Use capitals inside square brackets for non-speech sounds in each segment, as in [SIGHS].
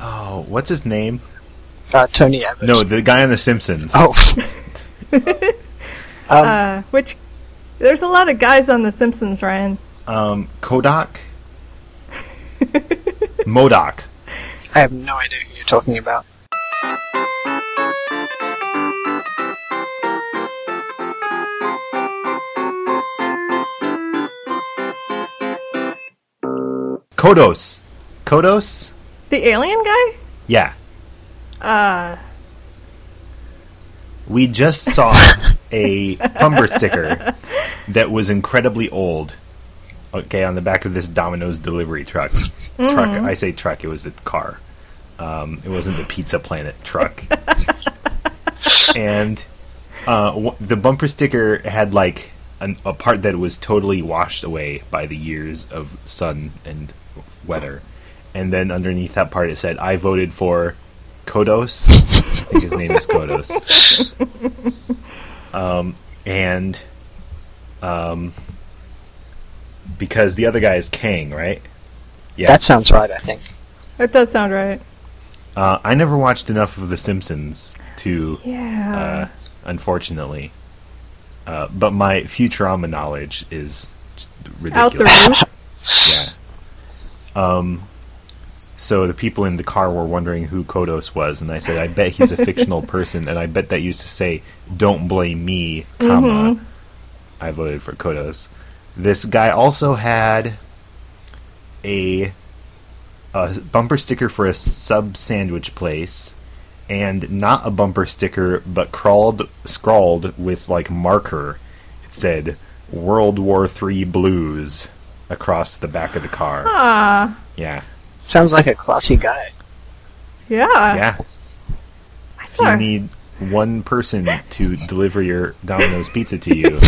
oh, what's his name? Uh, Tony Abbott. No, the guy on The Simpsons. Oh. [LAUGHS] um, Uh, which there's a lot of guys on The Simpsons, Ryan. Um, Kodak? Modoc. I have no idea who you're talking about. Kodos. Kodos? The alien guy? Yeah. Uh, We just saw a bumper sticker that was incredibly old. Okay, on the back of this Domino's delivery truck. Truck. I say truck. It was a car. Um, it wasn't the Pizza Planet truck. and uh, w- the bumper sticker had like an, a part that was totally washed away by the years of sun and weather. And then underneath that part, it said, "I voted for Kodos." I think his name is Kodos and um because the other guy is Kang, right? Yeah. That sounds right, I think. that does sound right. uh, I never watched enough of The Simpsons to, uh, Yeah. unfortunately, uh, but my Futurama knowledge is just Out the ridiculous. roof. Yeah. Um. So the people in the car were wondering who Kodos was, and I said, "I bet he's a fictional person, and I bet that used to say, don't blame me, comma, I voted for Kodos." This guy also had a a bumper sticker for a sub sandwich place, and not a bumper sticker, but crawled scrawled with like marker. It said "World War Three Blues" across the back of the car. Ah, Yeah, Sounds like a classy guy. yeah. yeah. I If you saw. need one person to deliver your Domino's pizza to [LAUGHS] you,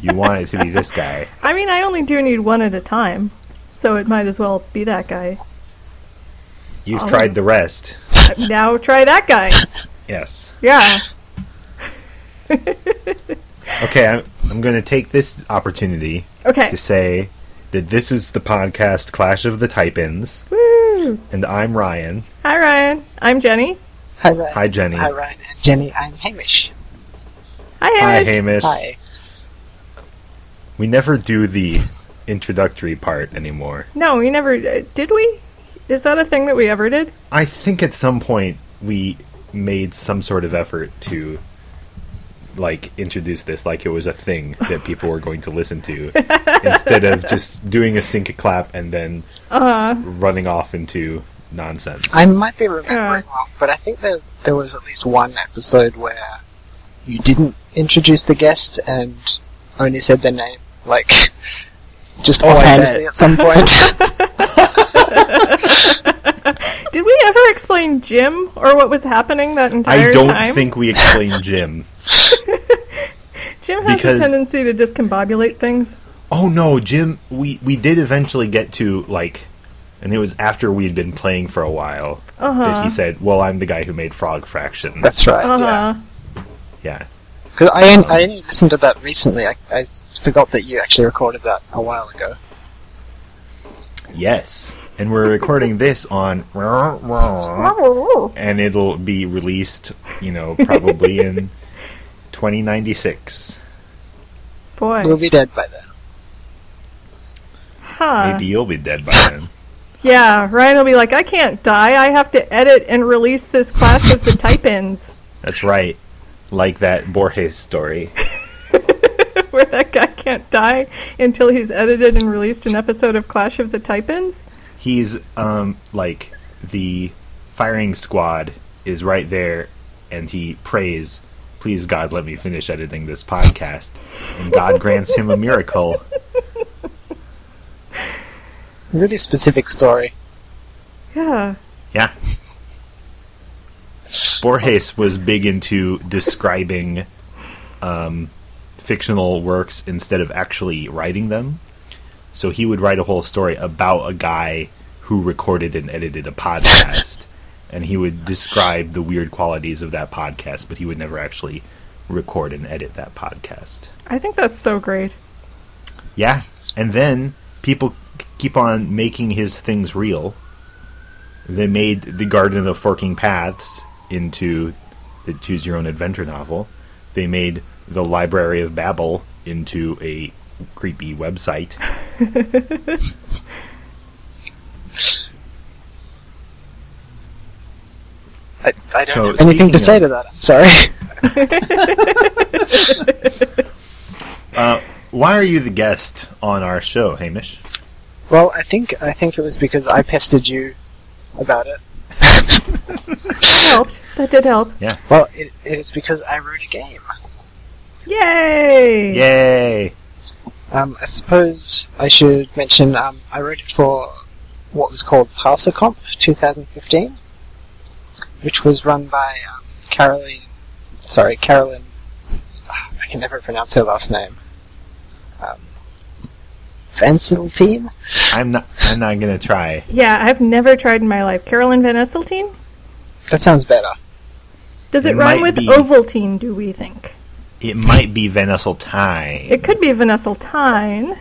you want it to be this guy. I mean, I only do need one at a time, so it might as well be that guy. You've Oh. tried the rest. now try that guy. Yes. Yeah. Okay, I'm, I'm going to take this opportunity Okay. to say that this is the podcast Clash of the Type-Ins, Woo. and I'm Ryan. Hi, Ryan. I'm Jenny. Hi, Ryan. Hi, Jenny. Hi, Ryan. And Jenny, I'm Hamish. Hi, Hi, Hamish. Hamish. Hi. We never do the introductory part anymore. No, we never uh, did. We? Is that a thing that we ever did? I think at some point we made some sort of effort to like introduce this like it was a thing that people were going to listen to instead of just doing a sync clap and then Uh, running off into nonsense. I might be remembering wrong, but I think there, there was at least one episode where you didn't introduce the guest and only said their name, like, [LAUGHS] just Oh, I offhandedly bet. at some [LAUGHS] point. [LAUGHS] Did we ever explain Jim or what was happening that entire I don't time? think we explained Jim. Jim has because- a tendency to discombobulate things. Oh no, Jim, we we did eventually get to like and it was after we had been playing for a while that he said, "Well, I'm the guy who made Frog Fractions." That's right. Uh huh. yeah. yeah. Because I, on- I only listened to that recently. I, I s- forgot that you actually recorded that a while ago. Yes. And we're recording this on Oh, and it'll be released, you know, probably in 2096. Boy. We'll be dead by then. Huh. Maybe you'll be dead by then. Yeah, Ryan will be like, I can't die. I have to edit and release this class of the type ins. That's right. Like that Borges story. [LAUGHS] Where that guy can't die until he's edited and released an episode of Clash of the Type-Ins? He's um like the firing squad is right there and he prays, "Please God, let me finish editing this podcast." And God grants him a miracle. Really specific story. Yeah. Yeah. Borges was big into describing um, fictional works instead of actually writing them. So he would write a whole story about a guy who recorded and edited a podcast. and he would describe the weird qualities of that podcast, but he would never actually record and edit that podcast. I think that's so great. Yeah. And then people k- keep on making his things real. They made the Garden of Forking Paths into the Choose Your Own Adventure novel. They made the Library of Babel into a creepy website. I, I So, don't have anything speaking to say of- to that. I'm sorry. Uh, why are you the guest on our show, Hamish? [LAUGHS] Well, I think I think it was because I pestered you about it. That helped. That did help. Well, it, it is because I wrote a game. Yay! Yay! Um, I suppose I should mention um, I wrote it for what was called ParserComp 2015, which was run by um, Caroline. Sorry, Carolyn. ah, I can never pronounce her last name. Um, Vanseltine? I'm not. I'm not gonna try. Yeah, I've never tried in my life. Carolyn Van Esseltine? That sounds better. Does it, It rhyme might with be. Ovaltine, do we think? It might be Venice Time, It could be Van Esseltine.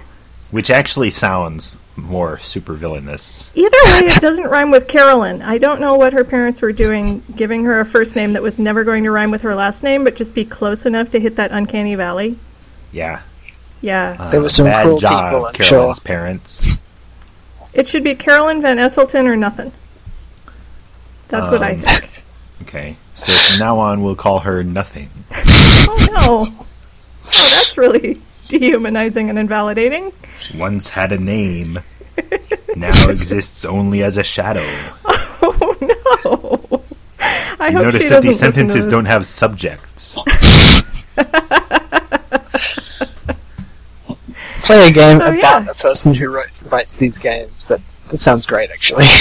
which actually sounds more super villainous. Either way, it doesn't rhyme with Carolyn. I don't know what her parents were doing, giving her a first name that was never going to rhyme with her last name, but just be close enough to hit that uncanny valley. Yeah. Yeah. Uh, There were some bad cruel job, people, I'm Carolyn's sure. parents. It should be Carolyn Van Esseltyn or nothing. That's what I Um. think. Okay. So from now on, we'll call her nothing. Oh [LAUGHS] no. Oh, that's really dehumanizing and invalidating. [LAUGHS] Once had a name, now exists only as a shadow. Oh no. I You hope notice she that these doesn't listen to sentences this. don't have subjects. Play a game So, about yeah. a person who wrote, writes these games. That, that sounds great, actually. [LAUGHS]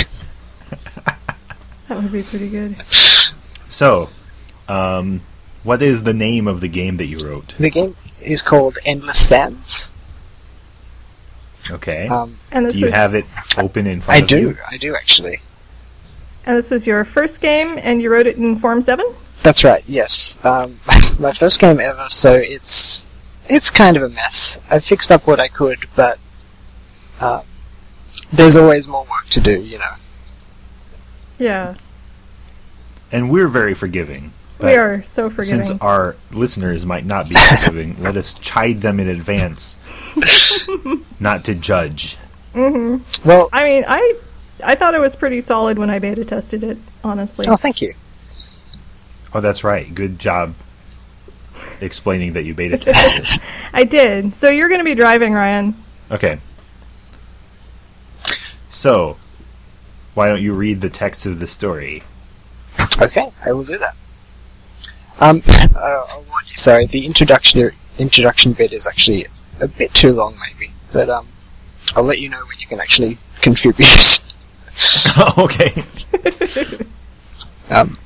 That would be pretty good. So, um, what is the name of the game that you wrote? the game is called Endless Sands. Okay. Um, And this Do you was have it open in front I of you? do, I do actually. and this was your first game and you wrote it in Form 7? That's right. Yes, um, [LAUGHS] my first game ever, so it's it's kind of a mess. I fixed up what I could, but uh, there's always more work to do. You know. Yeah. And we're very forgiving. we but are so forgiving. Since our listeners might not be [LAUGHS] forgiving, let us chide them in advance, not to judge. hmm Well, I mean, I I thought it was pretty solid when I beta tested it, honestly. oh, thank you. Oh, that's right. Good job explaining that you beta tested it. I did. So you're going to be driving, Ryan. Okay. So, why don't you read the text of the story? Okay, I will do that. Um, uh, I'll warn you. Sorry, the introduction introduction bit is actually a bit too long, maybe, but um, I'll let you know when you can actually contribute. [LAUGHS] okay. Um,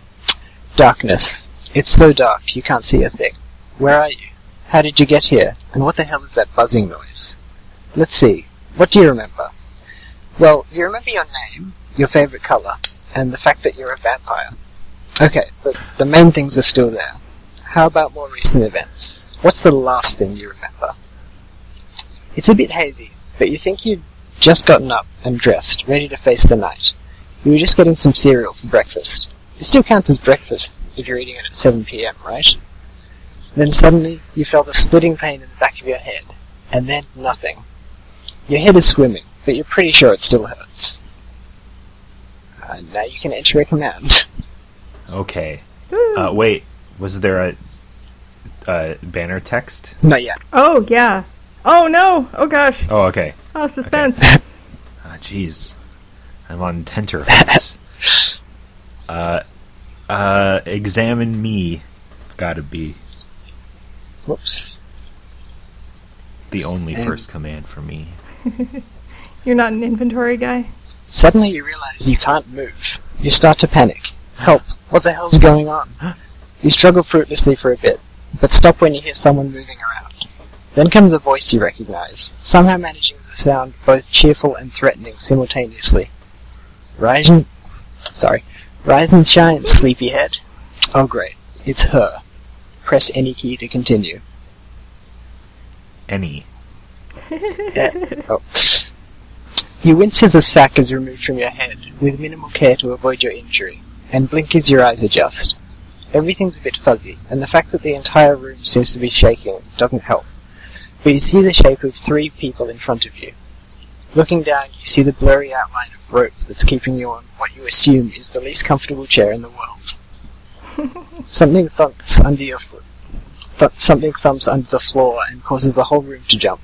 darkness. It's so dark, you can't see a thing. Where are you? How did you get here? And what the hell is that buzzing noise? Let's see. What do you remember? Well, you remember your name, your favorite color, and the fact that you're a vampire. Okay, but the main things are still there. How about more recent events? What's the last thing you remember? It's a bit hazy, but you think you'd just gotten up and dressed, ready to face the night. You were just getting some cereal for breakfast. It still counts as breakfast if you're eating it at 7 pm, right? Then suddenly you felt a splitting pain in the back of your head, and then nothing. Your head is swimming, but you're pretty sure it still hurts. Uh, now you can enter a command. [LAUGHS] Okay. Woo. Uh, wait, was there a, a banner text? Not yet. Oh, yeah. Oh, no. Oh, gosh. Oh, okay. Oh, suspense. [LAUGHS] Ah, jeez. I'm on tenterhooks. uh, uh, examine me. It's gotta be Whoops. the only Same. first command for me. You're not an inventory guy? Suddenly you realize you can't move. You start to panic. Help! What the hell's going on? You struggle fruitlessly for a bit, but stop when you hear someone moving around. Then comes a voice you recognize, somehow managing to sound both cheerful and threatening simultaneously. Rise and... Sorry. Rise and shine, sleepyhead. Oh great, it's her. Press any key to continue. Any. Yeah. Oh. You wince as a sack is removed from your head, with minimal care to avoid your injury, and blink as your eyes adjust. Everything's a bit fuzzy, and the fact that the entire room seems to be shaking doesn't help. But you see the shape of three people in front of you. Looking down, you see the blurry outline of rope that's keeping you on what you assume is the least comfortable chair in the world. something thumps under your foot. Th- something thumps under the floor and causes the whole room to jump.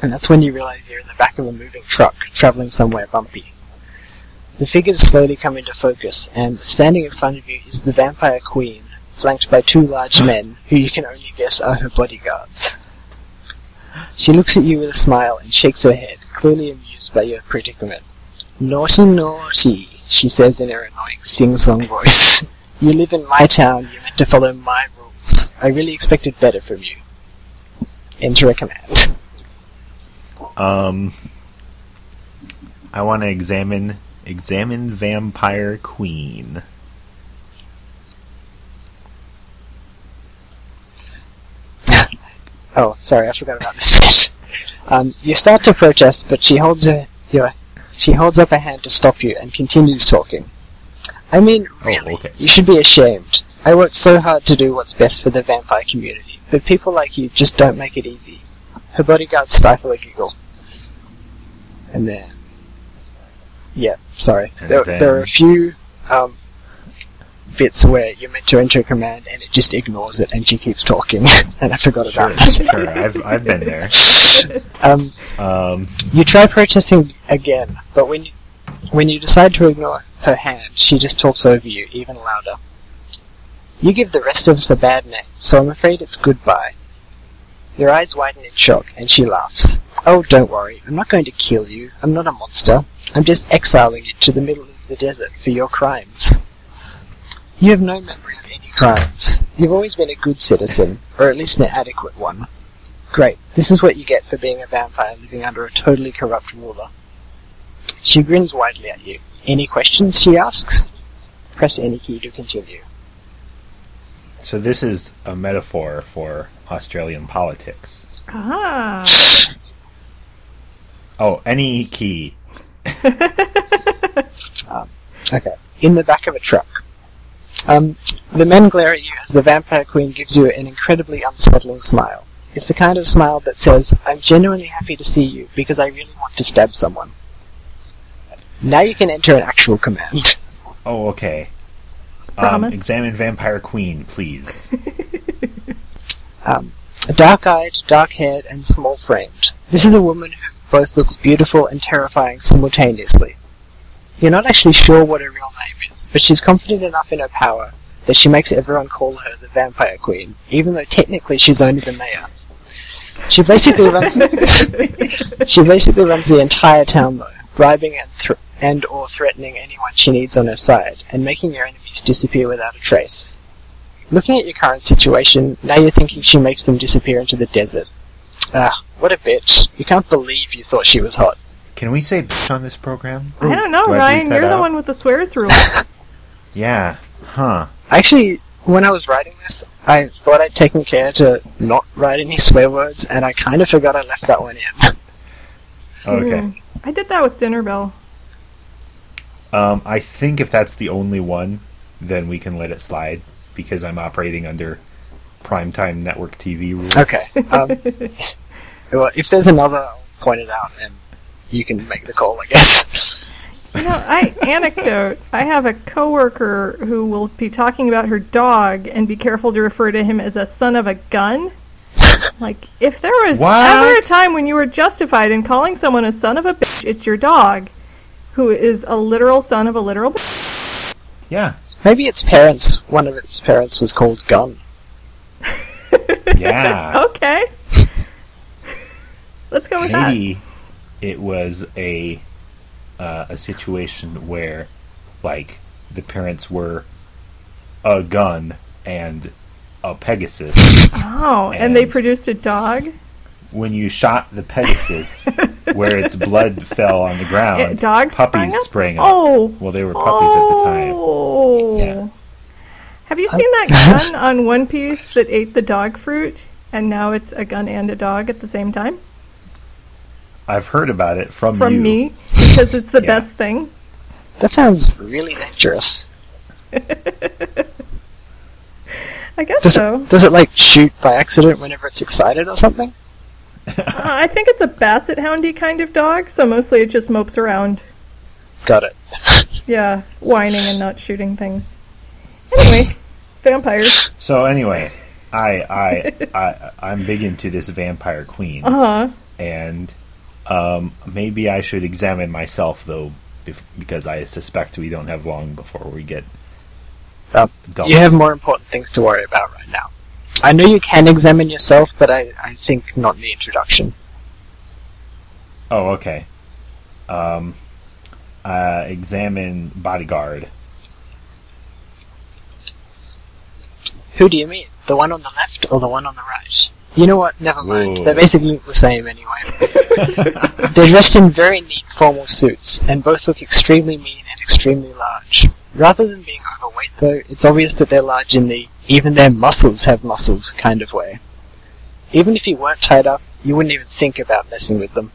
And that's when you realize you're in the back of a moving truck, traveling somewhere bumpy. The figures slowly come into focus, and standing in front of you is the vampire queen, flanked by two large men, who you can only guess are her bodyguards. She looks at you with a smile and shakes her head, clearly amused by your predicament. Naughty, naughty, she says in her annoying sing-song voice. you live in my town, you meant to follow my rules. I really expected better from you. Enter a command. Um, I want to examine examine vampire queen. Oh, sorry, I forgot about this bit. Um, you start to protest, but she holds her, your, she holds up a hand to stop you and continues talking. I mean, really, Oh, okay. you should be ashamed. I worked so hard to do what's best for the vampire community, but people like you just don't make it easy. Her bodyguards stifle a giggle. And then, yeah, sorry. And There, then- there are a few um, bits where you're meant to enter a command, and it just ignores it, and she keeps talking, [LAUGHS] and I forgot about [LAUGHS] Sure, that. sure. I've I've been there. Um, Um, you try protesting again, but when you, when you decide to ignore her hand, she just talks over you even louder. You give the rest of us a bad name, so I'm afraid it's goodbye. Your eyes widen in shock, and she laughs. Oh, don't worry. I'm not going to kill you. I'm not a monster. I'm just exiling you to the middle of the desert for your crimes. You have no memory of any crimes. You've always been a good citizen, or at least an adequate one. Great. This is what you get for being a vampire living under a totally corrupt ruler. She grins widely at you. Any questions? She asks. Press any key to continue. so this is a metaphor for Australian politics. Ah. Oh, any key. Okay. In the back of a truck. Um, the men glare at you as the vampire queen gives you an incredibly unsettling smile. It's the kind of smile that says, I'm genuinely happy to see you because I really want to stab someone. Now you can enter an actual command. Oh, okay. Um, Promise? examine vampire queen, please. Um, dark eyed, dark haired, and small framed. This is a woman who both looks beautiful and terrifying simultaneously. You're not actually sure what her real name is, but she's confident enough in her power that she makes everyone call her the Vampire Queen, even though technically she's only the mayor. She basically [LAUGHS] runs she basically runs the entire town though, bribing and thr and or threatening anyone she needs on her side, and making your enemies disappear without a trace. Looking at your current situation, now you're thinking she makes them disappear into the desert. Ah, what a bitch. You can't believe you thought she was hot. Can we say bitch on this program? I don't know, Do I bleep Ryan. that You're the out? one with the swears rule. Yeah. Huh. Actually, when I was writing this, I thought I'd taken care to not write any swear words, and I kind of forgot I left that one in. [LAUGHS] Okay. Mm. I did that with Dinner Bell. Um, I think if that's the only one, then we can let it slide because I'm operating under primetime network TV rules. okay. Um, Uh, well, if there's another, I'll point it out, and you can make the call, I guess. You know, I anecdote. I have a coworker who will be talking about her dog and be careful to refer to him as a son of a gun. Like, if there was What? ever a time when you were justified in calling someone a son of a bitch, it's your dog, who is a literal son of a literal bitch. [LAUGHS] Yeah. Maybe its parents, one of its parents was called Gun. Yeah. [LAUGHS] Okay. Let's go with Maybe it was a uh, a situation where, like, the parents were a gun and a Pegasus. that. Oh, and they And- produced a dog? when you shot the [LAUGHS] Pegasus, where its blood fell on the ground, It- dogs puppies sprang up. Oh, Well, they were puppies at the time. Oh. Yeah. Have you seen that gun on One Piece that ate the dog fruit? And now it's a gun and a dog at the same time I've heard about it from, from you. me because it's the Yeah. best thing. That sounds really dangerous. I guess Does, so. it, does it, like, shoot by accident whenever it's excited or something? Uh, I think it's a basset houndy kind of dog, so mostly it just mopes around. Got it. Yeah, whining and not shooting things. Anyway, vampires. So anyway, I I I I'm big into this vampire queen, Uh huh. and um, maybe I should examine myself though, bef- because I suspect we don't have long before we get. Um, dumped. You have more important things to worry about right now. I know you can examine yourself, but I, I think not in the introduction. Oh, okay. Um, uh, examine bodyguard. Who do you mean? The one on the left or the one on the right? You know what? Never mind. Whoa. They're basically the same anyway. They're dressed in very neat formal suits, and both look extremely mean and extremely large. Rather than being overweight, though, it's obvious that they're large in the even their muscles have muscles kind of way. Even if you weren't tied up, you wouldn't even think about messing with them.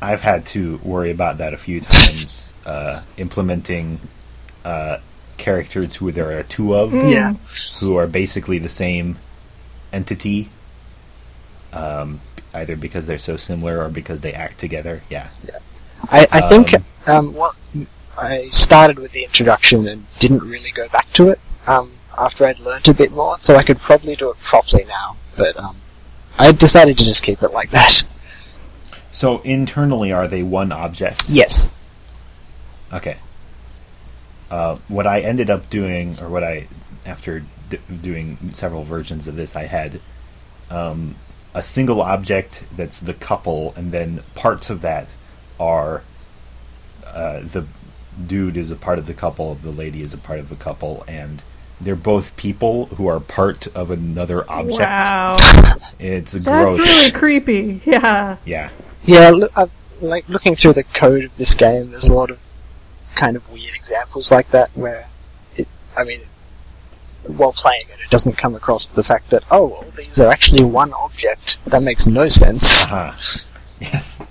I've had to worry about that a few times. uh, implementing uh, characters who there are two of, Yeah. who are basically the same entity, um, either because they're so similar or because they act together. Yeah. I, I think Um, um, what I started with the introduction and didn't really go back to it um, after I'd learnt a bit more, so I could probably do it properly now. But um, I decided to just keep it like that. So internally, are they one object? Yes. Okay. Uh, what I ended up doing, or what I, after d- doing several versions of this, I had um, a single object that's the couple, and then parts of that are uh, the dude is a part of the couple, the lady is a part of the couple, and they're both people who are part of another object. Wow. It's That's gross. really creepy. Yeah. yeah. Yeah. Look, I, like looking through the code of this game, there's a lot of kind of weird examples like that where, it, I mean, while playing it, it doesn't come across the fact that oh, all these are actually one object. That makes no sense. Huh. [LAUGHS] Yes.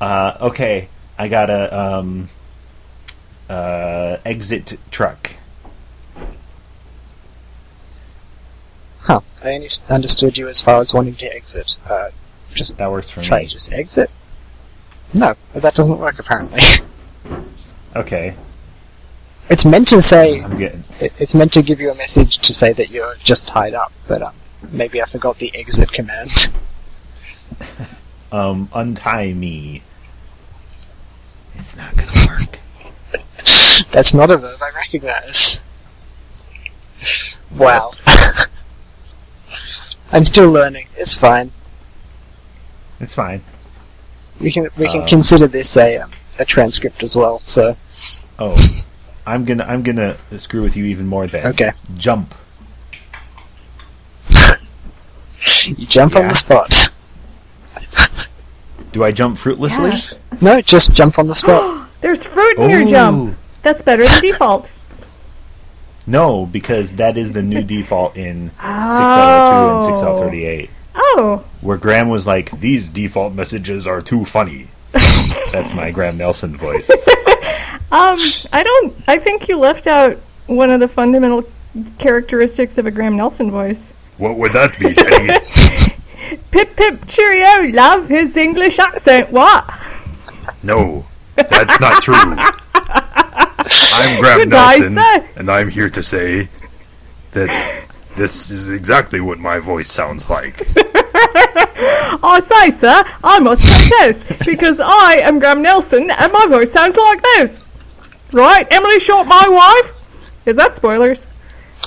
Uh, okay, I got a um, uh, exit truck. Huh. I only s- understood you as far as wanting to exit. Uh, just That works for try to me. just exit? No, that doesn't work apparently. [LAUGHS] Okay, it's meant to say, I'm getting. it- it's meant to give you a message to say that you're just tied up, but um, maybe I forgot the exit command. [LAUGHS] Um, untie me. It's not gonna work. That's not a verb I recognize. [LAUGHS] Wow. [LAUGHS] I'm still learning. It's fine. It's fine. We can we can Um, consider this a um, a transcript as well. So Oh, I'm gonna I'm gonna screw with you even more then. Okay. Jump. you jump on Yeah. the spot. [LAUGHS] Do I jump fruitlessly? Yeah. No, just jump on the spot. [GASPS] There's fruit in your Ooh. jump. That's better than default. No, because that is the new default in 602 Oh. and 6038. Oh, where Graham was like, "These default messages are too funny." That's my Graham Nelson voice. um, I don't. I think you left out one of the fundamental characteristics of a Graham Nelson voice. what would that be, Teddy? Pip pip cheerio, love his English accent. What? No, that's not true. I'm Graham Goodbye, Nelson, sir. and I'm here to say that this is exactly what my voice sounds like. I say, Oh, sir, I must protest because I am Graham Nelson and my voice sounds like this. Right, Emily Short, my wife. Is that spoilers?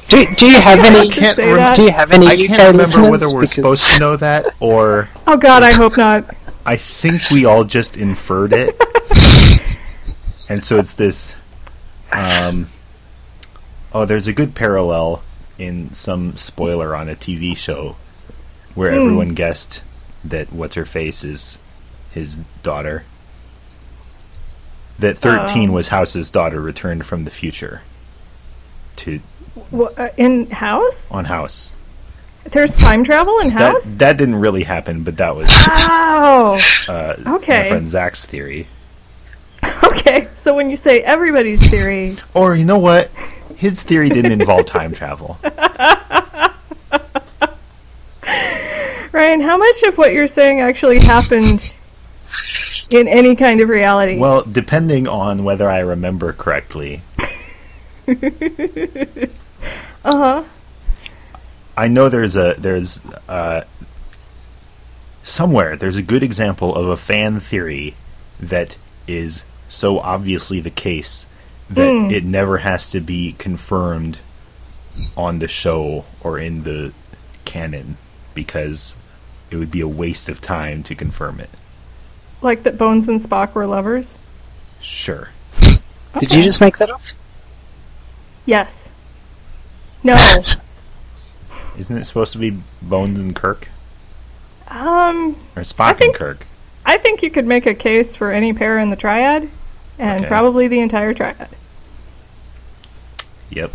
Do, do you have any? can't say or that. do you have any I UK can't remember listeners? whether we're Because- supposed to know that or Oh God, I hope not. I think we all just inferred [LAUGHS] it. and so it's this um oh, there's a good parallel in some spoiler on a TV show where Hmm. everyone guessed that what's her face is his daughter. That 13 Oh. was House's daughter returned from the future to W- uh, in house, on House. there's time travel in house. That that didn't really happen, but that was oh, uh, my Okay. [LAUGHS] friend Zach's theory. So when you say everybody's theory, Or you know what? His theory didn't involve time travel. Ryan, how much of what you're saying actually happened in any kind of reality? Well, depending on whether I remember correctly, uh huh. I know there's a there's uh, somewhere there's a good example of a fan theory that is so obviously the case that it never has to be confirmed on the show or in the canon because it would be a waste of time to confirm it. Like that Bones and Spock were lovers? Sure. Did you just make that up? Yes. [LAUGHS] No. Isn't it supposed to be Bones and Kirk um, or Spock and think- Kirk? I think you could make a case for any pair in the triad, and Okay. probably the entire triad. Yep.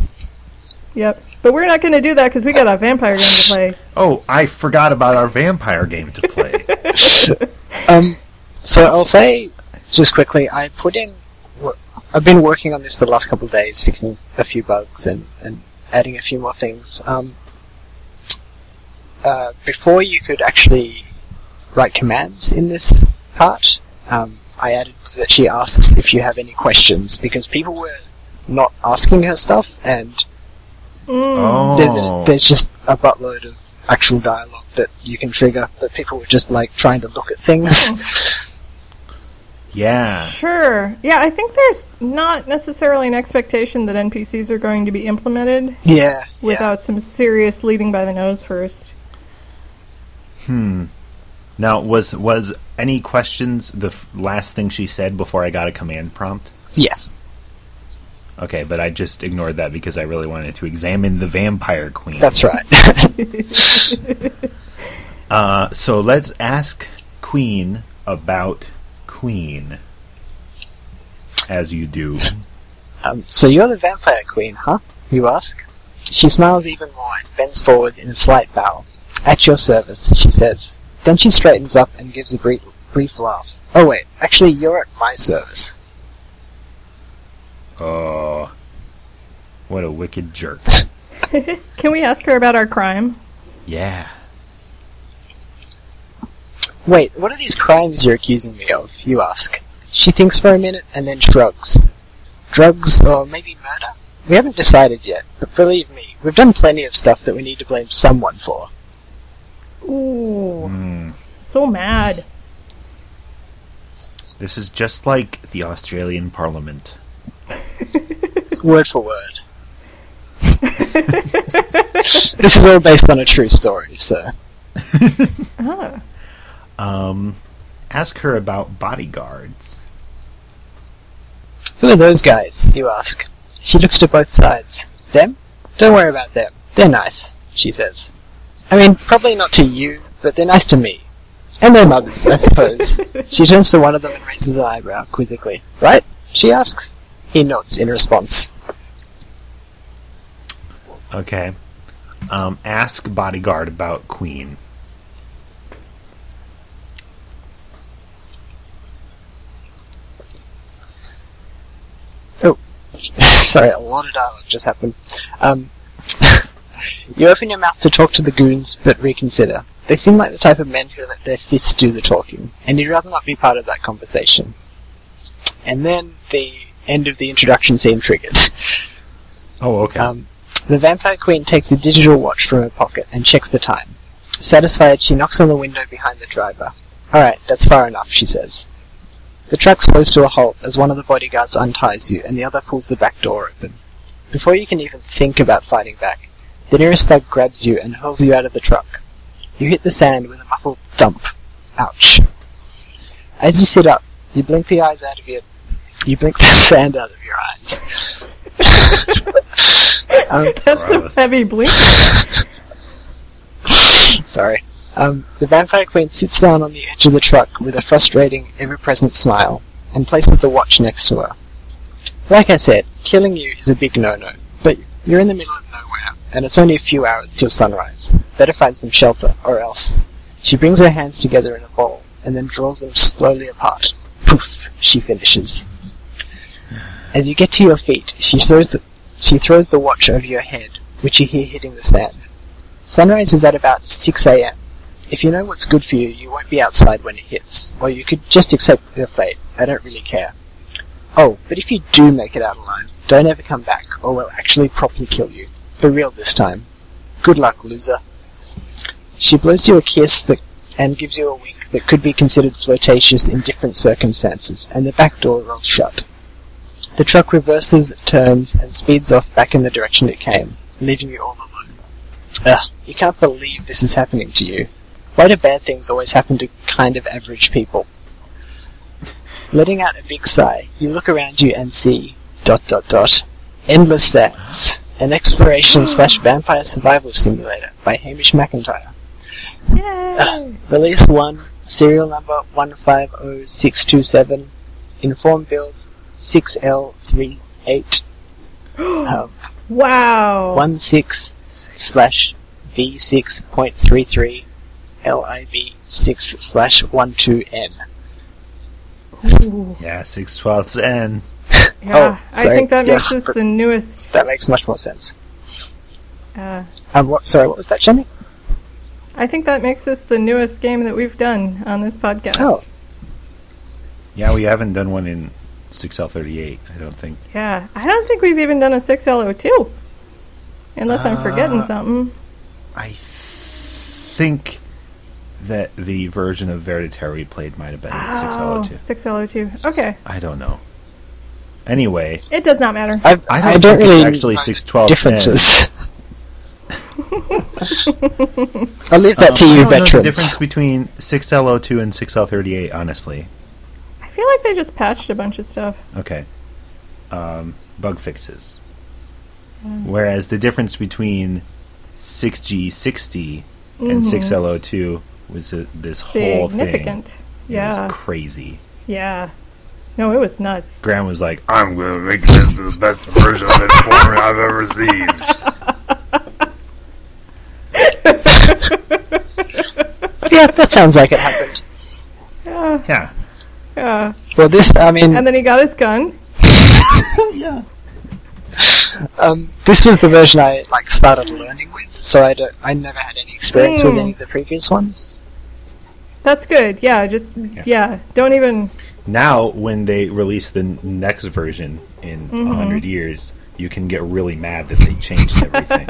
Yep. But we're not going to do that because we got a vampire game to play. Oh, I forgot about our vampire game to play. Um, so I'll say just quickly, I put in. wor- I've been working on this for the last couple of days, fixing a few bugs and, and adding a few more things. Um, uh, before you could actually write commands in this part, um, I added that she asks if you have any questions because people were not asking her stuff, and Mm. oh. there's, a, there's just a buttload of actual dialogue that you can trigger, but people were just like trying to look at things. Yeah. Sure. Yeah, I think there's not necessarily an expectation that NPCs are going to be implemented yeah, yeah. without some serious leading by the nose first. Hmm. Now, was was any questions the f- last thing she said before I got a command prompt? Yes. Okay, but I just ignored that because I really wanted to examine the vampire queen. That's right. [LAUGHS] Uh, so let's ask Queen about Queen, as you do. um, so you're the vampire queen, huh? You ask. She smiles even more and bends forward in a slight bow. At your service, she says. Then she straightens up and gives a brief, brief laugh. Oh wait, actually you're at my service. Oh, what a wicked jerk! Can we ask her about our crime? Yeah. Wait, what are these crimes you're accusing me of? You ask. She thinks for a minute and then shrugs. Drugs or maybe murder? We haven't decided yet, but believe me, we've done plenty of stuff that we need to blame someone for. Ooh, Hmm. so mad. This is just like the Australian Parliament. It's word for word. this is all based on a true story, so. Oh. Ah. Um, ask her about bodyguards. Who are those guys? You ask. She looks to both sides. Them? Don't worry about them. They're nice, she says. I mean, probably not to you, but they're nice to me. And their mothers, I suppose. she turns to one of them and raises an eyebrow quizzically. Right? She asks. He nods in response. Okay. Um, ask bodyguard about Queen. [LAUGHS] Sorry, a lot of dialogue just happened. Um, you open your mouth to talk to the goons, but reconsider. They seem like the type of men who let their fists do the talking, and you'd rather not be part of that conversation. And then the end of the introduction seemed triggered. Oh, okay. Um, the vampire queen takes a digital watch from her pocket and checks the time. Satisfied, she knocks on the window behind the driver. Alright, that's far enough, she says. The truck slows to a halt as one of the bodyguards unties you and the other pulls the back door open. Before you can even think about fighting back, the nearest thug grabs you and hurls you out of the truck. You hit the sand with a muffled thump. Ouch. As you sit up, you blink the eyes out of your you blink the [LAUGHS] sand out of your eyes. [LAUGHS] um, [LAUGHS] That's Gross. a heavy blink. [LAUGHS] Sorry. Um, the vampire queen sits down on the edge of the truck with a frustrating, ever-present smile and places the watch next to her. Like I said, killing you is a big no-no, but you're in the middle of nowhere, and it's only a few hours till sunrise. Better find some shelter, or else. She brings her hands together in a ball and then draws them slowly apart. Poof! She finishes. As you get to your feet, she throws the she throws the watch over your head, which you hear hitting the sand. Sunrise is at about 6 a.m. If you know what's good for you, you won't be outside when it hits, or you could just accept your fate. I don't really care. Oh, but if you do make it out alive, don't ever come back, or we'll actually properly kill you. For real this time. Good luck, loser. She blows you a kiss that, and gives you a wink that could be considered flirtatious in different circumstances, and the back door rolls shut. The truck reverses, turns, and speeds off back in the direction it came, leaving you all alone. Ugh, you can't believe this is happening to you. Why do bad things always happen to kind of average people? Letting out a big sigh, you look around you and see dot dot dot endless stats, an exploration slash vampire survival simulator by Hamish McIntyre. Yay! Release 1, serial number 150627, inform build 6L38, um, wow. 16 slash V6.33 LIB 6 slash 12N. Ooh. Yeah, six twelfths N. Oh, Yeah, I sorry. think that makes Yes. this the newest. That makes much more sense. Uh, Um, what, sorry, what was that, Jenny? I think that makes this the newest game that we've done on this podcast. Oh, Yeah, we haven't done one in six L thirty eight. I don't think. Yeah, I don't think we've even done a 6LO2. Unless I'm forgetting Uh, something. I think that the version of Verditaire we played might have been six L Oh, two. 6LO2. Okay, I don't know. Anyway, it does not matter. I've, I don't, think really it's actually know six twelve differences. [LAUGHS] I'll leave that to Uh, I don't know you, the veterans. difference between 6L02 and 6L38, honestly. I feel like they just patched a bunch of stuff. Okay. Um, bug fixes. Mm. Whereas the difference between 6G60 Mm-hmm. and 6L02 was uh this whole thing. Significant. It Yeah, was crazy. yeah. No, it was nuts. Graham was like, I'm gonna make this the best version of Informer I've ever seen. yeah, that sounds like it happened. Yeah, yeah. yeah. Well, this, I mean, And then he got his gun. yeah. Um, this was the version I like started learning with, so I, don't, I never had any experience with Hmm. any of the previous ones. That's good. Yeah, just, yeah. Don't even. Now, when they release the n- next version in a Mm-hmm. 100 years, you can get really mad that they changed [LAUGHS] everything.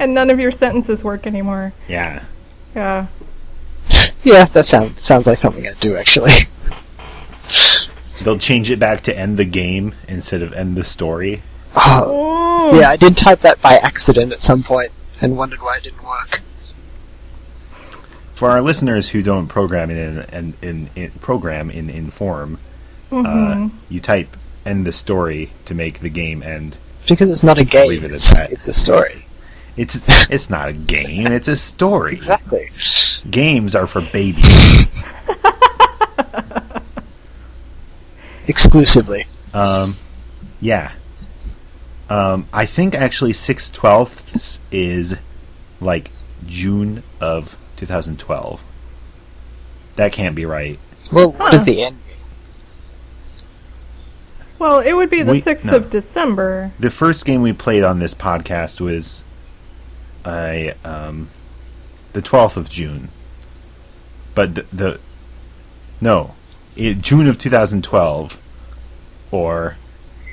And none of your sentences work anymore. yeah. Yeah. Yeah, that sounds sounds like something I do actually. [LAUGHS] They'll change it back to end the game instead of end the story. Oh, Mm. yeah, I did type that by accident at some point and wondered why it didn't work. For our listeners who don't program in in, in, in program in inform, uh, you type end the story to make the game end. Because it's not a game; Leave it at it's, that. it's a story. It's it's not a game, it's a story. Exactly. Games are for babies. Exclusively. Um, yeah. Um, I think actually six twelfths is like June of 2012. That can't be right. Well, what does Huh. the end? mean? Well, it would be the We- 6th no. of December. The first game we played on this podcast was I um the 12th of June. But the, the no, it, June of 2012 or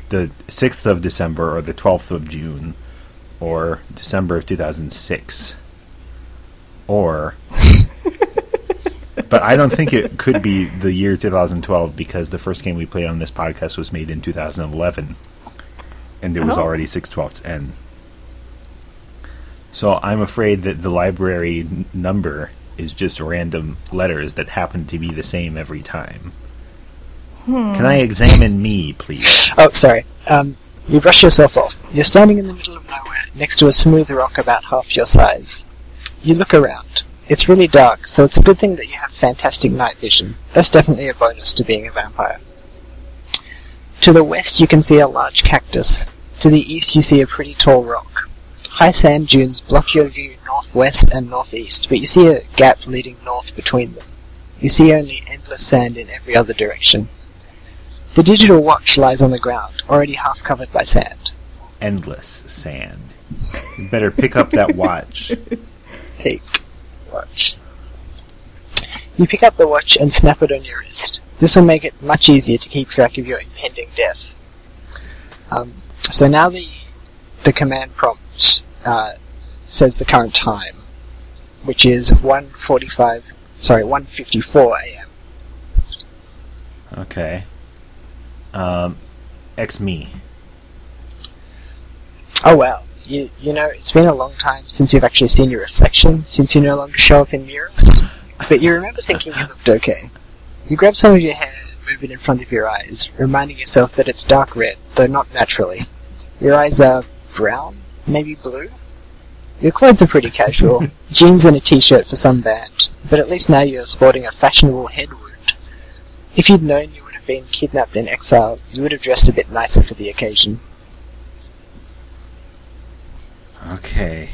the 6th of December or the 12th of June or December of 2006 or but I don't think it could be the year 2012 because the first game we played on this podcast was made in 2011 and it was Oh. already 6 twelfths N. So I'm afraid that the library n- number is just random letters that happen to be the same every time. Can I examine me, please? Oh, sorry. Um, you brush yourself off. You're standing in the middle of nowhere, next to a smooth rock about half your size. You look around. It's really dark, so it's a good thing that you have fantastic night vision. That's definitely a bonus to being a vampire. To the west, you can see a large cactus. To the east, you see a pretty tall rock. High sand dunes block your view northwest and northeast, but you see a gap leading north between them. You see only endless sand in every other direction. The digital watch lies on the ground, already half covered by sand. Endless sand. You better pick up that [LAUGHS] watch. Take watch. You pick up the watch and snap it on your wrist. This will make it much easier to keep track of your impending death. Um, so now the the command prompt uh, says the current time, which is 1:45. Sorry, 1:54 a.m. Okay. Um, X me. Oh well, you you know it's been a long time since you've actually seen your reflection, since you no longer show up in mirrors. But you remember thinking you looked okay. You grab some of your hair and move it in front of your eyes, reminding yourself that it's dark red, though not naturally. Your eyes are brown, maybe blue. Your clothes are pretty casual, jeans and a t-shirt for some band, but at least now you're sporting a fashionable head wound. If you'd known you would have been kidnapped and exiled, you would have dressed a bit nicer for the occasion. Okay.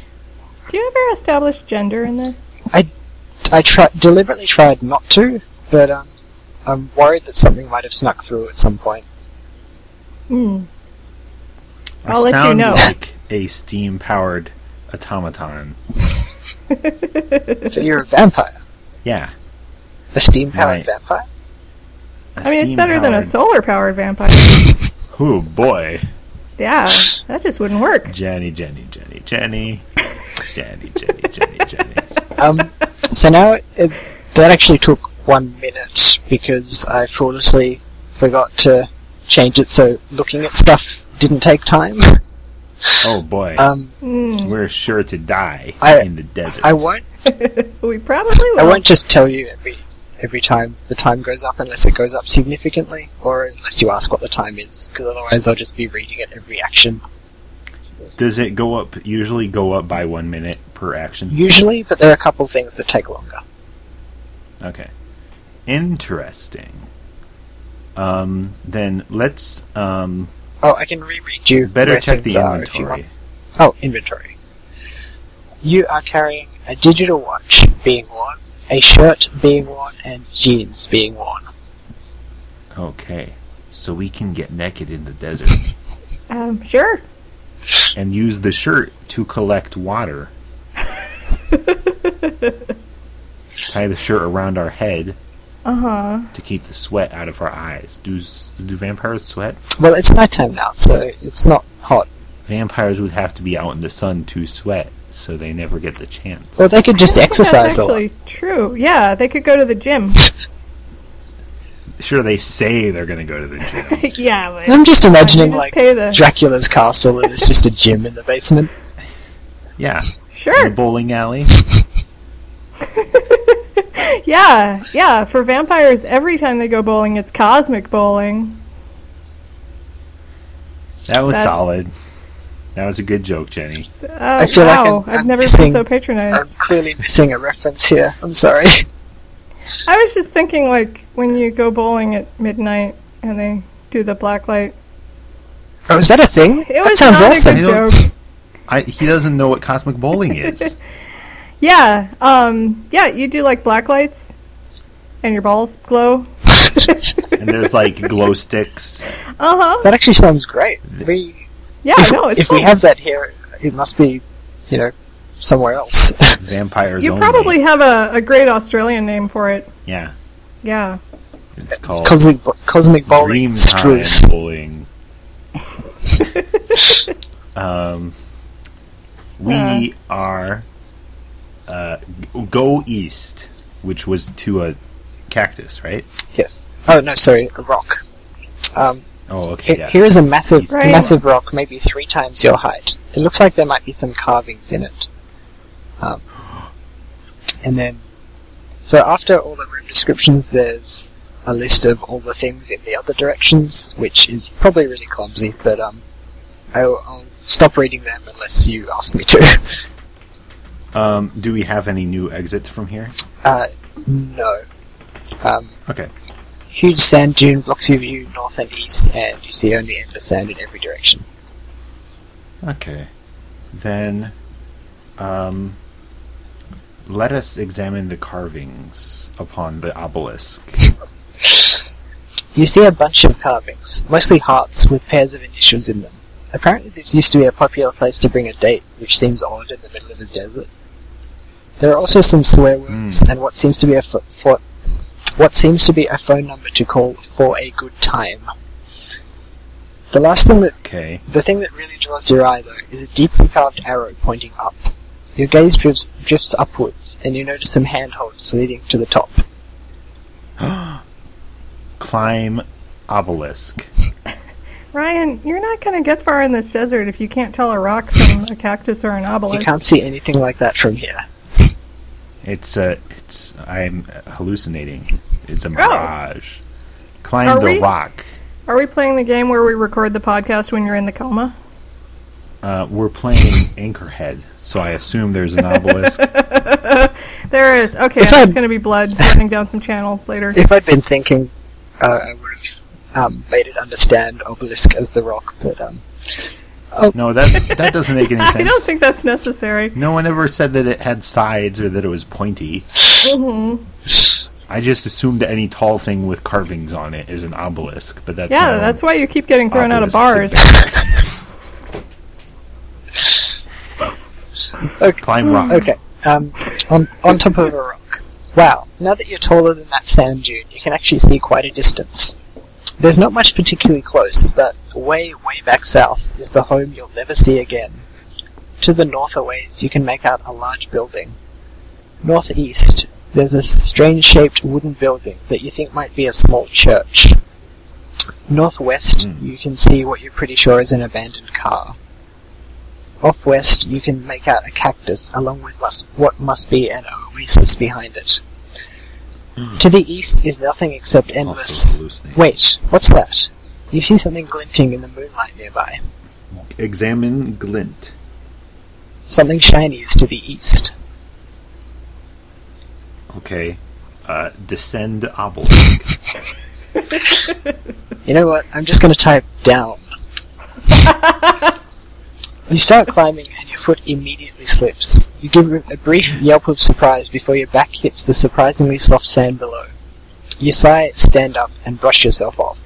Do you ever establish gender in this? I tri- deliberately tried not to, but um, I'm worried that something might have snuck through at some point. Hmm. [LAUGHS] I I'll let you sound know. like a steam powered automaton. So you're a vampire, Yeah. a Right. steam-powered vampire. a I mean, it's better than a steam-powered- solar powered vampire. Oh boy. yeah, that just wouldn't work. Jenny, Jenny, Jenny, Jenny. Jenny, Jenny, Jenny, Jenny. Um, so now it, it, that actually took one minute because I foolishly forgot to change it so looking at stuff didn't take time. Oh boy. Um, Hmm. We're sure to die I- in the desert. I won't. We probably will. I won't just tell you every every time the time goes up unless it goes up significantly or unless you ask what the time is because otherwise I'll just be reading it every action. Does it go up? Usually go up by one minute per action. Usually, but there are a couple things that take longer. Okay. Interesting. Um, then let's um, Oh, I can reread you. better where check the things are if you want. inventory. Oh, inventory. You are carrying a digital watch being worn, a shirt being worn, and jeans being worn. Okay. So we can get naked in the [LAUGHS] desert Um, sure. and use the shirt to collect [LAUGHS] water. Tie the shirt around our head Uh huh. to keep the sweat out of our eyes. Do s- do vampires sweat? Well, it's nighttime now, so it's not hot. Vampires would have to be out in the sun to sweat, so they never get the chance. Or they could just exercise That's a lot. actually true. Yeah, they could go to the gym. [LAUGHS] Sure, they say they're going to go to the [LAUGHS] gym. yeah, but I'm just imagining, You just like, pay the- Dracula's castle and it's just a gym in the [LAUGHS] basement. yeah, in sure. a bowling alley. Yeah, yeah. For vampires, every time they go bowling, it's cosmic bowling. That was That's- solid. That was a good joke, Jenny. Uh, I feel like wow, I'm- I've I'm never missing- been so I'm patronized. clearly missing a reference here. I'm sorry. I was just thinking, like, when you go bowling at midnight and they do the black light. Oh, is that a thing? It that was sounds not awesome. a You know- good joke. I, he doesn't know what cosmic bowling is. Yeah, um, yeah. You do like black lights, and your balls [LAUGHS] glow. and there's [LAUGHS] like glow sticks. Uh huh. That actually sounds great. We Yeah, if, no, it's if fun. we have that here, it must be, you know, somewhere [LAUGHS] else. Vampires You only. probably have a, a great Australian name for it. Yeah, Yeah. it's Oh. called [LAUGHS] cosmic, cosmic bowling Dream Time Struce. Bowling. [LAUGHS] um, we Uh. are uh, g- go east, which was to a cactus, right? Yes. Oh no, sorry, a rock. Um, Oh, okay, he- yeah. here is a massive, Right. massive rock, maybe three times your height. It looks like there might be some carvings in it. Um, and then, so after all the room descriptions, there's a list of all the things in the other directions, which is probably really clumsy, but um, I'll, I'll stop reading them unless you ask me to. [LAUGHS] Um, do we have any new exits from here? Uh, no. Um, Okay. huge sand dune blocks your view north and east, and you see only endless sand in every direction. Okay. Then, um, let [LAUGHS] us examine the carvings upon the obelisk. You see a bunch of carvings, mostly hearts with pairs of initials in them. Apparently, this used to be a popular place to bring a date, which seems odd in the middle of the desert. There are also some swear words and what seems to be a fo- for, what seems to be a phone number to call for a good time. The last thing that Okay. the thing that really draws your eye, though, is a deeply carved arrow pointing up. Your gaze drifts, drifts upwards, and you notice some handholds leading to the top. Climb obelisk. Ryan, you're not going to get far in this desert if you can't tell a rock from a cactus or an You obelisk. can't see anything like that from here. It's a. It's. I'm hallucinating. It's a mirage. Climb Oh. Are the we- rock. Are we playing the game where we record the podcast when you're in the coma? Uh, we're playing Anchorhead, so I assume there's an [LAUGHS] obelisk. There is. Okay, If I- it's going to [LAUGHS] be blood running down some channels later. If I'd been thinking, uh, I would have um, made it understand obelisk as the rock, but um, No, that's that doesn't make any sense. [LAUGHS] I don't think that's [LAUGHS] necessary. no one ever said that it had sides or that it was pointy. Mm-hmm. hmm I just assumed that any tall thing with carvings on it is an obelisk, but that's Yeah, no that's why you keep getting thrown out of bars. obelisk. [LAUGHS] Okay. Hmm. Climb rock. okay, um, on on top of a rock. Wow! Now that you're taller than that sand dune, you can actually see quite a distance. There's not much particularly close, but way, way back south is the home you'll never see again. To the north a ways, you can make out a large building. Northeast, there's a strange-shaped wooden building that you think might be a small church. Northwest, Hmm. you can see what you're pretty sure is an abandoned car. Off west, you can make out a cactus along with must, what must be an oasis behind it. To the east is nothing except endless Also hallucinating. Wait, what's that? You see something glinting in the moonlight nearby. Examine glint. Something shiny is to the east. Okay. Uh, descend obelisk. You know what? I'm just going to type down. you start climbing, and your foot immediately slips. You give a brief yelp of surprise before your back hits the surprisingly soft sand below. You sigh, stand up, and brush yourself off.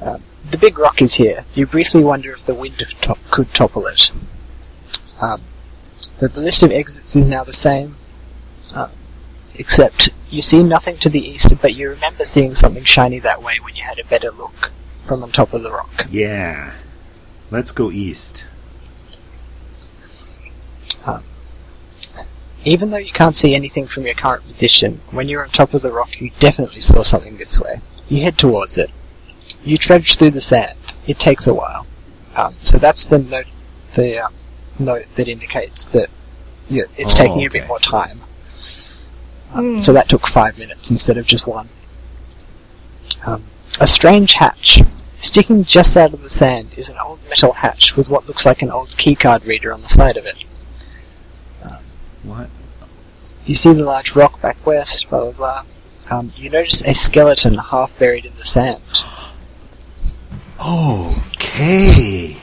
Um, the big rock is here. You briefly wonder if the wind to- could topple it. Um, but the list of exits is now the same, uh, except You see nothing to the east, but you remember seeing something shiny that way when you had a better look from on top of the rock. yeah. Let's go east. Even though you can't see anything from your current position, when you're on top of the rock, you definitely saw something this way. You head towards it. You trudge through the sand. It takes a while. Um, so that's the note, the uh, note that indicates that you it's Oh, taking you a okay. bit more time. Um, Mm. So that took five minutes instead of just one. Um, a strange hatch. Sticking just out of the sand is an old metal hatch with what looks like an old keycard reader on the side of it. What? You see the large rock back west, blah blah blah. Um, you notice a skeleton half buried in the sand. [LAUGHS] Okay.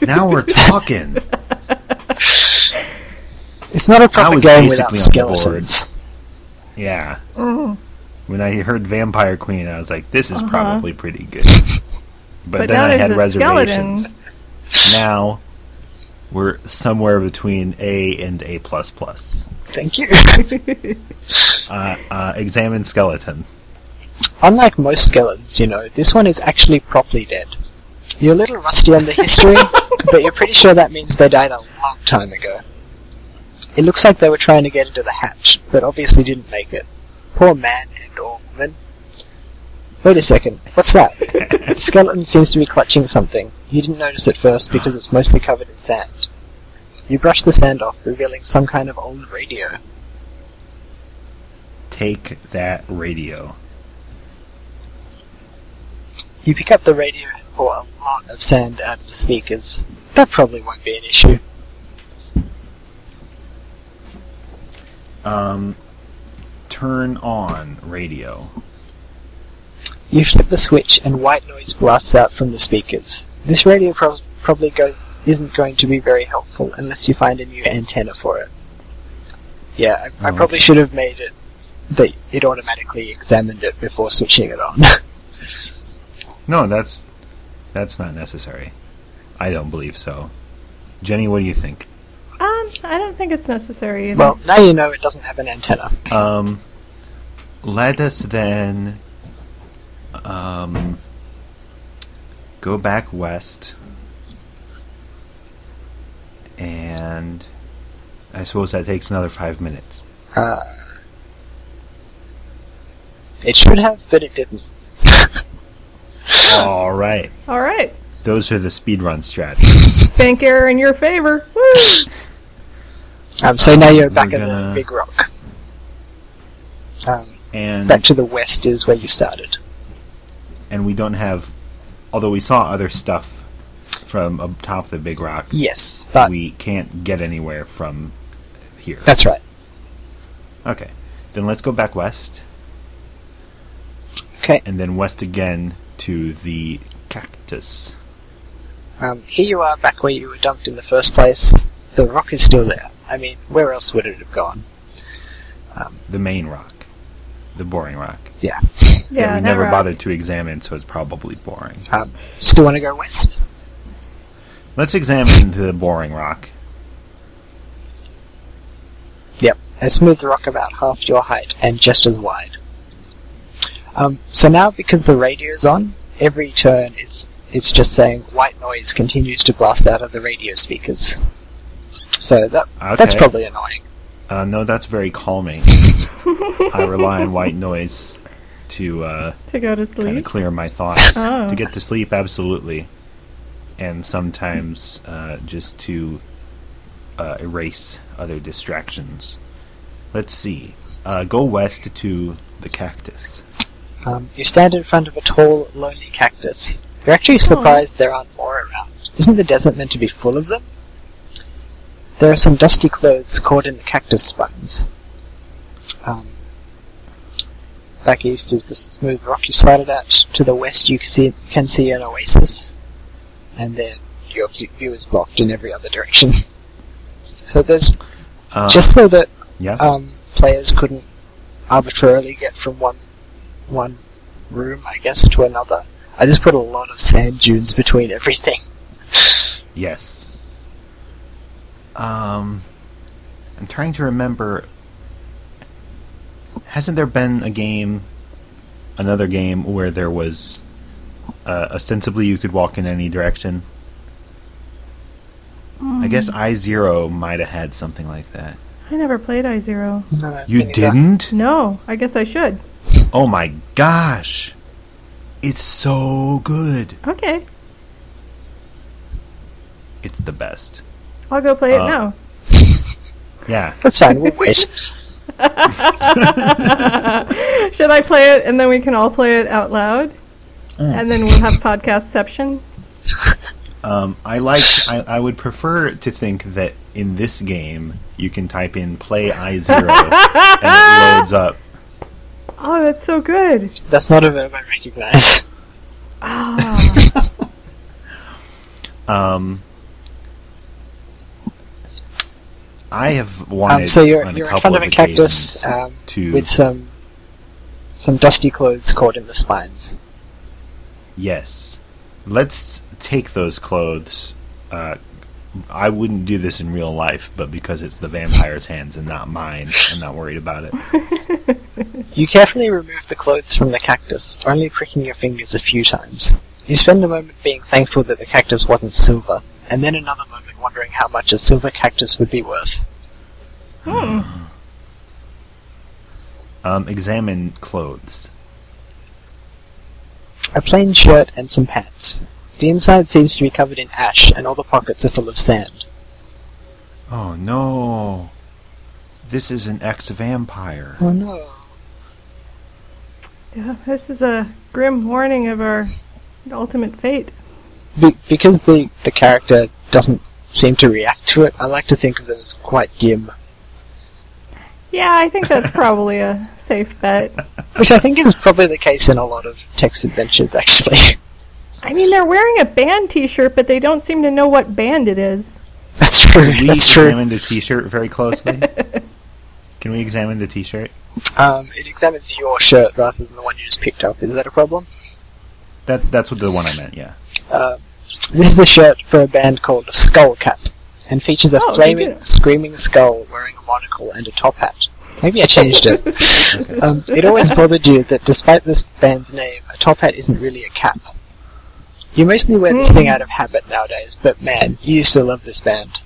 now we're talking. It's not a proper was game without basically on board. skeletons. Yeah. [LAUGHS] Mm. When I heard Vampire Queen, I was like, this is Uh-huh. probably pretty [LAUGHS] good. But, But then now I there's had a reservations. Now we're somewhere between A and A. plus plus. Thank you. Uh, uh, examine skeleton. Unlike most skeletons, you know, this one is actually properly dead. You're a little rusty on the history, but you're pretty sure that means they died a long time ago. It looks like they were trying to get into the hatch, but obviously didn't make it. Poor man and or woman. Wait a second, what's that? the skeleton seems to be clutching something. You didn't notice at first because it's mostly covered in sand. You brush the sand off, revealing some kind of old radio. Take that radio. You pick up the radio and pour a lot of sand out of the speakers. That probably won't be an issue. Um, turn on radio. You flip the switch and white noise blasts out from the speakers. This radio prob probably go- isn't going to be very helpful unless you find a new antenna for it. Yeah, I, I Oh, probably should have made it that it automatically examined it before switching it on. [LAUGHS] No, that's that's not necessary. I don't believe so. Jenny, what do you think? Um, I don't think it's necessary. Either. well, now you know it doesn't have an antenna. Um, let us then um, go back west and I suppose that takes another five minutes. Uh, it should have, but it didn't. All right. all right. Those are the speedrun strategies. Bank error in your favor. Woo! Um, so now you're back We're at the gonna- big rock. Um, And back to the west is where you started. and we don't have although we saw other stuff from up top the big rock. Yes, but we can't get anywhere from here. that's right. Okay. Then let's go back west Okay. and then west again to the cactus. Um, here you are, back where you were dumped in the first place. The rock is still there. I mean, where else would it have gone? The main rock. The boring rock. Yeah. Yeah, we that never rock. bothered to examine, so it's probably boring. Um, still want to go west? Let's examine the boring rock. Yep. A smooth rock about half your height and just as wide. Um, so now, because the radio's on, every turn it's it's just saying white noise continues to blast out of the radio speakers. So that Okay. that's probably annoying. Uh, no, that's very [LAUGHS] calming. I rely on white noise to uh, To go to kind of sleep. clear my thoughts. Oh. To get to sleep, absolutely. And sometimes uh, just to uh, erase other distractions. Let's see. Uh, go west to the cactus. Um, you stand in front of a tall, lonely cactus. You're actually surprised there aren't more around. Isn't the desert meant to be full of them? There are some dusty clothes caught in the cactus spines. Um, back east is the smooth rock you started at. To the west, you can see, can see an oasis, and then your view view is blocked in every other direction. [LAUGHS] So there's Um, just so that yeah. um, players couldn't arbitrarily get from one one room, I guess, to another. I just put a lot of sand dunes between everything. yes. Um, I'm trying to remember. Hasn't there been a game, another game where there was uh, ostensibly you could walk in any direction? I guess I Zero might have had something like that. I never played I Zero. No, You vinegar. didn't? No, I guess I should. Oh my gosh! It's so good. Okay, It's the best. I'll go play it Uh, now. [LAUGHS] Yeah. That's fine. We'll [LAUGHS] wait. should I play it and then we can all play it out loud? Mm. And then we'll have podcastception. Um, I like. I, I would prefer to think that in this game you can type in "play i zero and it loads up. Oh, that's so good. That's not a verb I recognize. Ah, Um, I have wanted Um, so you're, on you're a in couple front of a cactus occasions um, to with some some dusty clothes caught in the spines. yes. Let's take those clothes. Uh, I wouldn't do this in real life, but because it's the vampire's hands and not mine, I'm not worried about it. You carefully remove the clothes from the cactus, only pricking your fingers a few times. You spend a moment being thankful that the cactus wasn't silver, and then another moment wondering how much a silver cactus would be worth. Um, examine clothes. A plain shirt and some pants. The inside seems to be covered in ash, and all the pockets are full of sand. Oh no. This is an ex vampire. Oh no. yeah, this is a grim warning of our ultimate fate. Be- because the, the character doesn't seem to react to it, I like to think of them as quite dim. Yeah, I think that's probably a safe bet. Which I think is probably the case in a lot of text adventures, actually. [LAUGHS] I mean, they're wearing a band T-shirt, but they don't seem to know what band it is. That's true. [LAUGHS] We That's true. examined the t shirt very closely. [LAUGHS] Can we examine the T-shirt? Um, it examines your shirt rather than the one you just picked up. Is that a problem? That that's what the one I meant. Yeah. Uh, this is a shirt for a band called Skull Cap, and features a Oh, they flaming, do. screaming skull wearing a monocle and a top hat. Maybe I changed it. [LAUGHS] um, it always bothered you that despite this band's name, a top hat isn't really a cap. You mostly wear this Mm. thing out of habit nowadays, but man, you used to love this band.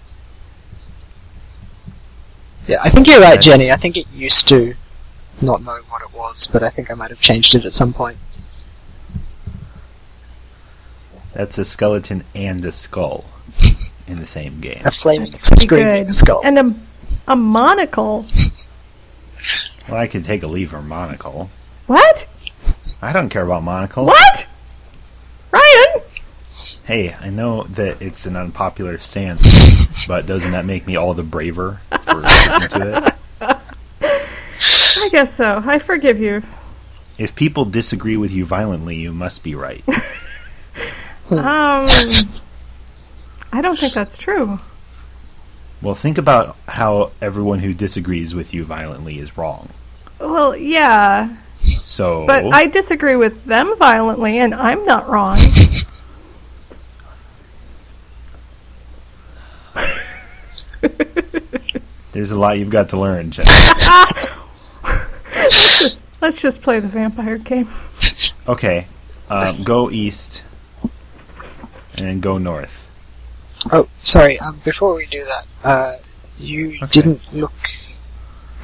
Yeah, I think you're right, Yes. Jenny. I think it used to not know what it was, but I think I might have changed it at some point. That's a skeleton and a skull in the same game. A flaming, Pretty screaming good. skull. And a, a monocle. Well, I could take a leave or monocle. What? I don't care about monocle. What? Ryan! Hey, I know that it's an unpopular stance, but doesn't that make me all the braver for sticking to it? I guess so. I forgive you. If people disagree with you violently, you must be right. Um, I don't think that's true. Well, think about how everyone who disagrees with you violently is wrong. Well, yeah, So, but I disagree with them violently, and I'm not wrong. there's a lot you've got to learn, Jen. Let's just play the vampire game. Okay, um, go east and go north. Oh, sorry. Um, before we do that, uh, you Okay. didn't look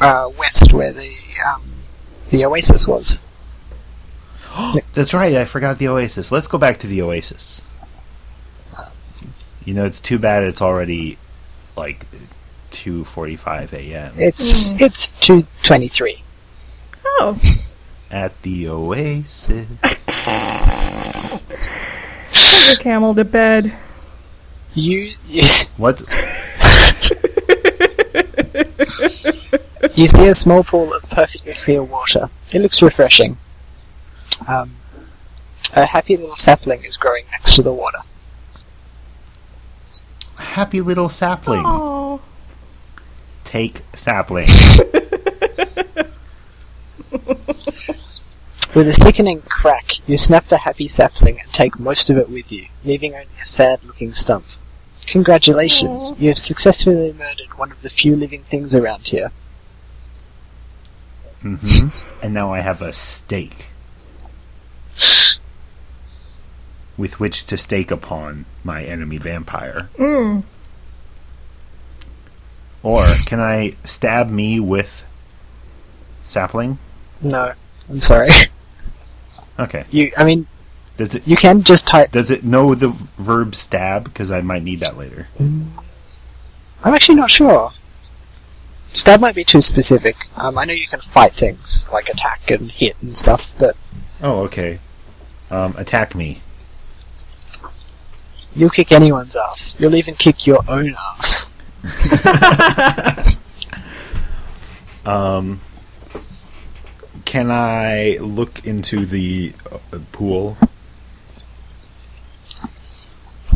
uh, west where the um, the oasis was. That's right, I forgot the oasis. Let's go back to the oasis. You know, it's too bad it's already like 2:45 a.m. It's it's two twenty three. Oh, at the oasis. put your camel to bed. You you, [LAUGHS] What? you see a small pool of perfectly clear water. It looks refreshing. Um, a happy little sapling is growing next to the water. Happy little sapling. Oh, Take sapling. With a sickening crack, you snap the happy sapling and take most of it with you, leaving only a sad looking stump. Congratulations, you have successfully murdered one of the few living things around here. hmm And now I have a stake with which to stake upon my enemy vampire. mm. Or can I stab me with sapling? No, I'm sorry. [LAUGHS] Okay. You, I mean, Does it you can just type. does it know the verb stab? Because I might need that later. I'm actually not sure. Stab might be too specific. Um, I know you can fight things, like attack and hit and stuff, but Oh, okay. Um, attack me. you'll kick anyone's ass. You'll even kick your own ass. Um, can I look into the uh, pool?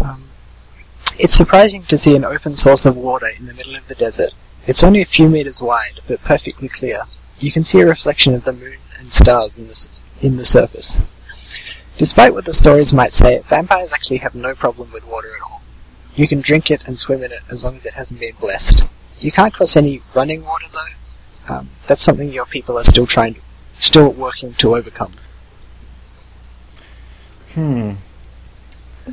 Um, it's surprising to see an open source of water in the middle of the desert. It's only a few meters wide, but perfectly clear. You can see a reflection of the moon and stars in the, s- in the surface. Despite what the stories might say, vampires actually have no problem with water at all. You can drink it and swim in it as long as it hasn't been blessed. You can't cross any running water though. Um, that's something your people are still trying, still working to overcome. Hmm.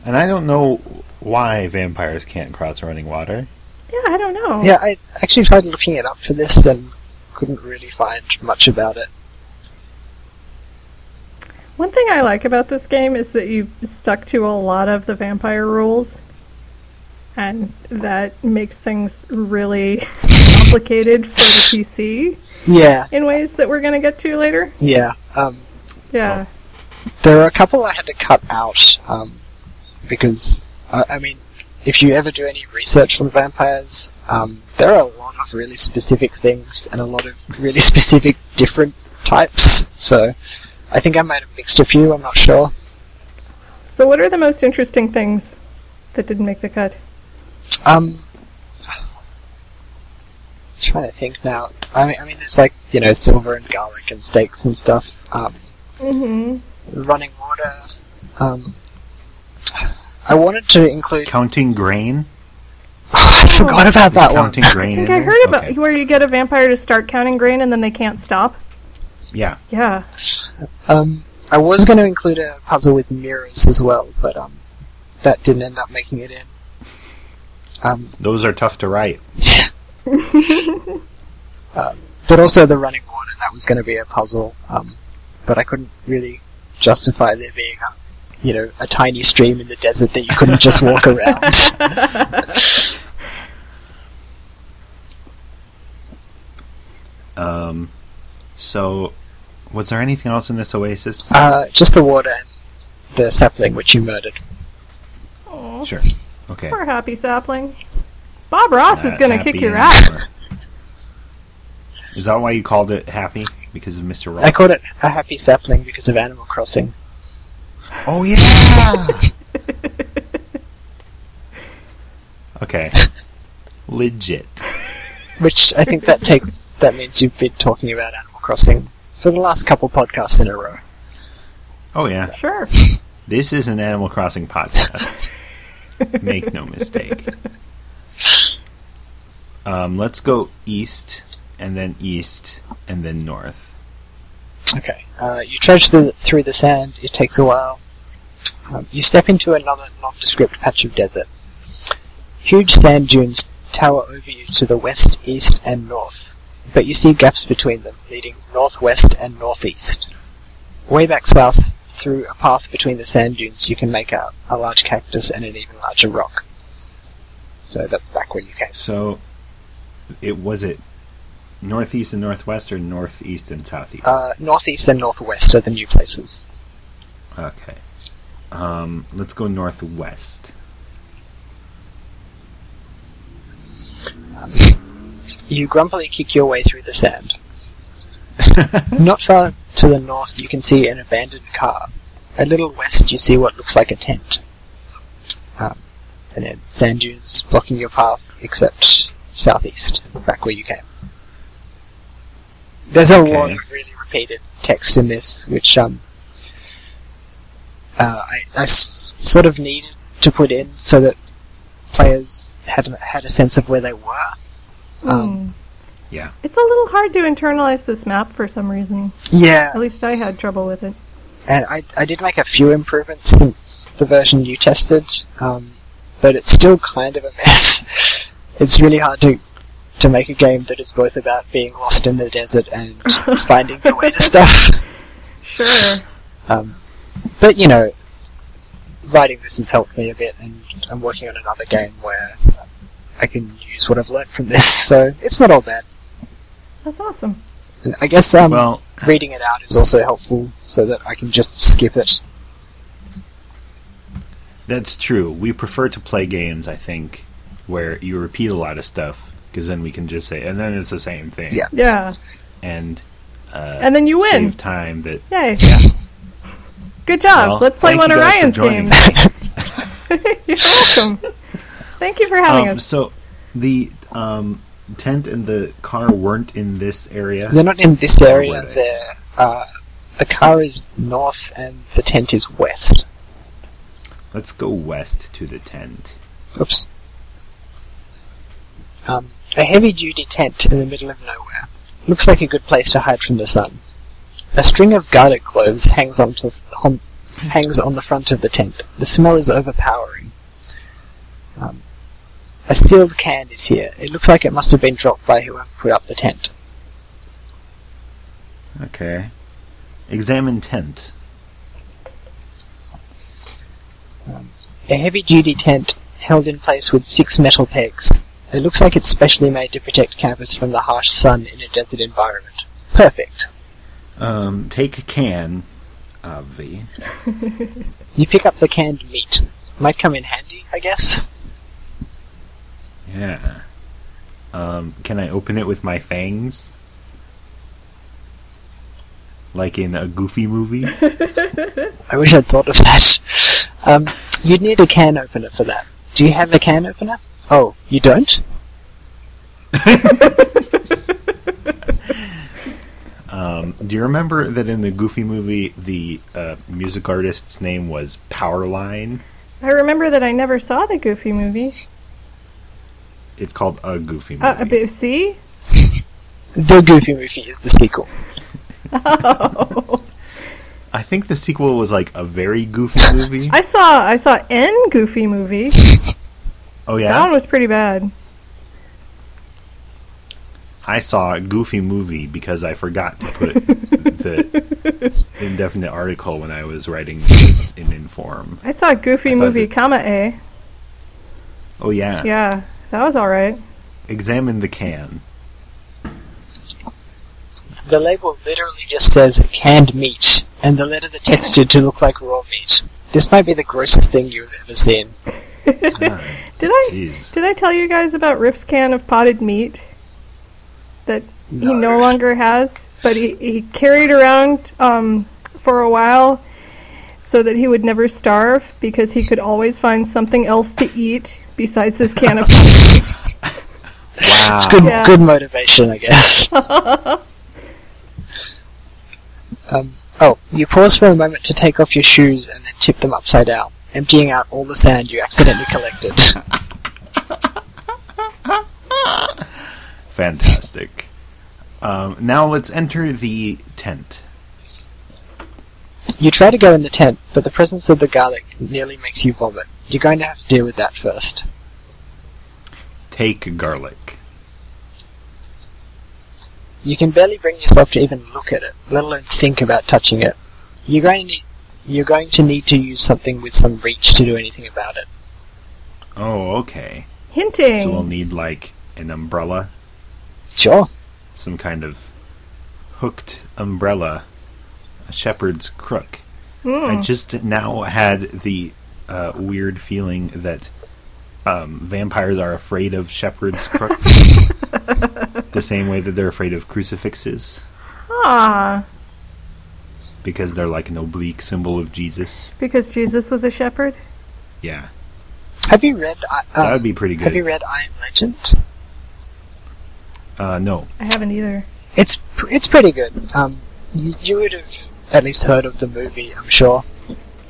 And I don't know why vampires can't cross running water. yeah, I don't know. Yeah, I actually tried looking it up for this and couldn't really find much about it. One thing I like about this game is that you stuck to a lot of the vampire rules, and that makes things really [LAUGHS] complicated for the PC Yeah, in ways that we're going to get to later. yeah. Um, Yeah. Oh. there are a couple I had to cut out um, because, uh, I mean, if you ever do any research on vampires, um, there are a lot of really specific things and a lot of really [LAUGHS] specific different types. So I think I might have mixed a few, I'm not sure. So, what are the most interesting things that didn't make the cut? Um, trying to think now. I mean, I mean, there's like you know silver and garlic and steaks and stuff. Um, Mm-hmm. running water. Um, I wanted to include. [LAUGHS] Counting grain? I forgot about Is that one. counting grain I think in I there? heard about Mm-hmm. Okay. where you get a vampire to start counting grain and then they can't stop. Yeah. Yeah. Um, I was going to include a puzzle with mirrors as well, but um, that didn't end up making it in. Um, Those are tough to write. but also the running water that was going to be a puzzle, um, but I couldn't really justify there being a, you know a tiny stream in the desert that you couldn't just walk around. Um, so, was there anything else in this oasis? Uh, just the water and the sapling which you murdered. Aw. Sure. Okay. Poor happy sapling. Bob Ross is Uh, gonna happy kick your and ass. sure. [LAUGHS] Is that why you called it happy? Because of Mr. Ross? I called it a happy sapling because of Animal Crossing. Oh yeah. [LAUGHS] okay. Legit. Which I think that takes that means you've been talking about Animal Crossing for the last couple podcasts in a row. Oh yeah. Sure. This is an Animal Crossing podcast. [LAUGHS] Make no mistake. Um, let's go east and then east and then north. Okay. Uh, you trudge through the, through the sand. It takes a while. Um, you step into another nondescript patch of desert. Huge sand dunes tower over you to the west, east, and north, but you see gaps between them, leading northwest and northeast. Way back south, through a path between the sand dunes, you can make out a large cactus and an even larger rock. So that's back where you came. So it was it northeast and northwest or northeast and southeast? Uh, northeast and northwest are the new places. Okay. Um, let's go northwest. You grumpily kick your way through the sand. Not far to the north, you can see an abandoned car. A little west, you see what looks like a tent. Um, and then sand dunes blocking your path, except southeast, back where you came. There's a lot Okay. of really repeated text in this, which um, uh, I, I s- sort of needed to put in so that players had had a sense of where they were. Um, Hmm. yeah. It's a little hard to internalize this map for some reason. Yeah, At least I had trouble with it. and I, I did make a few improvements since the version you tested, um, but it's still kind of a mess. [LAUGHS] It's really hard to to make a game that is both about being lost in the desert and finding your way to stuff. Sure. Um, but you know, writing this has helped me a bit, and I'm working on another game where I can use what I've learned from this, [LAUGHS] so it's not all bad. That's awesome. And I guess um, well, reading it out is also helpful, so that I can just skip it. that's true. We prefer to play games, I think, where you repeat a lot of stuff because then we can just say, and then it's the same thing. Yeah. Yeah. And uh, And then you win. save time that Yay. Yeah. Good job. Well, Let's play thank one you of guys for Ryan's joining games. [LAUGHS] You're welcome. Thank you for having Um, us. so the um, tent and the car weren't in this area. They're not in this area. Where were they? They're, uh, the car is north and the tent is west. Let's go west to the tent. Oops. Um, a heavy duty tent in the middle of nowhere. Looks like a good place to hide from the sun. A string of garlic cloves hangs on, to, on, hangs on the front of the tent. The smell is overpowering. Um, a sealed can is here. It looks like it must have been dropped by whoever put up the tent. Okay. Examine tent. A heavy duty tent held in place with six metal pegs. It looks like it's specially made to protect campers from the harsh sun in a desert environment. Perfect. Um, take a can. Obvi. You pick up the canned meat. Might come in handy, I guess. Yeah. Um, can I open it with my fangs? Like in a Goofy movie? I wish I'd thought of that. Um, you'd need a can opener for that. Do you have a can opener? Oh, you don't? Um, do you remember that in the Goofy movie, the uh, music artist's name was Powerline? I remember that I never saw the Goofy movie. It's called a Goofy movie. Uh, but see? [LAUGHS] The Goofy movie is the sequel. Oh. I think the sequel was like a very Goofy movie. I saw I saw N Goofy movie. oh That one yeah, was pretty bad. I saw a Goofy movie because I forgot to put the indefinite article when I was writing this in Inform. I saw Goofy I thought movie, that- comma A. Oh yeah, Yeah, that was all right. examine the can. The label literally just says canned meat, and the letters are textured to look like raw meat. This might be the grossest thing you've ever seen. Ah, Did I [LAUGHS] Jeez. did I tell you guys about Rip's can of potted meat that he no No. longer has, but he, he carried around um, for a while so that he would never starve because he could always find something else to eat besides his can of potted meat. Wow. It's good, Yeah. good motivation, I guess. um, oh, you pause for a moment to take off your shoes and then tip them upside down, emptying out all the sand you accidentally collected. Fantastic. Um, now let's enter the tent. you try to go in the tent, but the presence of the garlic nearly makes you vomit. You're going to have to deal with that first. Take garlic. You can barely bring yourself to even look at it, let alone think about touching it. You're going to need, you're going to need to use something with some reach to do anything about it. Oh, okay. Hinting. So we'll need like an umbrella, Sure. some kind of hooked umbrella, a shepherd's crook. Hmm. I just now had the uh, weird feeling that um, vampires are afraid of shepherd's [LAUGHS] crooks, the same way that they're afraid of crucifixes, Ah, because they're like an oblique symbol of Jesus. because Jesus was a shepherd. Yeah, Have you read? I- Uh, that would be pretty Have you good. read I Am Legend? Uh, no, I haven't either. It's pr- it's pretty good. Um, you, you would have at least heard of the movie, I'm sure,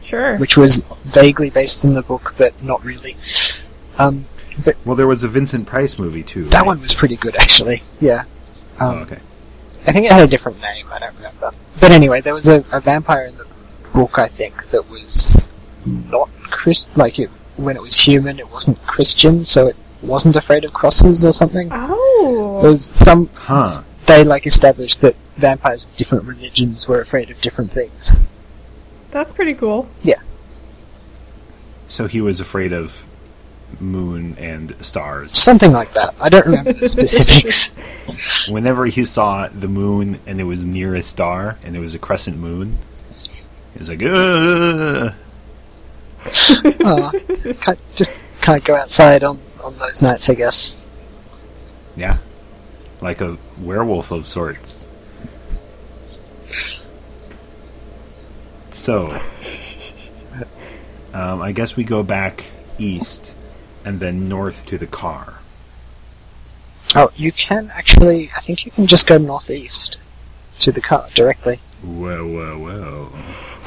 Sure. which was vaguely based on the book, but not really. Um, Well, there was a Vincent Price movie too. that right? one was pretty good, actually. Yeah. Oh, Um, okay. I think it had a different name. I don't remember. But anyway, there was a, a vampire in the book, I think, that was not Christ. Like it, when it was human, it wasn't Christian, so it wasn't afraid of crosses or something. Oh. There was some Huh. they like established that vampires of different religions were afraid of different things. That's pretty cool. So he was afraid of moon and stars. Something like that. I don't remember [LAUGHS] the specifics. Whenever he saw the moon and it was near a star and it was a crescent moon, he was like, Ugh! Aw, Ah, can't, just can't go outside on, on those nights, I guess. yeah, like a werewolf of sorts. So, um, I guess we go back east and then north to the car. Oh, you can actually. I think you can just go northeast to the car directly. Whoa, whoa, whoa.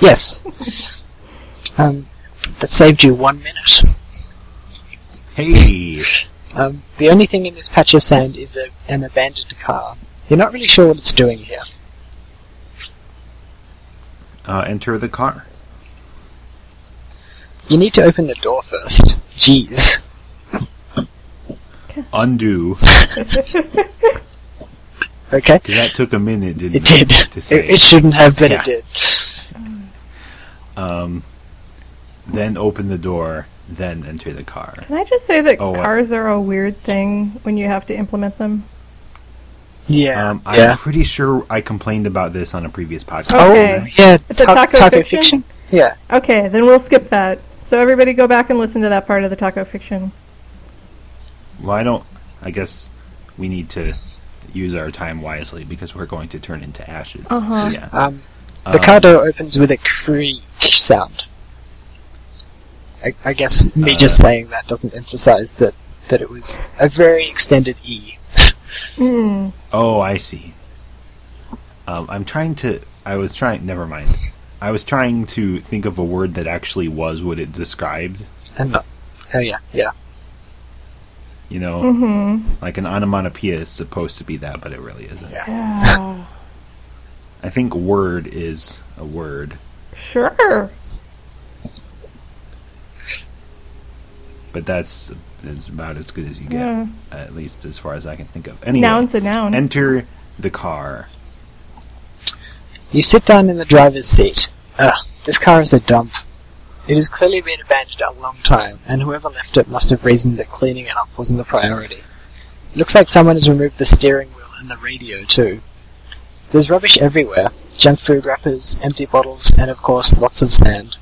Yes. [LAUGHS] um, that saved you one minute. Hey! Um, the only thing in this patch of sand is a, an abandoned car. You're not really sure what it's doing here. Uh, enter the car. You need to open the door first. Jeez. Undo. Okay. Because that took a minute, didn't It it? did. To say. It, it shouldn't have, but Yeah. it did. um, then open the door, then enter the car. Can I just say that Oh, what? cars are a weird thing when you have to implement them? Yeah. Um, I'm yeah. pretty sure I complained about this on a previous podcast. Oh, Okay. yeah. The ta- taco taco fiction? fiction. Yeah. Okay, then we'll skip that. So everybody go back and listen to that part of the taco fiction. Well, I don't. I guess we need to use our time wisely because we're going to turn into ashes. So, Uh-huh. yeah. Um, Um, the car door opens with a creak sound. I, I guess me just Uh, saying that doesn't emphasize that, that it was a very extended E. Mm. Oh, I see. Um, I'm trying to. I was trying. Never mind. I was trying to think of a word that actually was what it described. And not, oh yeah, yeah. You know, Mm-hmm. like an onomatopoeia is supposed to be that, but it really isn't. Yeah. [SIGHS] Yeah. I think word is a word, sure. but that's is about as good as you get, Yeah. at least as far as I can think of. Anyway, Noun's a noun. enter the car. You sit down in the driver's seat. Ugh, this car is a dump. It has clearly been abandoned a long time, and whoever left it must have reasoned that cleaning it up wasn't the priority. Looks like someone has removed the steering wheel and the radio, too. There's rubbish everywhere junk food wrappers, empty bottles, and of course, lots of sand.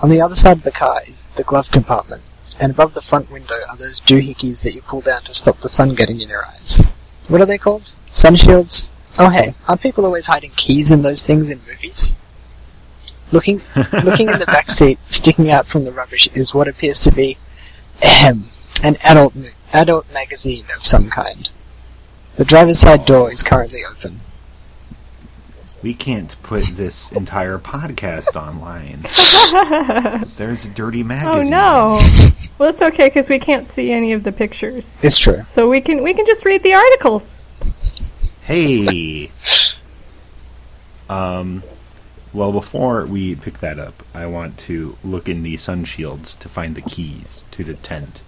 On the other side of the car is the glove compartment, and above the front window are those doohickeys that you pull down to stop the sun getting in your eyes. What are they called? Sun shields? Oh hey, aren't people always hiding keys in those things in movies? Looking looking in the back seat, sticking out from the rubbish is what appears to be ahem, an adult ma- adult magazine of some kind. The driver's side door is currently open. We can't put this entire podcast [LAUGHS] [LAUGHS] online. 'cause There's a dirty oh magazine. no. Well, it's okay because we can't see any of the pictures, It's true. so we can we can just read the articles. Hey. Um. Well, before we pick that up, I want to look in the sun shields to find the keys to the tent.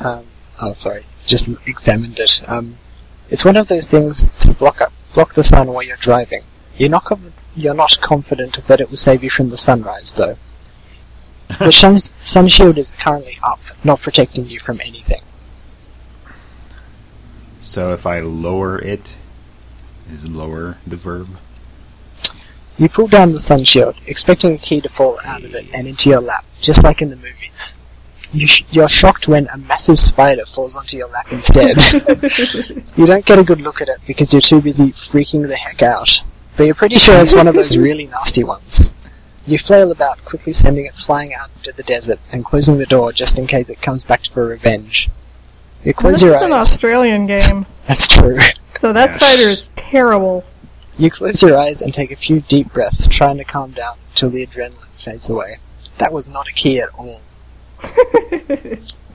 Um, oh sorry, just l- examined it. Um, it's one of those things to block up block the sun while you're driving. You're not com- you're not confident that it will save you from the sunrise though. the sun, sun shield is currently up, not protecting you from anything. So if I lower it, is lower the verb? You pull down the sun shield, expecting a key to fall out of it and into your lap, just like in the movies. You sh- you're shocked when a massive spider falls onto your lap instead. you don't get a good look at it because you're too busy freaking the heck out, but you're pretty sure it's one of those really nasty ones. You flail about, quickly sending it flying out into the desert and closing the door just in case it comes back for revenge. You close this your is an eyes. Australian game, That's true. so that Yeah. spider is [LAUGHS] terrible. You close your eyes and take a few deep breaths, trying to calm down till the adrenaline fades away. That was not a key at all.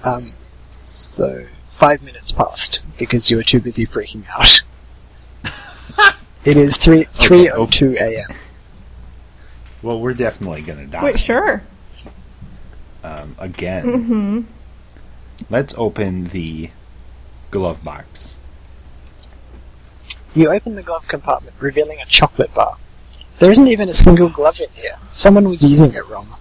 Um, so five minutes passed because you were too busy freaking out. [LAUGHS] it is three three o two a.m. Well, we're definitely gonna die. Wait, sure. Um, again, Mm-hmm. let's open the glove box. You open the glove compartment, revealing a chocolate bar. There isn't even a single glove in here. Someone was using it wrong.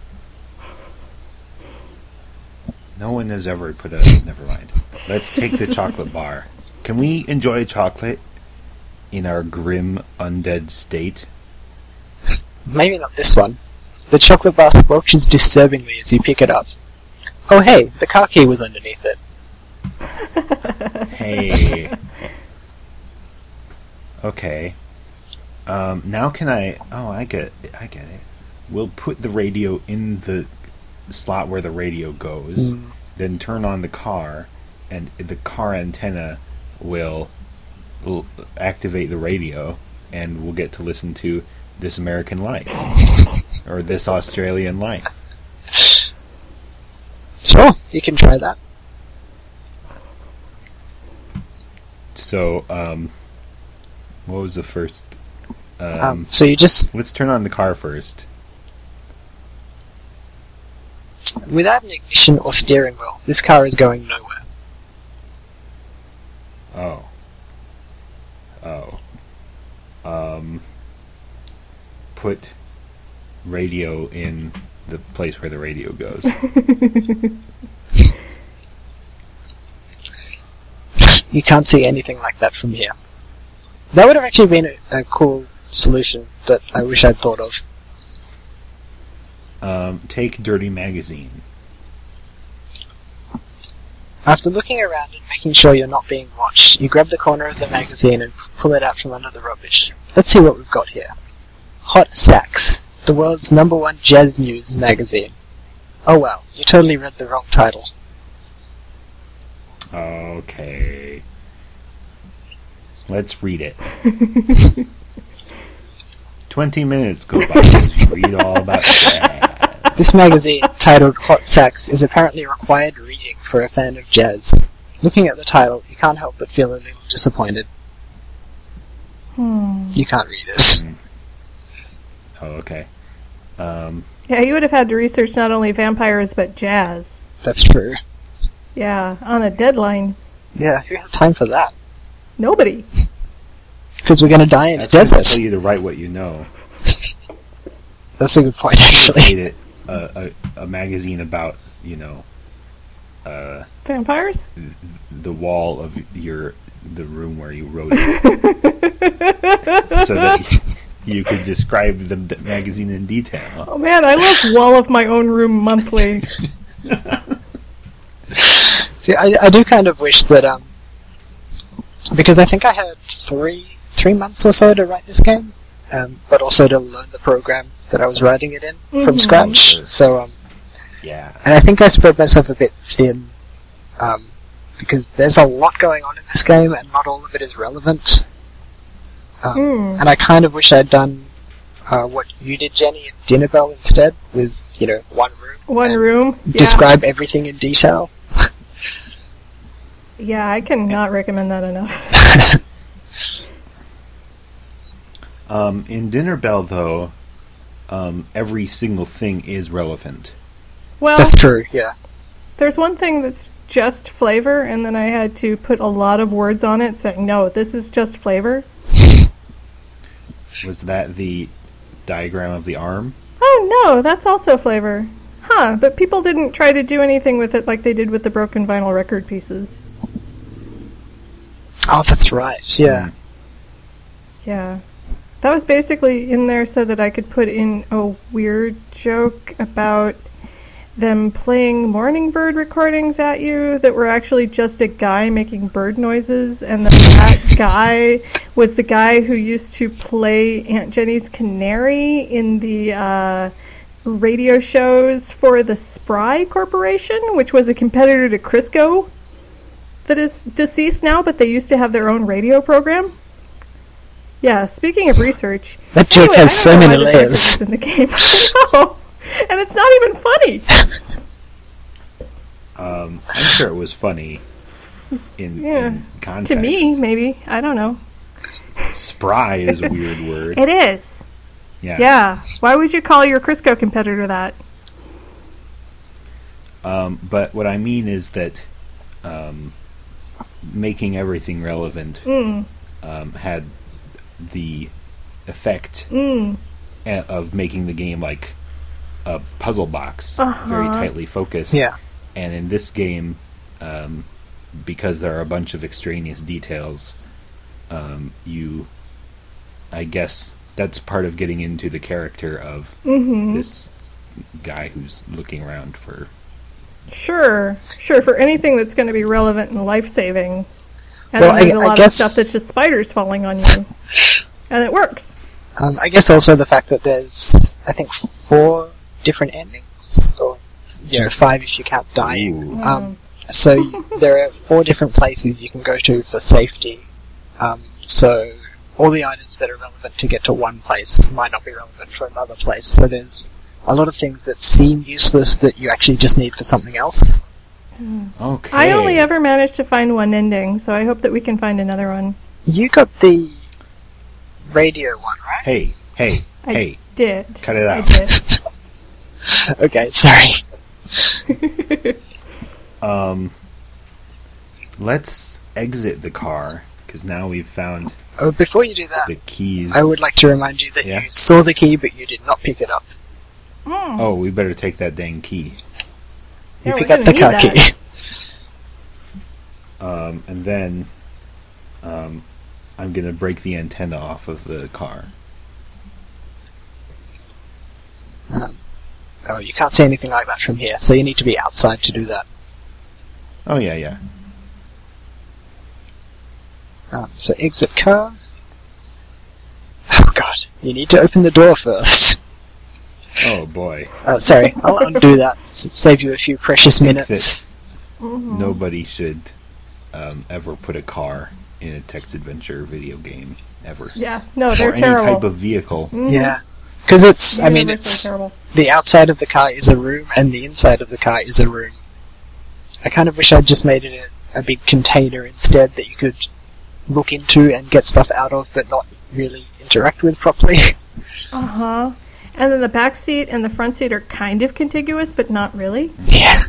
No one has ever put a. Never mind. Let's take the chocolate bar. Can we enjoy chocolate in our grim undead state? Maybe not this one. The chocolate bar squelches disturbingly as you pick it up. Oh hey, the car key was underneath it. Hey. Okay. Um, now can I? Oh, I get. I get it. We'll put the radio in the slot where the radio goes. Mm. Then turn on the car, and the car antenna will, will activate the radio, and we'll get to listen to this American life or this Australian life. Sure, you can try that. So, um, what was the first? Um, Um, so you just, let's turn on the car first. without an ignition or steering wheel, this car is going nowhere. Oh. Oh. Um. Put radio in the place where the radio goes. You can't see anything like that from here. That would have actually been a, a cool solution that I wish I'd thought of. um, take Dirty Magazine. After looking around and making sure you're not being watched, you grab the corner of the magazine and pull it out from under the rubbish. Let's see what we've got here. Hot Sacks, the world's number one jazz news magazine. Oh well, you totally read the wrong title. Okay. Let's read it. Twenty minutes go by. Let's read all about that. This magazine, titled Hot Sex, is apparently required reading for a fan of jazz. Looking at the title, you can't help but feel a little disappointed. Hmm. You can't read it. Oh, okay. Um, Yeah, you would have had to research not only vampires but jazz. That's true. Yeah, on a deadline. Yeah, who has time for that? Nobody. Because we're going to die in a that's going to desert. tell you to write what you know. That's a good point, actually. Made it a, a, a magazine about you know uh, Vampires? [LAUGHS] the wall of your the room where you wrote it, so [LAUGHS] that you could describe the d- magazine in detail. Oh man, I love Wall of My Own Room Monthly. See, I, I do kind of wish that, um, because I think I had three three months or so to write this game, um, but also to learn the program that I was writing it in from Mhm. scratch. So, um, Yeah. and I think I spread myself a bit thin, um, because there's a lot going on in this game, and not all of it is relevant. Um, Hmm. And I kind of wish I'd done uh, what you did, Jenny, at Dinner Bell instead, with you know one room, One and room. Yeah. describe everything in detail. yeah, I cannot recommend that enough. Um, in Dinner Bell, though, um, every single thing is relevant. Well, That's true. Yeah. There's one thing that's just flavor, and then I had to put a lot of words on it saying, no, this is just flavor. Was that the diagram of the arm? Oh, no, that's also flavor. Huh, but people didn't try to do anything with it like they did with the broken vinyl record pieces. Oh, that's right. Yeah. Yeah. That was basically in there so that I could put in a weird joke about them playing morning bird recordings at you that were actually just a guy making bird noises and then that guy was the guy who used to play Aunt Jenny's canary in the uh, radio shows for the Spry Corporation, which was a competitor to Crisco that is deceased now, but they used to have their own radio program. Yeah, speaking of research, That joke Anyway, has I so don't know many why [LAUGHS] this layers. is in the game. [LAUGHS] I know. and it's not even [LAUGHS] funny. Um, I'm sure it was funny in, Yeah. in context. to me, maybe I don't know. spry is a weird word. It is. Yeah. Yeah. Why would you call your Crisco competitor that? Um, but what I mean is that um, making everything relevant Mm. um, had the effect Mm. a- of making the game like a puzzle box, very tightly focused. Yeah. And in this game, um, because there are a bunch of extraneous details, um, you, I guess, that's part of getting into the character of this guy who's looking around for. Sure. Sure. For anything that's going to be relevant and life saving, and Well, I- then there's a I lot guess- of stuff that's just spiders falling on [LAUGHS] you, and it works. Um, I guess also the fact that there's, I think, four different endings, or you know, five if you count dying. Ooh. Um, so [LAUGHS] you, there are four different places you can go to for safety. Um, so all the items that are relevant to get to one place might not be relevant for another place. So there's a lot of things that seem useless that you actually just need for something else. Okay. I only ever managed to find one ending, so I hope that we can find another one. You got the radio one, right? Hey, hey, I- hey! Did Cut it I out. [LAUGHS] did. [LAUGHS] Okay, sorry. Um, let's exit the car because now we've found Oh, before you do that, the keys. I would like to remind you that Yeah? you saw the key, but you did not pick it up. Mm. Oh, we better take that dang key. You Yeah, pick we're up the gonna car need that. key. Um, and then, um, I'm gonna break the antenna off of the car. Oh, you can't see anything like that from here, so you need to be outside to do that. Oh yeah, yeah. Um, so exit car. Oh god, you need to open the door first. Oh boy, Uh, sorry, I'll [LAUGHS] undo that. S- save you a few precious think mm-hmm. minutes. nobody should um, ever put a car in a text adventure video game ever. Yeah, no, they're or any terrible. type of vehicle. Mhm. Yeah. Because it's, Mm-hmm. I Universally mean, it's terrible. the outside of the car is a room, and the inside of the car is a room. I kind of wish I'd just made it a, a big container instead that you could look into and get stuff out of, but not really interact with properly. [LAUGHS] Uh huh. And then the back seat and the front seat are kind of contiguous, but not really. yeah.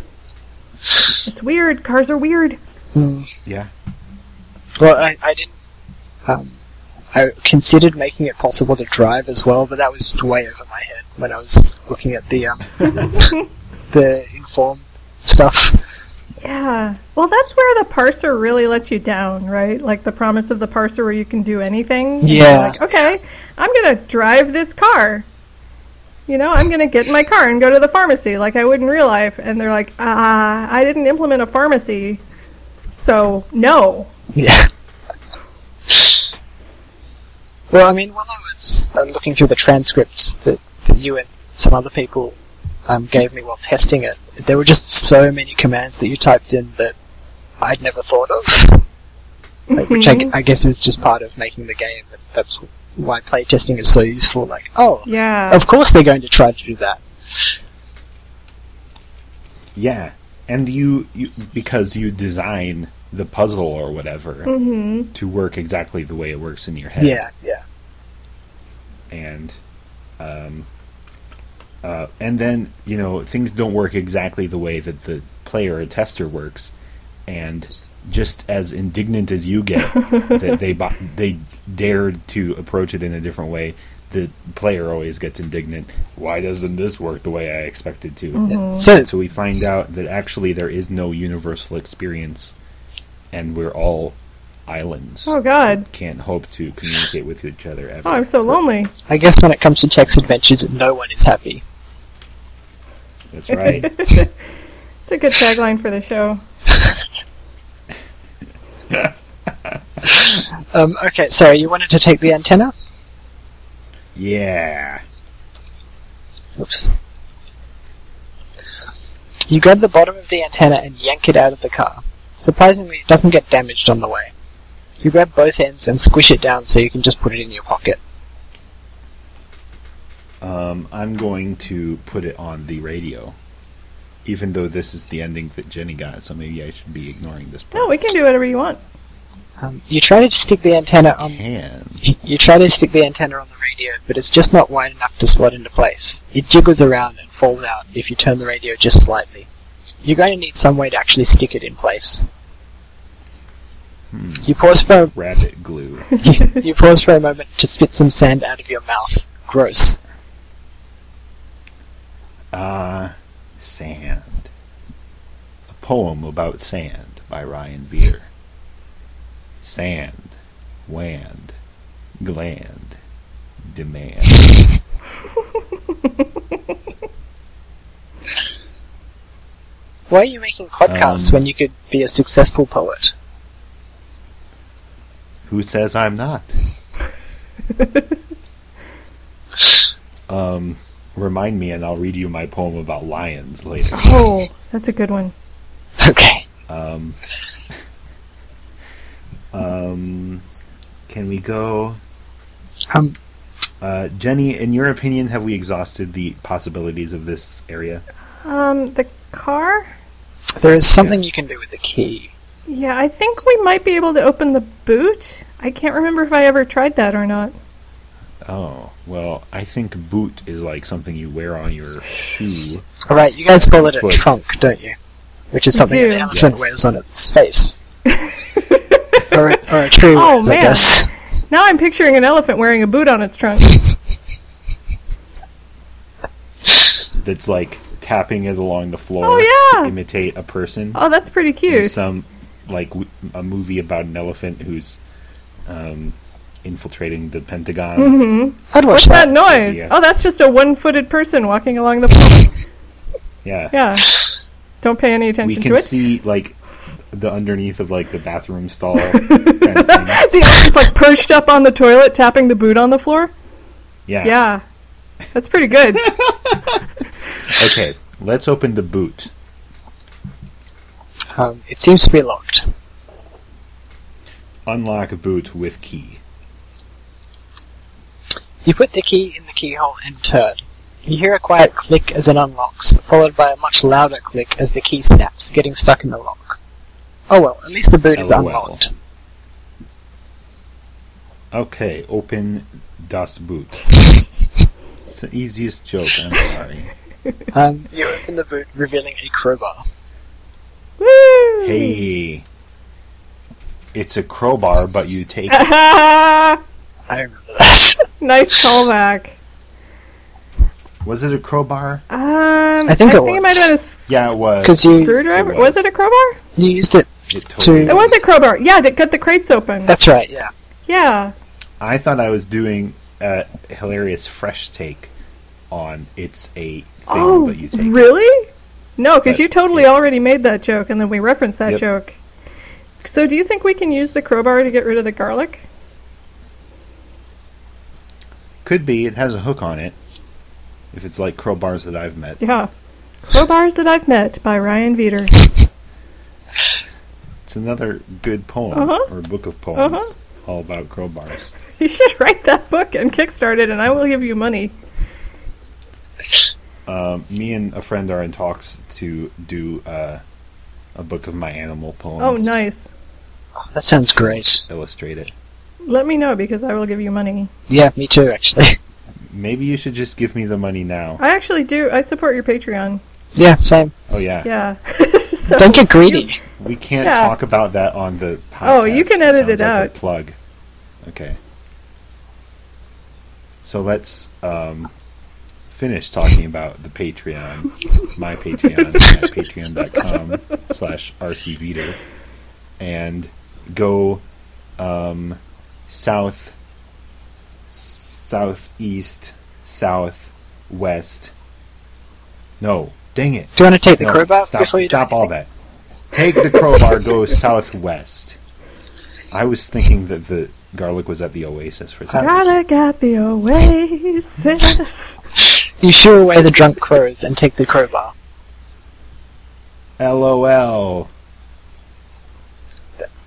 It's weird. Cars are weird. Hmm. Yeah. Well, I, I didn't. Um, I considered making it possible to drive as well, but that was way over my head when I was looking at the um, the inform stuff. Yeah. Well, that's where the parser really lets you down, right? Like the promise of the parser where you can do anything. And you're Yeah. Like, okay, I'm going to drive this car. You know, I'm going to get in my car and go to the pharmacy like I would in real life. And they're like, ah, I didn't implement a pharmacy. So, no. Yeah. Well, I mean, while I was uh, looking through the transcripts that, that you and some other people um, gave me while testing it, there were just so many commands that you typed in that I'd never thought of. like, which I, gu- I guess is just part of making the game. And that's why playtesting is so useful. Like, oh, Yeah. of course they're going to try to do that. Yeah. And you, you because you design the puzzle or whatever hmm to work exactly the way it works in your head. Yeah, yeah. and um, uh, and then you know things don't work exactly the way that the player or tester works, and just as indignant as you get that they bo- they dared to approach it in a different way, the player always gets indignant. Why doesn't this work the way I expected to? So, So we find out that actually there is no universal experience, and we're all islands. Oh, God. Can't hope to communicate with each other ever. Oh, I'm so lonely. I guess when it comes to text adventures, no one is happy. That's right. [LAUGHS] It's a good tagline for the show. Um, okay, sorry, you wanted to take the antenna? Yeah. Oops. You grab the bottom of the antenna and yank it out of the car. Surprisingly, it doesn't get damaged on the way. You grab both ends and squish it down so you can just put it in your pocket. Um, I'm going to put it on the radio. Even though this is the ending that Jenny got, so maybe I should be ignoring this part. No, we can do whatever you want. Um, you try to stick the antenna I on can. you try to stick the antenna on the radio, but it's just not wide enough to slot into place. It jiggles around and falls out if you turn the radio just slightly. You're going to need some way to actually stick it in place. You pause for a Rabbit glue. [LAUGHS] you pause for a moment to spit some sand out of your mouth. Gross. Ah, sand. A poem about sand by Ryan Veer. Sand, wand, gland, demand. Why are you making podcasts Um, when you could be a successful poet? Who says I'm not? um, remind me, and I'll read you my poem about lions later. Oh, that's a good one. Okay. Um, um, can we go? Um, Uh, Jenny, in your opinion, have we exhausted the possibilities of this area? Um, the car? there is something you can do with the key. Yeah, I think we might be able to open the boot. I can't remember if I ever tried that or not. Oh, well, I think boot is like something you wear on your shoe. Alright, you guys call it a Foot. trunk, don't you? Which is We something do. an elephant Yes. wears on its [LAUGHS] face. or, a, or a tree Oh, wears, I man. guess. Now I'm picturing an elephant wearing a boot on its trunk. That's like tapping it along the floor Oh, yeah. to imitate a person. Oh, that's pretty in cute. some like w- a movie about an elephant who's um, infiltrating the Pentagon. Mm-hmm. I'd watch What's that. that noise? yeah. Oh, that's just a one-footed person walking along the floor. Yeah, Yeah. Don't pay any we attention to can it. see like the underneath of like the bathroom [LAUGHS] stall. kind of thing. [LAUGHS] the elephant's like perched up on the toilet, tapping the boot on the floor. Yeah. Yeah. That's pretty good. Okay, let's open the boot. Um, it seems to be locked. Unlock boot with key. You put the key in the keyhole and turn. You hear a quiet click as it unlocks, followed by a much louder click as the key snaps, getting stuck in the lock. Oh well, at least the boot is LOL. unlocked. Okay, open das boot. it's the easiest joke. I'm sorry. Um, you open the boot, revealing a crowbar. Woo! [LAUGHS] Hey, it's a crowbar, but you take it. [LAUGHS] Ah, I remember that. [LAUGHS] [LAUGHS] nice callback. Was it a crowbar? Um, I think it it was. might have been a s- Yeah, it was. Because you, screwdriver. It was. was. it a crowbar? you used it. It totally It was a crowbar. Yeah, to cut the crates open. That's right, yeah. yeah. I thought I was doing a hilarious fresh take on it's a thing, Oh, but you take it. really? No, because But you totally it- already made that joke, and then we referenced that Yep. joke. So, do you think we can use the crowbar to get rid of the garlic? Could be. It has a hook on it. If it's like crowbars that I've met. Yeah. Crowbars that I've met by Ryan Veter. It's another good poem Uh-huh. or book of poems Uh-huh. all about crowbars. [LAUGHS] You should write that book and kickstart it, and I will give you money. Um, me and a friend are in talks to do uh, a book of my animal poems. Oh, nice. That sounds great. Illustrate it. Let me know because I will give you money. Yeah, me too, actually. [LAUGHS] Maybe you should just give me the money now. I actually do. I support your Patreon. yeah, same. Oh yeah, Yeah. [LAUGHS] So- Don't get greedy. we can't Yeah. talk about that on the. podcast. Oh, you can edit sounds it like a out. plug. Okay. So let's um, finish talking about the Patreon, my Patreon [LAUGHS] at patreon.com/slash rcveter, and go um, south, southeast, south, west. No, dang it! Do you want to take the No, crowbar stop, before you stop do all that. Take the crowbar, [LAUGHS] go southwest. I was thinking that the garlic was at the oasis for some reason. Gotta get the oasis. You shoo away the drunk crows and take the crowbar. LOL.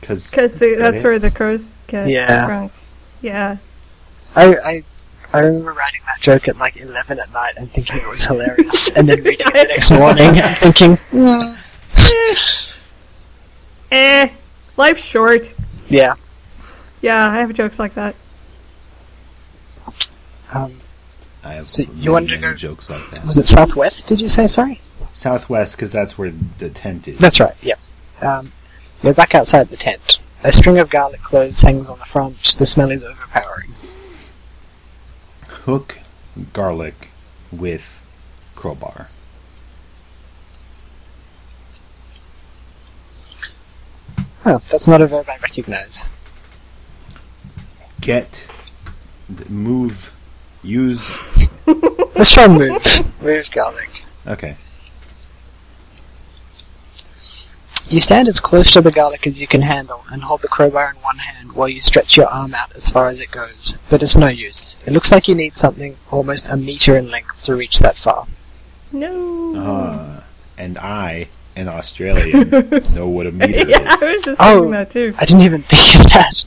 Because Because that's it? where the crows get Yeah. drunk. Yeah. I, I, I remember writing that joke at like 11 at night and thinking it was [LAUGHS] hilarious, and then reading it the next morning and thinking, "Mm, eh. Eh. Life's short. yeah. Yeah, I have jokes like that. Um, I have So you many, wanted to many go- jokes like that. was it Southwest, did you say? Sorry? Southwest, because that's where the tent is. That's right, yeah. Um, we're back outside the tent. A string of garlic cloves hangs on the front. The smell is overpowering. Hook garlic with crowbar. Oh, that's not a verb I recognize. Get, th- move, use. Let's try and move. [LAUGHS] move garlic. Okay. You stand as close to the garlic as you can handle and hold the crowbar in one hand while you stretch your arm out as far as it goes. But it's no use. It looks like you need something almost a meter in length to reach that far. No. Uh, and I, an Australian, know what a [LAUGHS] meter [LAUGHS] yeah, is. I was just Oh. thinking that too. I didn't even [LAUGHS] think of that.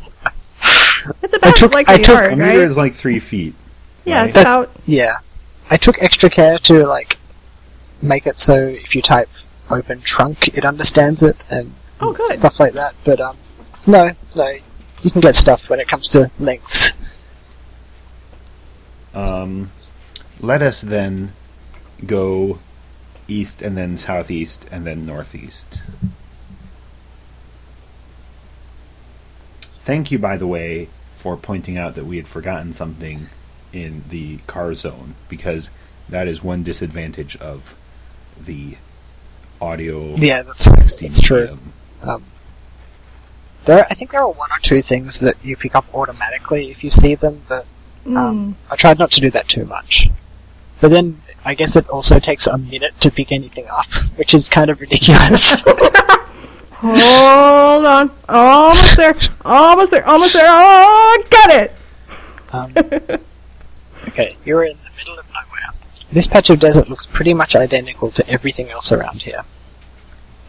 It's about took- like I the took- A yard, meter right? is like three feet. yeah, right? it's about Yeah. I took extra care to, like, make it so if you type open trunk, it understands it and Oh, good. stuff like that. But, um, no, no. You can get stuff when it comes to lengths. Um, let us then go east and then southeast and then northeast. Thank you, by the way, for pointing out that we had forgotten something in the car zone because that is one disadvantage of the audio. Yeah, that's, that's true. medium. There, are, I think there are one or two things that you pick up automatically if you see them, but Mm. um, I tried not to do that too much. But then I guess it also takes a minute to pick anything up, [LAUGHS] which is kind of ridiculous. Hold on. Almost there. Almost there. Almost there. Oh, got it. um, okay, you're in the middle of nowhere. This patch of desert looks pretty much identical to everything else around here.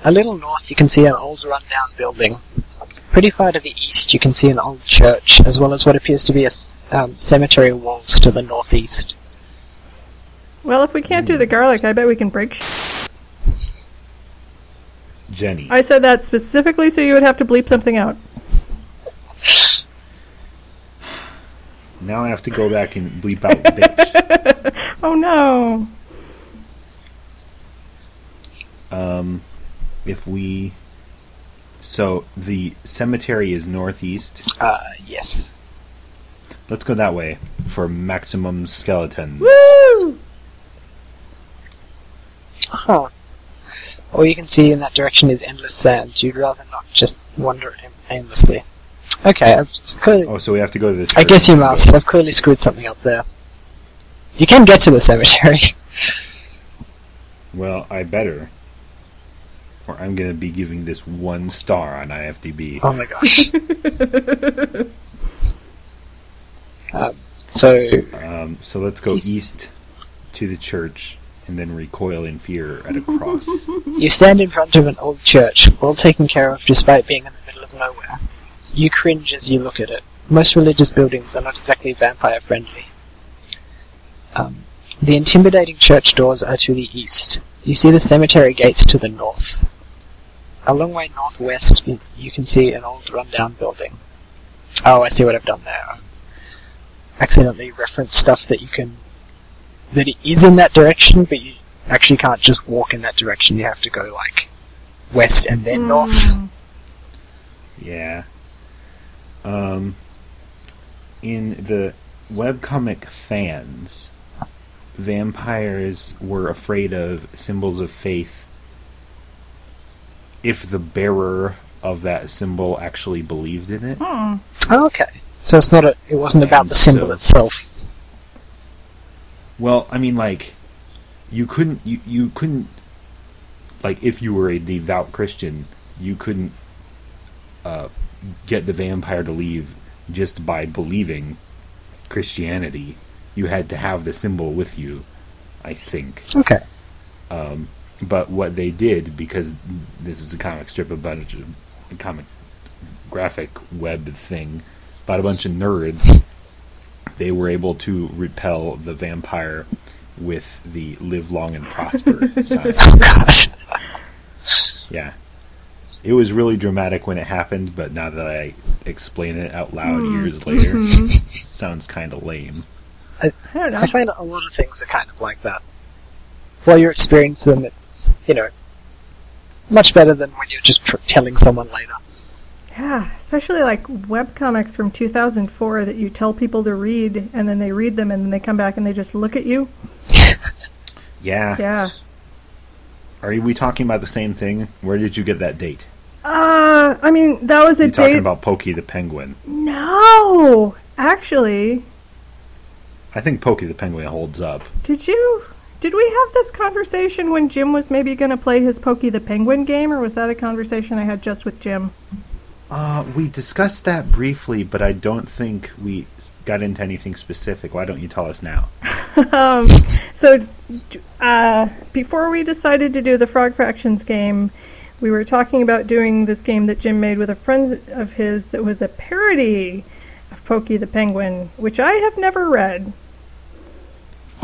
A little north, you can see an old rundown building. Pretty far to the east, you can see an old church, as well as what appears to be a s- um, cemetery walls to the northeast. Well, if we can't do the garlic, I bet we can break. Sh- Jenny. I said that specifically so you would have to bleep something out. now I have to go back and bleep out [LAUGHS] bitch. Oh no. Um, if we. So the cemetery is northeast. Uh, yes. Let's go that way for maximum skeletons. Woo! Huh. All you can see in that direction is endless sand. You'd rather not just wander aim- aimlessly. Okay, I've s- clearly, Oh, so we have to go to the. I church. guess you must. I've clearly screwed something up there. You can get to the cemetery. [LAUGHS] Well, I better. Or I'm gonna be giving this one star on IFDB. oh my gosh. um, so, Um, so let's go East. east to the church and then recoil in fear at a cross. You stand in front of an old church, well taken care of despite being in the middle of nowhere. You cringe as you look at it. Most religious buildings are not exactly vampire friendly. Um, the intimidating church doors are to the east. You see the cemetery gates to the north. A long way northwest, y- you can see an old rundown building. Oh, I see what I've done there. I accidentally referenced stuff that you can. that it is in that direction, but you actually can't just walk in that direction. You have to go like west and then north. Mm. yeah. Um, in the webcomic fans, vampires were afraid of symbols of faith if the bearer of that symbol actually believed in it. Hmm. Oh, okay. So it's not. A, it wasn't about And the symbol so- itself. Well, I mean, like, you couldn't, you, you couldn't, like, if you were a devout Christian, you couldn't uh, get the vampire to leave just by believing Christianity. You had to have the symbol with you, I think. Okay. But what they did, because this is a comic strip about a, a comic graphic web thing about a bunch of nerds, they were able to repel the vampire with the "Live long and [LAUGHS] prosper" sign. Oh gosh. Yeah, it was really dramatic when it happened, but now that I explain it out loud years later, sounds kind of lame. I don't know. I find a lot of things are kind of like that. While you're experiencing them, it's you know much better than when you're just tr- telling someone later. Yeah, especially like webcomics from 2004 that you tell people to read and then they read them and then they come back and they just look at you. Yeah. Yeah. are we talking about the same thing? Where did you get that date? Uh, I mean, that was a You talking date. about Pokey the Penguin? no! Actually, I think Pokey the Penguin holds up. did you. Did we have this conversation when Jim was maybe going to play his Pokey the Penguin game, or was that a conversation I had just with Jim? Uh, we discussed that briefly, but I don't think we s- got into anything specific. Why don't you tell us now? um, so uh, before we decided to do the frog fractions game we were talking about doing this game that jim made with a friend of his that was a parody of pokey the penguin which i have never read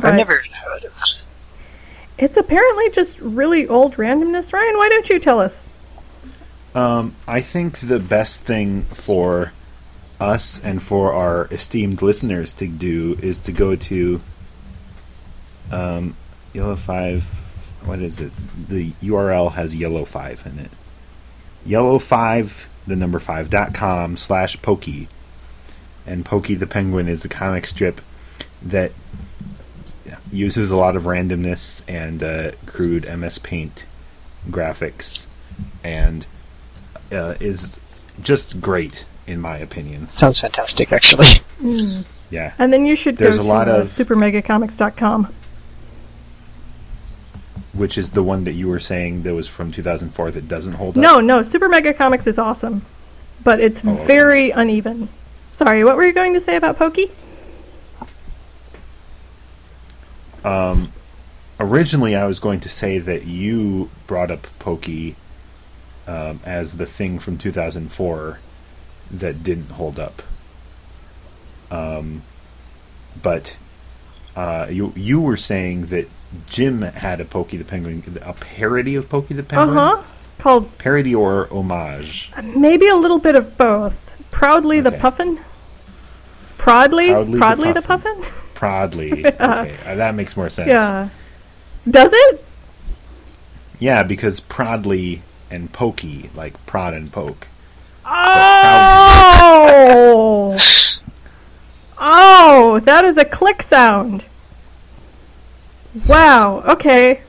Right. I've never even heard of it. it's apparently just really old randomness ryan why don't you tell us Um, I think the best thing for us and for our esteemed listeners to do is to go to um, Yellow Five. What is it? The URL has Yellow Five in it. Yellow Five, the number five dot com slash Pokey, and Pokey the Penguin is a comic strip that uses a lot of randomness and uh, crude MS Paint graphics and uh, is just great in my opinion. Sounds fantastic, actually. [LAUGHS] Yeah. and then you should There's go a to lot uh, of- supermegacomics.com Which is the one that you were saying that was from 2004 that doesn't hold up. no no super mega comics is awesome but it's Oh, okay. very uneven sorry what were you going to say about pokey Originally, I was going to say that you brought up Pokey um, as the thing from 2004, that didn't hold up. Um, but uh, you you were saying that Jim had a Pokey the Penguin, a parody of Pokey the Uh Penguin, huh. Called parody or homage? maybe a little bit of both. Proudly the Okay. Puffin. Proudly, Proudly the proudly, the Puffin. Puffin. [LAUGHS] Proudly, okay, uh, that makes more sense. Yeah. Does it? Yeah, because proudly and pokey, like prod and poke. [LAUGHS] Oh! oh, that is a click sound. Wow, okay.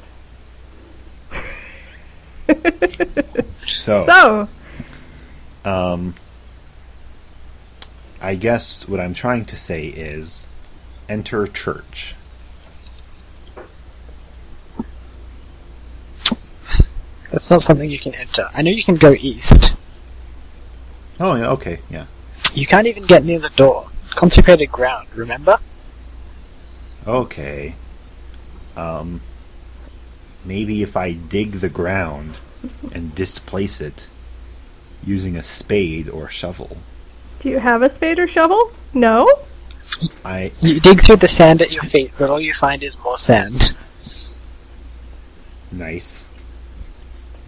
So, So, um, I guess what I'm trying to say is, enter church. That's not something you can enter. I know you can go east. Oh, yeah, okay, yeah, You can't even get near the door. Consecrated ground, remember? okay. Um, maybe if I dig the ground and displace it using a spade or shovel, do you have a spade or shovel? No? I You dig through the sand at your feet, but all you find is more sand. Nice.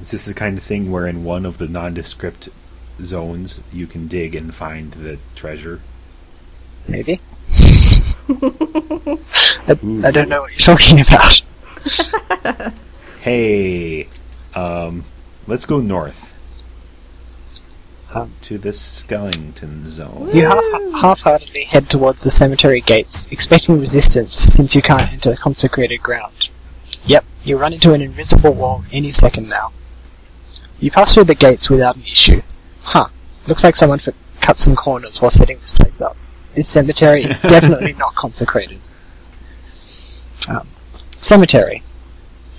Is this the kind of thing where in one of the nondescript zones you can dig and find the treasure? Maybe? [LAUGHS] I, Ooh. I don't know what you're talking about. Hey, um, let's go north Um, to the Skellington zone. You ha- half-heartedly head towards the cemetery gates, expecting resistance since you can't enter consecrated ground. Yep, you run into an invisible wall any second now. You pass through the gates without an issue. Huh, looks like someone f- cut some corners while setting this place up. This cemetery is definitely not consecrated. Um, cemetery.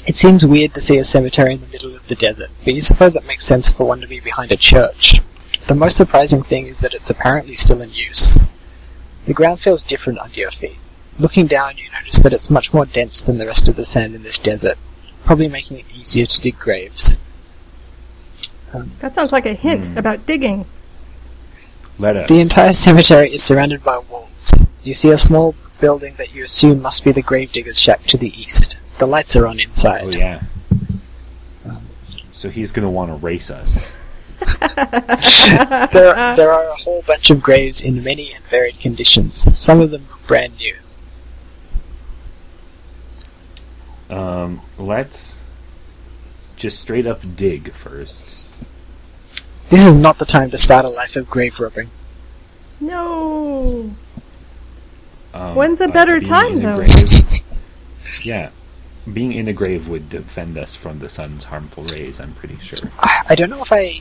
It seems weird to see a cemetery in the middle of the desert, but you suppose it makes sense for one to be behind a church. The most surprising thing is that it's apparently still in use. The ground feels different under your feet. Looking down, you notice that it's much more dense than the rest of the sand in this desert, probably making it easier to dig graves. That sounds like a hint Hmm. about digging. [LAUGHS] Let us. The entire cemetery is surrounded by walls. You see a small building that you assume must be the gravedigger's shack to the east. The lights are on inside. oh yeah. So he's gonna want to race us. There, there are a whole bunch of graves in many and varied conditions. Some of them look brand new. Um, let's just straight up dig first. This is not the time to start a life of grave robbing. No. Um, When's a like better being time, in a though? grave- yeah, being in a grave would defend us from the sun's harmful rays. I'm pretty sure. I I don't know if I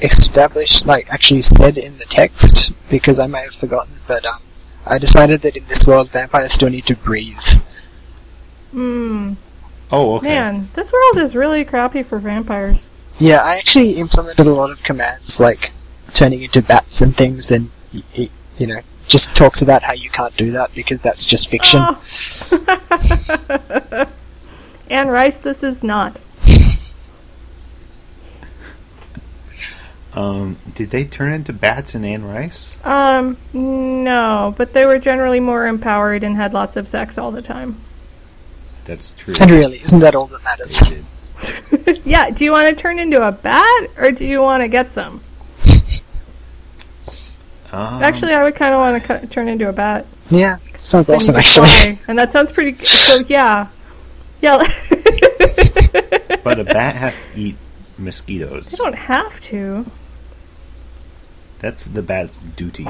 established, like, actually said in the text, because I may have forgotten, but um, I decided that in this world, vampires still need to breathe. Mm, Oh, okay. Man, this world is really crappy for vampires. Yeah, I actually implemented a lot of commands, like turning into bats and things, and, y- y- you know, just talks about how you can't do that because that's just fiction. Oh. [LAUGHS] Anne Rice, this is not. Um, did they turn into bats in Anne Rice? Um, no, but they were generally more empowered and had lots of sex all the time. [LAUGHS] That's true. And really, isn't that all that They matters? did. yeah, do you want to turn into a bat or do you want to get some? Um, actually, I would kind of want to cu- turn into a bat. Yeah, sounds Then awesome, you can actually. fly, And that sounds pretty. g- So yeah, yeah. [LAUGHS] but a bat has to eat mosquitoes. you don't have to. That's the bat's duty.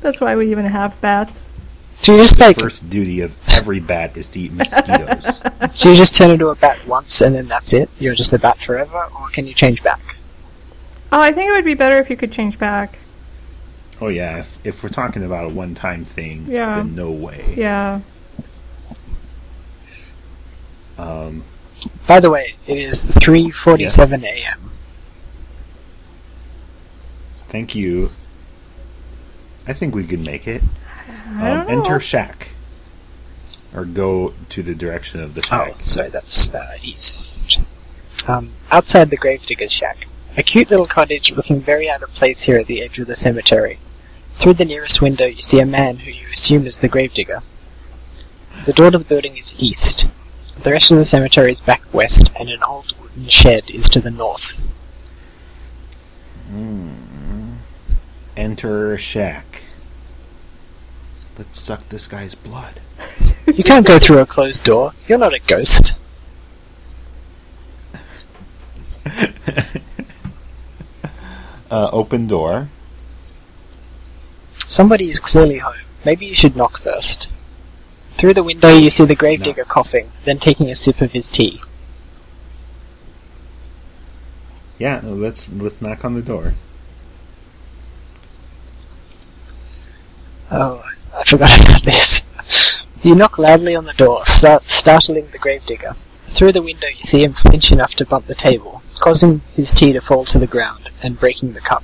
That's why we even have bats. [LAUGHS] Do you just, like, First duty of every bat is to eat mosquitoes. [LAUGHS] do you just turn into a bat once and then that's it? You're just a bat forever, or can you change back? Oh, I think it would be better if you could change back. oh yeah, if, if we're talking about a one-time thing, Yeah. then no way. Yeah. Um, By the way, it is 3:47 a.m. thank you. I think we can make it. I Um, don't know. enter shack. Or go to the direction of the shack. Oh, sorry, that's uh, east. Um, outside the gravedigger's shack, A cute little cottage looking very out of place here at the edge of the cemetery. Through the nearest window, you see a man who you assume is the gravedigger. The door to the building is east. The rest of the cemetery is back west, and an old wooden shed is to the north. Mm-hmm. Enter Shack. Let's suck this guy's blood. You can't go through a closed door. You're not a ghost. Uh, open door. Somebody is clearly home. Maybe you should knock first. Through the window, you see the gravedigger coughing, then taking a sip of his tea. Yeah, let's let's knock on the door. Oh, I forgot about this. You knock loudly on the door, start startling the gravedigger. Through the window, you see him flinch enough to bump the table, causing his tea to fall to the ground and breaking the cup.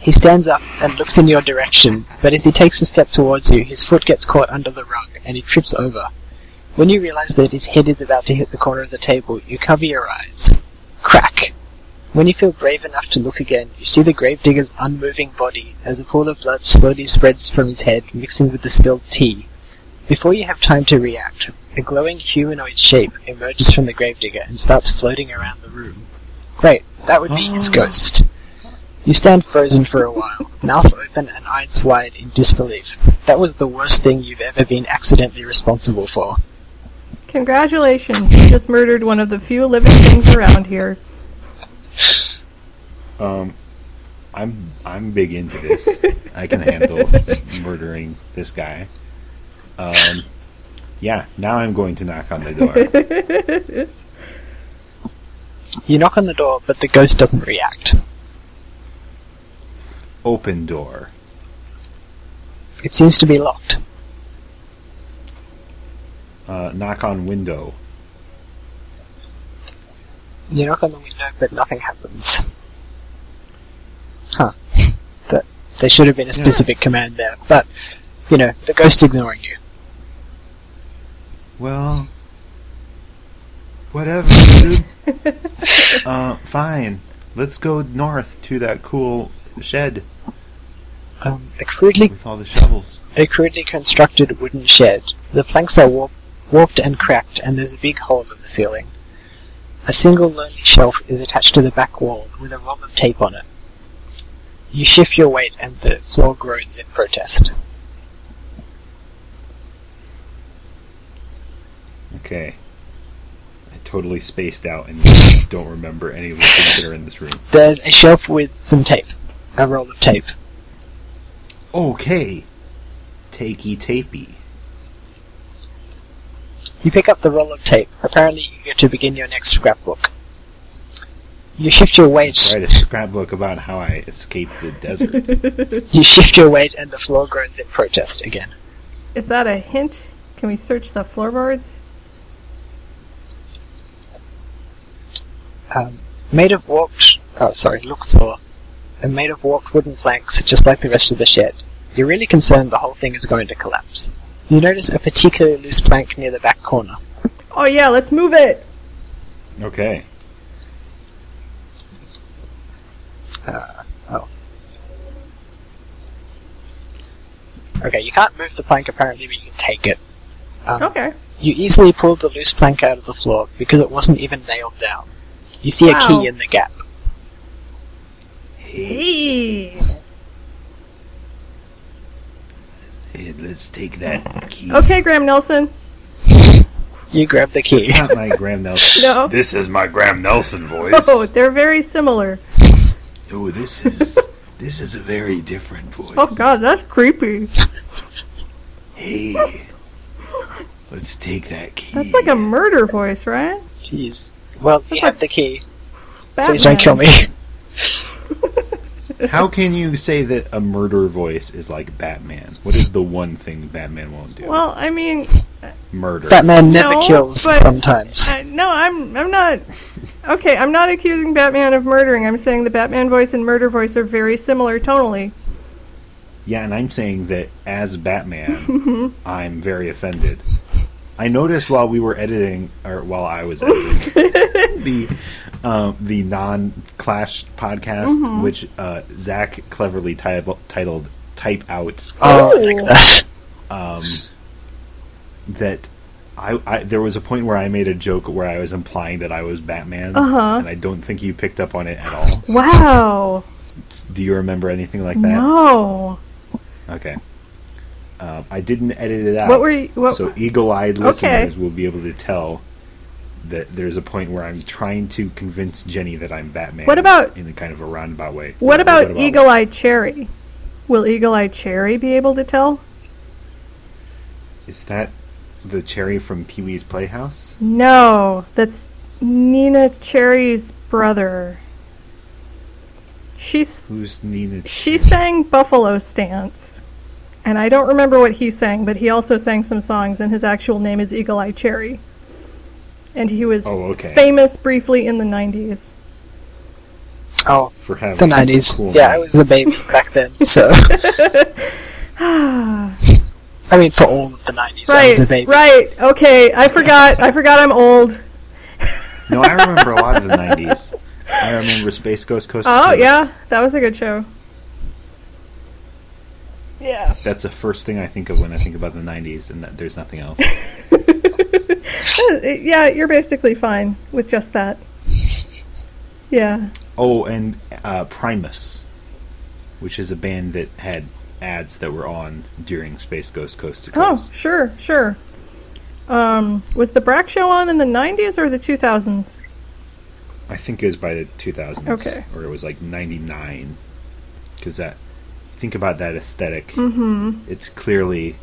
He stands up and looks in your direction, but as he takes a step towards you, his foot gets caught under the rug and he trips over. When you realize that his head is about to hit the corner of the table, you cover your eyes. Crack! When you feel brave enough to look again, you see the gravedigger's unmoving body as a pool of blood slowly spreads from his head, mixing with the spilled tea. Before you have time to react, a glowing humanoid shape emerges from the gravedigger and starts floating around the room. Great, that would be his ghost. You stand frozen for a while, mouth open and eyes wide in disbelief. That was the worst thing you've ever been accidentally responsible for. Congratulations, you just murdered one of the few living things around here. Um, I'm I'm big into this. I can handle murdering this guy. Um, yeah. Now I'm going to knock on the door. You knock on the door, but the ghost doesn't react. Open door. It seems to be locked. Uh, knock on window. You knock on the window, but nothing happens. Huh. That, there should have been a specific command there, but, you know, the ghost's ignoring you. Well, whatever, [LAUGHS] dude. uh, fine. Let's go north to that cool shed Um, a crudely with all the shovels. a crudely constructed wooden shed. The planks are warp- warped and cracked, and there's a big hole in the ceiling. A single lonely shelf is attached to the back wall with a roll of tape on it. You shift your weight, and the floor groans in protest. Okay. I totally spaced out and don't remember any of the things that are in this room. There's a shelf with some tape, a roll of tape. Okay. Takey tapey. You pick up the roll of tape, apparently eager to begin your next scrapbook. You shift your weight. Write a scrapbook about how I escaped the desert. You shift your weight, and the floor groans in protest again. Is that a hint? Can we search the floorboards? um, made of warped, oh sorry, look floor, and made of warped wooden planks, just like the rest of the shed. You're really concerned the whole thing is going to collapse. You notice a particularly loose plank near the back corner. Oh yeah, let's move it. Okay. Okay, you can't move the plank apparently, but you can take it. Um, Okay. You easily pulled the loose plank out of the floor because it wasn't even nailed down. You see a Wow. key in the gap. Hey. Hey, let's take that key. Okay, Graham Nelson. You grab the key. It's not my Graham Nelson. No. This is my Graham Nelson voice. Oh, [LAUGHS] they're very similar. No, this is this is a very different voice. Oh god, that's creepy. Hey, let's take that key. That's like a murder voice, right? Jeez. Well, you have the key. Batman. Please don't kill me. [LAUGHS] How can you say that a murder voice is like Batman? What is the one thing Batman won't do? Well, I mean, Murder. Batman never No, kills but- sometimes. I, no, I'm I'm not. Okay, I'm not accusing Batman of murdering. I'm saying the Batman voice and murder voice are very similar tonally. yeah, and I'm saying that as [LAUGHS] Batman, I'm very offended. [LAUGHS] I noticed while we were editing, or while I was editing, the uh, the non Clash podcast, Mm-hmm. which uh, Zach cleverly title titled Type Out, Oh, Ooh. like [LAUGHS] that. that I, I there was a point where I made a joke where I was implying that I was Batman, Uh-huh. and I don't think you picked up on it at all. Wow. S- Do you remember anything like that? No. Okay. Um, I didn't edit it out. What were you? What, so eagle-eyed Okay. listeners will be able to tell that there's a point where I'm trying to convince Jenny that I'm Batman. What about- in a kind of a roundabout way? what about, Eagle Eye Cherry? Will Eagle Eye Cherry be able to tell? Is that the cherry from Pee Wee's Playhouse? No. That's Nina Cherry's brother. She's Who's Nina? she sang Buffalo Stance. And I don't remember what he sang, but he also sang some songs, and his actual name is Eagle Eye Cherry. And he was Oh, okay. famous briefly in the 90s. [LAUGHS] [SIGHS] Oh, For having the 90s. cool yeah, I name. was a [LAUGHS] baby back then, so. I mean, for all of the 90s, I was a Right, baby. right. Okay, I forgot. I forgot I'm old. no, I remember a lot of the '90s. I remember Space Ghost Coast. to Oh, Coast. yeah, that was a good show. Yeah. That's the first thing I think of when I think about the '90s, and that there's nothing else. [LAUGHS] Yeah, you're basically fine with just that. Yeah. Oh, and uh, Primus, which is a band that had ads that were on during Space Ghost Coast to Oh, Coast. sure, sure. Um, was the Brack show on in the 90s or the 2000s? I think it was by the 2000s. Okay. Or it was like 99. Because that, think about that esthetic Mm-hmm. It's clearly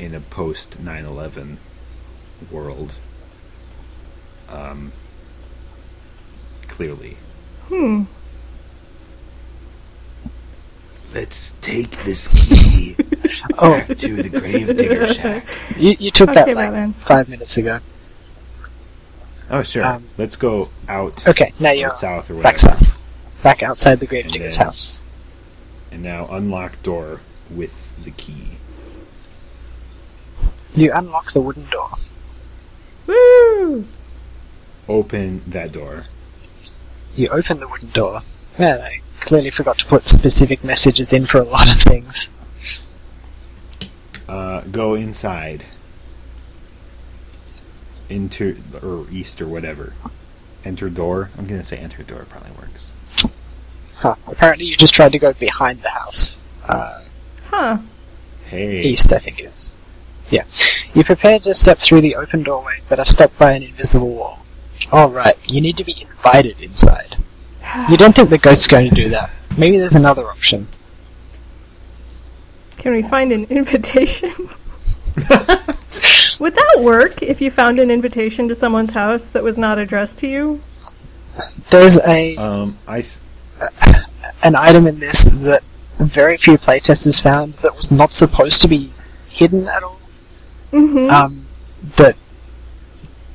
in a post 9 11 world. Um, clearly. Hmm. Let's take this key Oh, to the gravedigger [LAUGHS] shack. you, you took Okay, that like Batman. five minutes ago. Oh, sure. Um, Let's go out Okay, now you're or south or whatever. back south. Back outside the gravedigger's then- house. And now unlock door with the key. You unlock the wooden door. Woo! Open that door. You open the wooden door. Man, I clearly forgot to put specific messages in for a lot of things. Uh, go inside. Into or east or whatever. Enter door. I'm gonna say enter door probably works. Huh. Apparently, you just tried to go behind the house. Uh, Huh. Hey. east, I think it is. Yeah. You prepare to step through the open doorway, but are stopped by an invisible wall. All right, you need to be invited inside. You don't think the ghost's going to do that? Maybe there's another option. Can we find an invitation? [LAUGHS] Would that work if you found an invitation to someone's house that was not addressed to you? There's a Um, I th- an item in this that very few playtesters found that was not supposed to be hidden at all. Mm-hmm. Um, but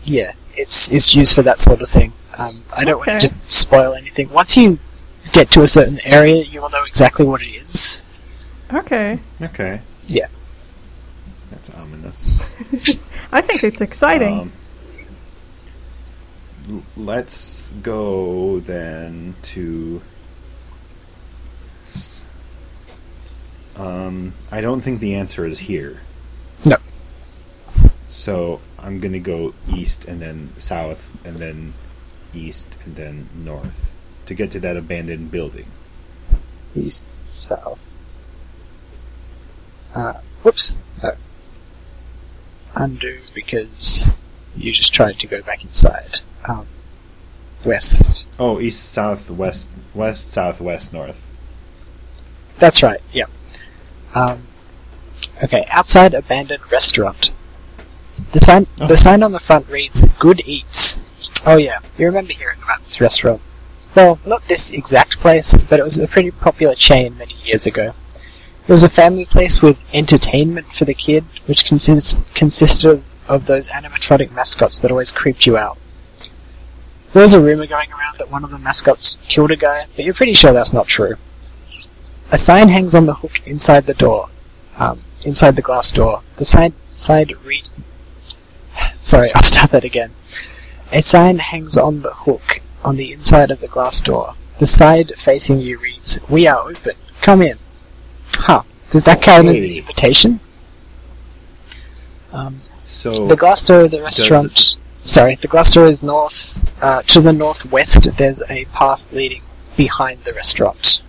yeah, it's it's used for that sort of thing. Um, I don't want Okay. to just spoil anything. Once you get to a certain area, you will know exactly what it is. okay. okay. Yeah. That's ominous. I think it's exciting. Um, l- let's go then to. s- Um, I don't think the answer is here. No. So I'm gonna go east and then south and then east and then north to get to that abandoned building. East, south. Uh, whoops. No. Undo because you just tried to go back inside. Um, west. Oh, east, south, west, west, south, west, north. That's right, yep. Um, okay, outside abandoned restaurant. The sign, Oh. the sign on the front reads Good Eats. Oh, yeah, you remember hearing about this restaurant. Well, not this exact place, but it was a pretty popular chain many years ago. It was a family place with entertainment for the kid, which consist, consisted of, of those animatronic mascots that always creeped you out. There was a rumor going around that one of the mascots killed a guy, but you're pretty sure that's not true. A sign hangs on the hook inside the door, um, inside the glass door. The sign side read. [LAUGHS] Sorry, I'll start that again. A sign hangs on the hook on the inside of the glass door. The side facing you reads, We are open. Come in. Huh. Does that count as an Hey. invitation? Um, So the glass door of the restaurant. Sorry, the glass door is north. Uh, to the northwest, there's a path leading behind the restaurant.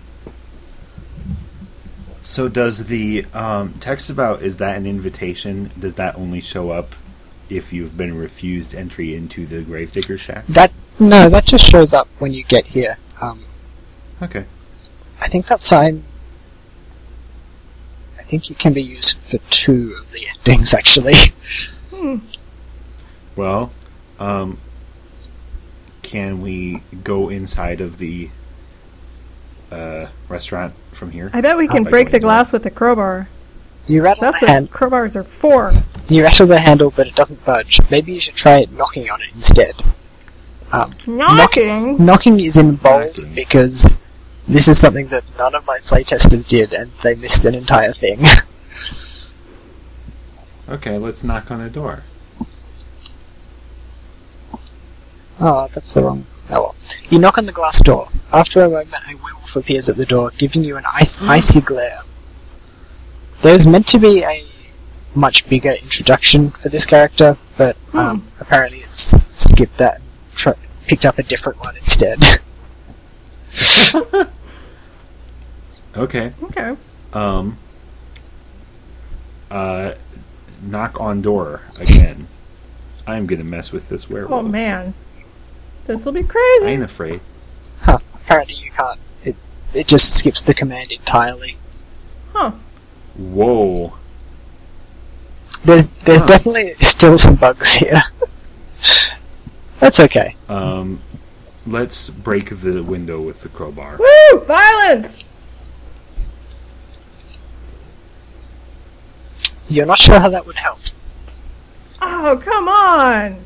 So does the um, text about is that an invitation? Does that only show up if you've been refused entry into the Gravedigger Shack? That no, that just shows up when you get here. Um, Okay. I think that sign. I think it can be used for two of the endings, actually. [LAUGHS] Hmm. Well, um, can we go inside of the uh, restaurant from here? I bet we can By break the going glass with the crowbar. You rattle That's the what hand, crowbars are for. you rattle the handle, but it doesn't budge. Maybe you should try knocking on it instead. Knocking. Knocking is in bold Knocking. because this is something that none of my playtesters did, and they missed an entire thing. to- Okay, let's knock on the door. Oh, that's the wrong. Oh well. You knock on the glass door. After a moment, a werewolf appears at the door, giving you an ice, icy glare. There's meant to be a much bigger introduction for this character, but um, apparently it's skipped that and tr- picked up a different one instead. [LAUGHS] Okay. Okay. Um. Uh, knock on door again. I'm gonna mess with this Oh werewolf. man, this will be I crazy. ain't afraid. apparently you can't. It, it just skips the command entirely. Huh? Whoa. There's, there's Huh. definitely still some bugs here. [LAUGHS] that's okay. Um, let's break the window with the crowbar. Woo! Violence. You're not sure how that would help. Oh come on!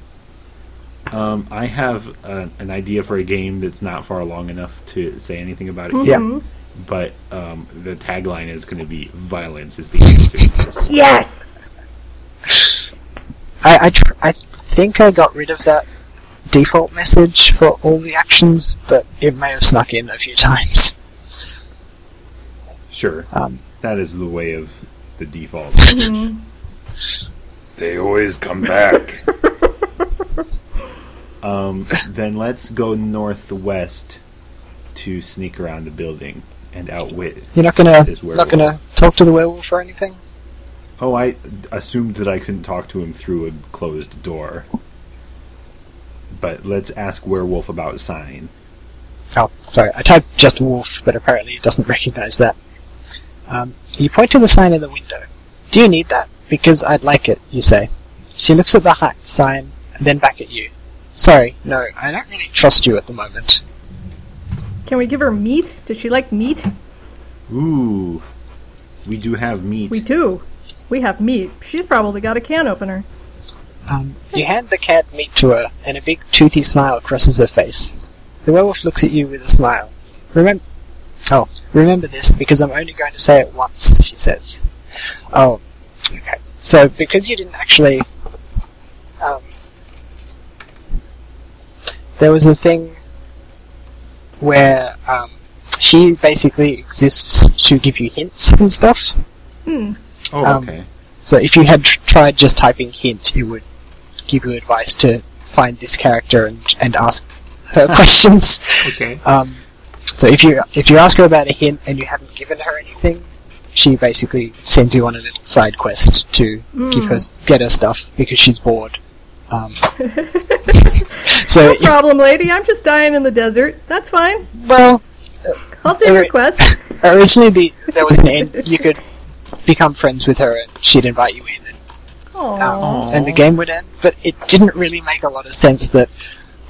Um, I have a, an idea for a game that's not far long enough to say anything about it, Yeah. Mhm. yet, but um, the tagline is going to be "Violence is the answer to this." Yes. I, I, tr- I think I got rid of that default message for all the actions, but it may have snuck in a few times. Sure, Um, that is the way of the default. Mhm. They always come back. um, then let's go northwest to sneak around the building and outwit. you're not gonna This not gonna talk to the werewolf or anything. Oh, I assumed that I couldn't talk to him through a closed door. But let's ask werewolf about sign. Oh, sorry, I typed just wolf, but apparently it doesn't [LAUGHS] recognize that. Um, you point to the sign in the window. Do you need that? Because I'd like it, you say. She looks at the hi- sign and then back at you. Sorry, no, I don't really trust you at the moment. Can we give her meat? Does she like meat? Ooh, we do have meat. We do. We have meat. She's probably got a can opener. Um, you hand the cat meat to her, and a big toothy smile crosses her face. The werewolf looks at you with a smile. Remember, oh, remember this because I'm only going to say it once. She says, "Oh, okay." So because you didn't actually, um, there was a thing where um, she basically exists to give you hints and stuff. Hmm. [LAUGHS] oh, um, okay. So if you had tr- tried just typing hint, it would give you advice to find this character and, and ask her questions. Okay. Um, so if you if you ask her about a hint and you haven't given her anything, she basically sends you on a little side quest to give her s- get her stuff because she's bored. Um, so No if, problem, lady. I'm just dying in the desert. That's fine. well, I'll do your Alright. quest. originally the, there was an end you could become friends with her and she'd invite you in and Oh. um, and the game would end. But it didn't really make a lot of sense that,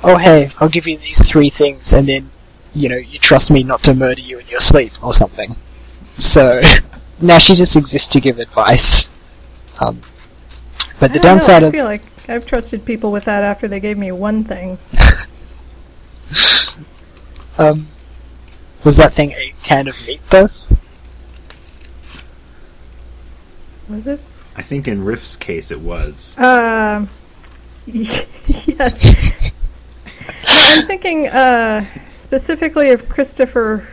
oh hey, I'll give you these three things, and then you know you trust me not to murder you in your sleep or something. So [LAUGHS] now she just exists to give advice. Um, but the I don't know, downside I of feel like I've trusted people with that after they gave me one thing. um, was that thing a can of meat though? Was it? I think in Riff's Uh, [LAUGHS] case it was. Um. yes. No, I I'm thinking uh, specifically of Christopher.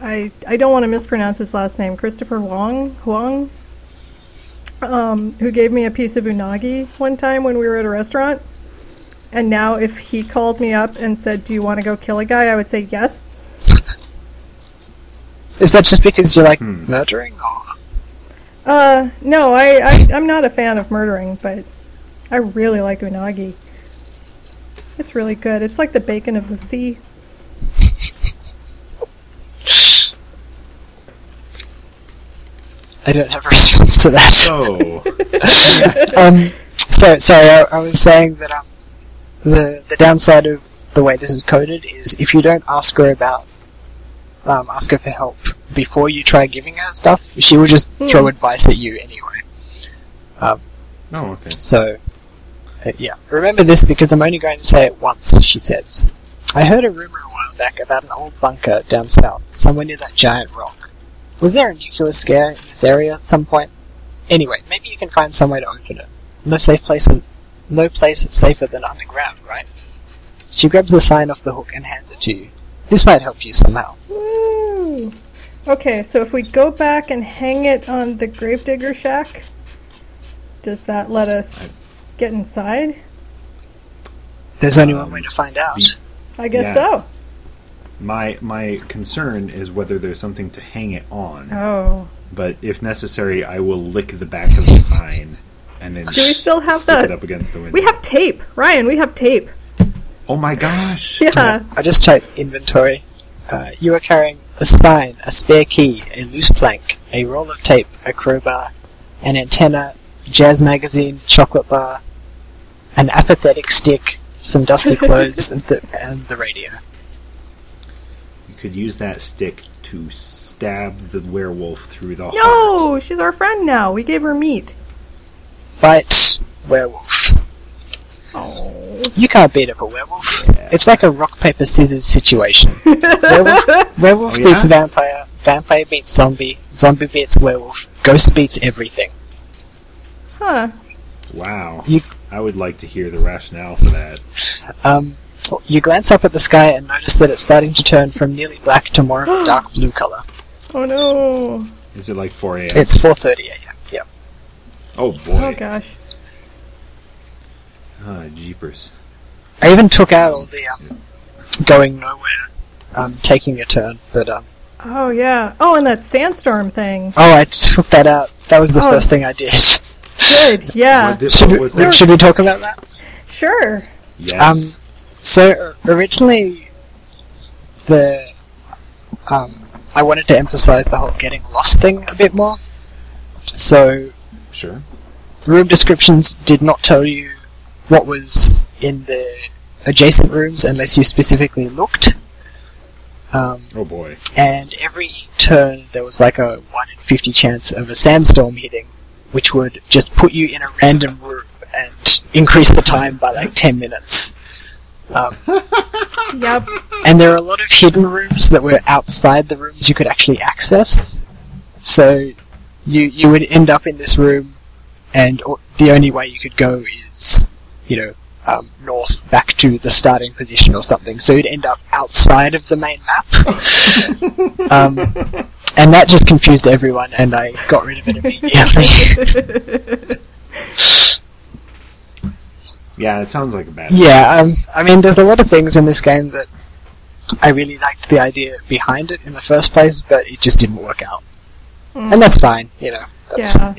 I I don't want to mispronounce his last name. Christopher Wong Huang, um, who gave me a piece of unagi one time when we were at a restaurant. And now, if he called me up and said, "Do you want to go kill a guy?" I would say yes. Is that just because you like murdering? Or? Uh, no, I, I I'm not a fan of murdering, but I really like unagi. It's really good. It's like the bacon of the sea. I don't have a [LAUGHS] response to that. So, [LAUGHS] um, so sorry, I, I was saying that um, the the downside of the way this is coded is if you don't ask her about um, ask her for help before you try giving her stuff, she will just throw Hmm. advice at you anyway. oh, okay. So uh, yeah, remember this because I'm only going to say it once. She says, "I heard a rumor a while back about an old bunker down south, somewhere near that giant rock. Was there a nuclear scare in this area at some point? Anyway, maybe you can find somewhere to open it. No safe place, no place that's safer than underground, right?" She grabs the sign off the hook and hands it to you. This might help you somehow. Woo! Okay, so if we go back and hang it on the gravedigger shack, does that let us get inside? There's only one Um, way to find out. the- I guess Yeah. My my concern is whether there's something to hang it on. so. Oh. But if necessary, I will lick the back of the sign and then Do we still have stick it the- up against the window. We have tape. Ryan, we have tape. [LAUGHS] oh my gosh! Yeah. I just typed inventory. Uh, you are carrying a sign, a spare key, a loose plank, a roll of tape, a crowbar, an antenna, jazz magazine, chocolate bar, an apathetic stick, [LAUGHS] some dusty clothes, and, the, and the radio. You could use that stick to stab the werewolf through the heart. No, she's our friend now. We gave her meat. Bite werewolf. Oh. You can't beat up a werewolf. It's like a rock paper scissors situation. werewolf werewolf Oh, yeah? beats vampire. Vampire beats zombie. Zombie beats werewolf. Ghost beats everything. [LAUGHS] Huh. Wow. You- I would like to hear the rationale for that. Um, you glance up at the sky and notice that it's starting to turn from nearly black to more of a dark blue color. Oh no. Is it like 4 a.m.? It's 4:30 a.m. Yeah. Oh Oh boy. gosh. Ah, jeepers. I even took out all the um, going nowhere, um, taking a turn. But um, Oh yeah. Oh, and that [GASPS] sandstorm thing. oh, I took that out. That was the Oh. first thing I did. Good. [LAUGHS] Yeah. what, did, should, what we, was that? should we talk about that? Sure. Yes. So o- originally, the um, I wanted to emphasize the whole getting lost thing a bit more. So sure. room descriptions did not tell you what was in the adjacent rooms unless you specifically looked. Um, Oh boy. and every turn there was like a 1 in 50 chance of a sandstorm hitting, which would just put you in a random room and increase the time by like 10 minutes. Um, Yep. and there are a lot of hidden rooms that were outside the rooms you could actually access. So you you would end up in this room, and o- the only way you could go is, you know, um, north back to the starting position or something. So you'd end up outside of the main map. um, and that just confused everyone, and I got rid of it [LAUGHS] immediately. Yeah, it sounds like a bad. Yeah, um, I mean, there's a lot of things in this game that I really liked the idea behind it in the first place, but it just didn't work out, Mm. and that's fine. You know, that's Yeah.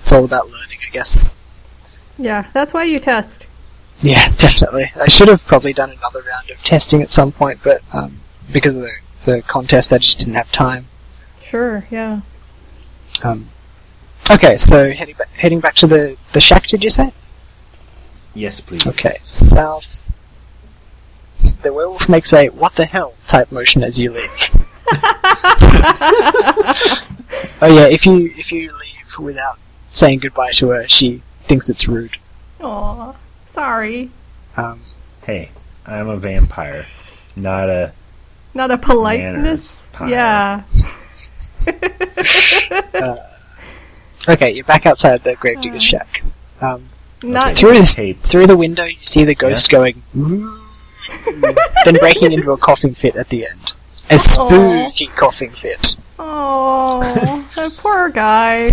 it's all about learning, I guess. Yeah. That's why you test. Yeah, [LAUGHS] definitely. I should have probably done another round of testing at some point, but um, because of the, the contest, I just didn't have time. Sure. Yeah. Um, okay, so heading back, heading back to the the shack, did you say? Yes, please. Okay, south. The werewolf makes a "what the hell" type motion as you leave. oh yeah, if you if you leave without saying goodbye to her, she thinks it's rude. Aw. Sorry. Um, Hey, I'm a vampire, not a Not a politeness. Manners pile. Yeah. [LAUGHS] okay, you're back outside the gravedigger's shack. Um, Not. Okay. through tape. through the window, you see the ghost going. "Ooh." then [LAUGHS] breaking into a coughing fit at the end. A spooky coughing fit. Oh, that poor guy.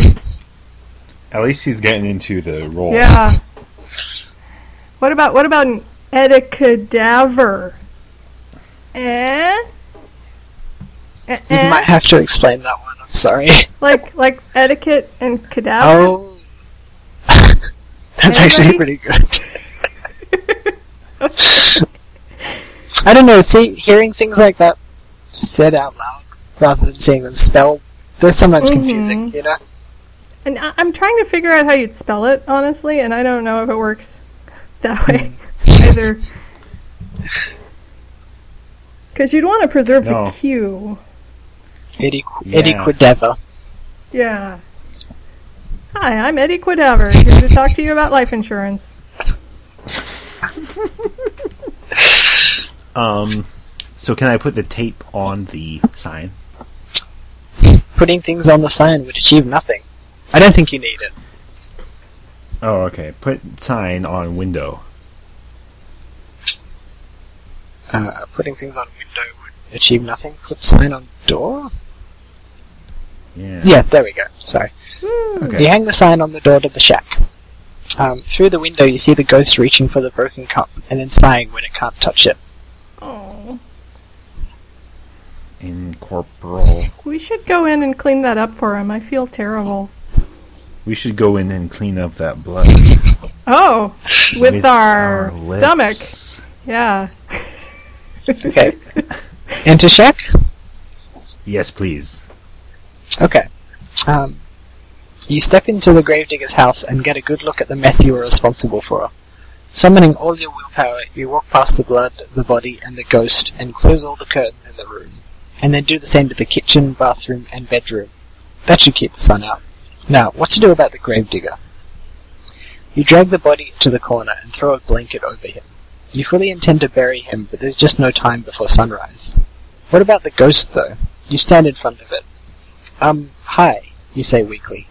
At least he's getting into the role. Yeah. What about what about an edicadaver? Eh? Eh, You might eh? have to explain that one. I'm sorry. [LAUGHS] Like like etiquette and cadaver. Oh, that's actually Anybody? pretty good. Oh. I don't know. See, hearing things like that said out loud rather than seeing them spelled, they're sometimes confusing. You know. [LAUGHS] And I, I'm trying to figure out how you'd spell it, honestly, and I don't know if it works Hmm. that way [LAUGHS] either. Because you'd want to preserve No. the Q. Eddie, Yeah. Eddie Quideva. Yeah. Hi, I'm Eddie Quadaver, here to talk to you about life insurance. Um, so can I put the tape on the sign? Putting things on the sign would achieve nothing. I don't think you need it. Oh, okay. Put sign on window. Uh, putting things on window would achieve nothing. Put sign on door. Yeah. Yeah, there we go. Sorry. Okay. You hang the sign on the door to the shack. Um, through the window, you see the ghost reaching for the broken cup and then sighing when it can't touch it. Oh, Incorporal. we should go in and clean that up for him. I feel terrible. We should go in and clean up that blood Oh, with, our, lips. stomach. Yeah. Okay. Enter shack. Yes, please. Okay. Um, you step into the gravedigger's house and get a good look at the mess you were responsible for. Summoning all your willpower, you walk past the blood, the body, and the ghost, and close all the curtains in the room. And then do the same to the kitchen, bathroom, and bedroom. That should keep the sun out. Now, what to do about the gravedigger? You drag the body to the corner and throw a blanket over him. You fully intend to bury him, but there's just no time before sunrise. What about the ghost, though? You stand in front of it. Um, hi, you say weakly.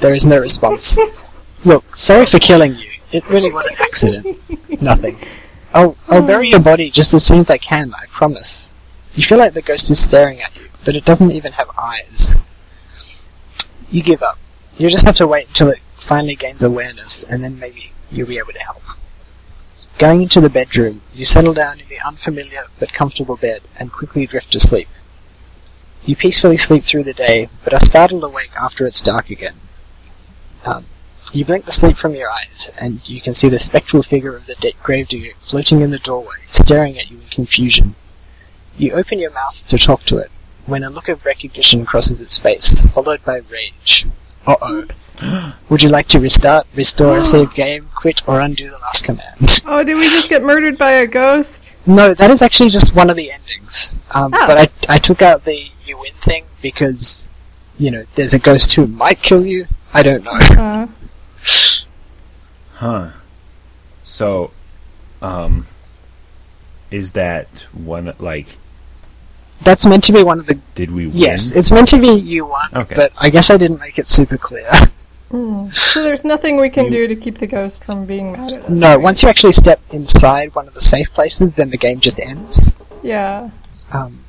There is no response. Look, sorry for killing you. It really was an accident. Nothing. I'll, I'll bury your body just as soon as I can, I promise. You feel like the ghost is staring at you, but it doesn't even have eyes. You give up. You just have to wait until it finally gains awareness, and then maybe you'll be able to help. Going into the bedroom, you settle down in the unfamiliar but comfortable bed and quickly drift to sleep. You peacefully sleep through the day, but are startled awake after it's dark again. Um, you blink the sleep from your eyes, and you can see the spectral figure of the de- gravedigger floating in the doorway, staring at you in confusion. You open your mouth to talk to it, when a look of recognition crosses its face, followed by rage. Uh oh. Oops. Would you like to restart, restore, save game, quit, or undo the last command? [LAUGHS] Oh, did we just get murdered by a ghost? No, that is actually just one of the endings. Um, Oh. But I, I took out the you win thing because, you know, there's a ghost who might kill you. I don't know. Uh, Huh. So, um, is that one like? That's meant to be one of the. Did we win? Yes, it's meant to be you won, Okay. but I guess I didn't make it super clear. mm. So there's nothing we can do to keep the ghost from being mad at us. no, once you actually step inside one of the safe places, then the game just ends. Yeah. Um,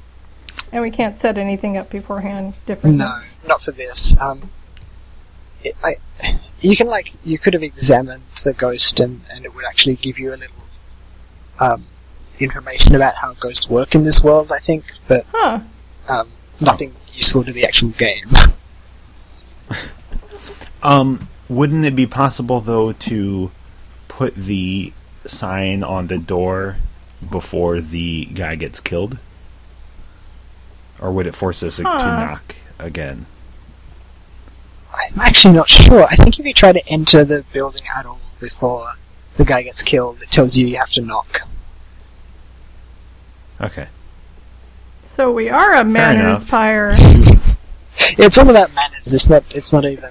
And we can't set anything up beforehand different. no, not for this. Um, it, I, you can like you could have examined the ghost, and, and it would actually give you a little um, information about how ghosts work in this world. I think, but Huh. um, nothing useful to the actual game. Um, wouldn't it be possible though to put the sign on the door before the guy gets killed, or would it force us to Huh. knock again? I'm actually not sure. I think if you try to enter the building at all before the guy gets killed, it tells you you have to knock. Okay. So we are a manners enough. pyre. [LAUGHS] It's all about manners. It's not. It's not even.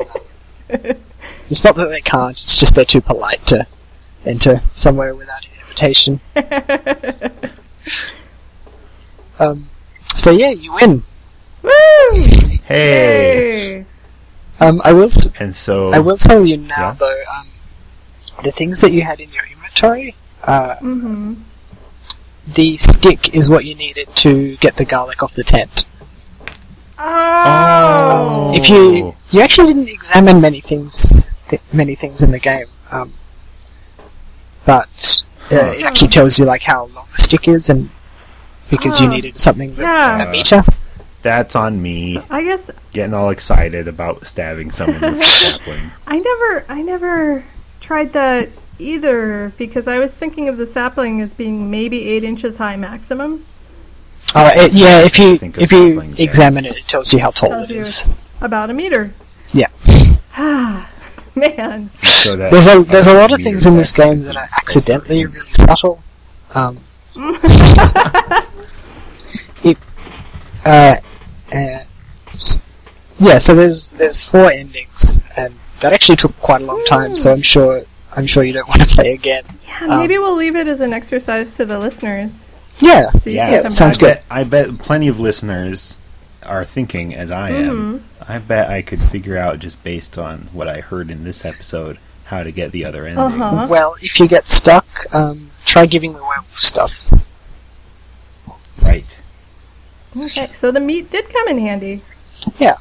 it's not that they can't. It's just they're too polite to enter somewhere without an invitation. um, so yeah, you win. Woo! Hey. Yay! Um, I will. s- And so I will tell you now Yeah. though. Um, the things that you had in your inventory. Uh, Mm-hmm. the stick is what you needed to get the garlic off the tent. Oh. If you you actually didn't examine many things, th- many things in the game, um, but uh, it actually tells you like how long the stick is, and because you Oh. needed something that's Yeah. a meter. That's on me. I guess Getting all excited about stabbing someone with a sapling. I never I never tried that either because I was thinking of the sapling as being maybe eight inches high maximum. Uh, it, yeah, if you Think of if you saplings, yeah. examine it, it tells you how tall Tells it you. is. About a meter. Yeah. [SIGHS] Man. So that There's a there's a lot of meter things in this back game is that are accidentally really subtle. Um, it, uh, uh, s- yeah, so there's there's four endings, and that actually took quite a long time. So I'm sure I'm sure you don't [LAUGHS] want to play again. Yeah, maybe we'll leave it as an exercise to the listeners. Yeah, So you Yeah, can Yeah, come sounds I back. good. bet, I bet plenty of listeners are thinking, as I Mm-hmm. am, I bet I could figure out just based on what I heard in this episode how to get the other ending. Uh-huh. Well, if you get stuck, um, try giving the werewolf stuff. [LAUGHS] Right. Okay, so the meat did come in handy. Yeah.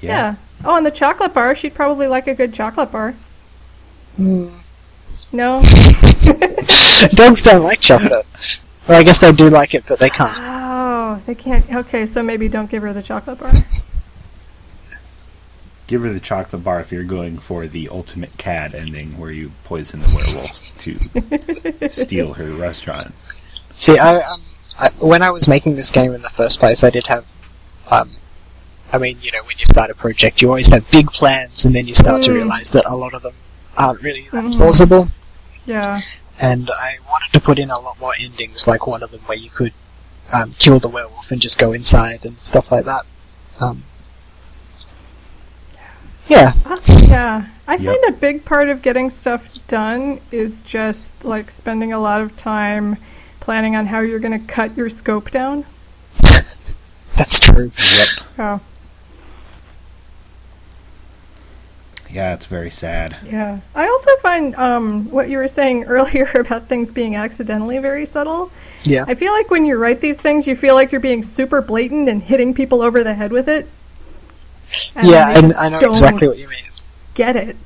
Yeah. Oh, and the chocolate bar. She'd probably like a good chocolate bar. No. Dogs don't like chocolate. Well, I guess they do like it, but they can't. Oh, they can't. Okay, so maybe don't give her the chocolate bar. Give her the chocolate bar if you're going for the ultimate cad ending where you poison the werewolf to [LAUGHS] steal her restaurant. See, I, um, I when I was making this game in the first place, I did have, um, I mean, you know, when you start a project, you always have big plans, and then you start to Mm. realize that a lot of them aren't really that Mhm. plausible. Yeah. And I wanted to put in a lot more endings, like one of them where you could um, kill the werewolf and just go inside and stuff like that. Um, yeah, Uh, yeah. I Yep. find a big part of getting stuff done is just like spending a lot of time planning on how you're going to cut your scope down. that's true. Yep. Oh, Yeah, it's very sad. yeah. I also find um, what you were saying [LAUGHS] earlier about things being accidentally very subtle. Yeah, I feel like when you write these things, you feel like you're being super blatant and hitting people over the head with it. yeah, they and just I know don't exactly what you mean. Get it?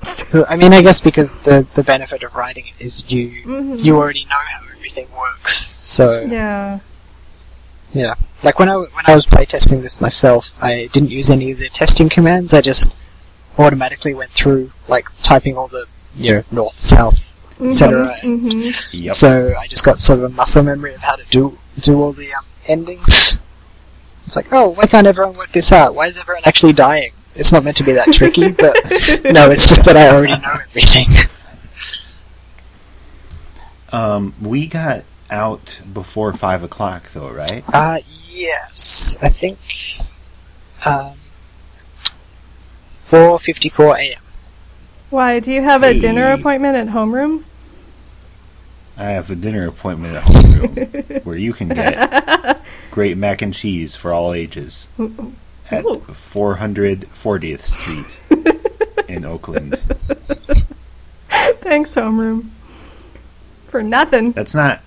I mean, I guess because the the benefit of writing it is you Mhm. you already know how everything works. So Mm-hmm. Yeah. yeah, like when I w- when I was playtesting this myself, I didn't use any of the testing commands. I just automatically went through like typing all the you know north south. cetera. hmm Yep. So I just got sort of a muscle memory of how to do do all the um, endings. It's like, oh, why can't everyone work this out? Why is everyone actually dying? It's not meant to be Mm-hmm. that tricky, but [LAUGHS] no, it's just that I already know everything. Um, we got out before five o'clock, though, right? Uh, yes, I think um, four fifty-four a.m. Why? Do you have a dinner Hey. appointment at homeroom? I have a dinner appointment at [LAUGHS] homeroom where you can get great mac and cheese for all ages at Ooh. 440th [LAUGHS] Street in Oakland. Thanks, homeroom. For nothing. That's not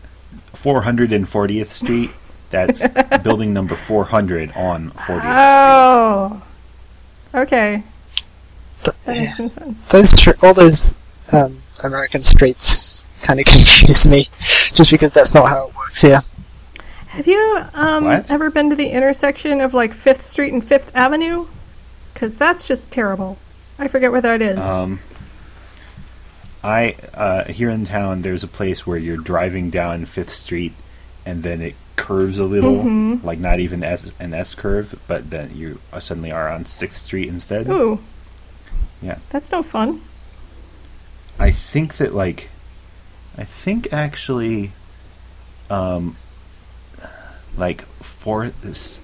440th Street. [LAUGHS] That's building number 400 on 40th Street. Oh. Okay. But, That yeah, makes some sense. those tr- all those um, American streets kind of [LAUGHS] confuse me, just because that's not how it works here. Have you um, What? ever been to the intersection of like Fifth Street and Fifth Avenue? Because that's just terrible. I forget where that is. Um, I uh, here in town, there's a place where you're driving down Fifth Street, and then it curves a little, Mm-hmm. like not even as an S curve, but then you uh, suddenly are on Sixth Street instead. Ooh. Yeah. That's no fun. I think that like I think actually um like fourth s-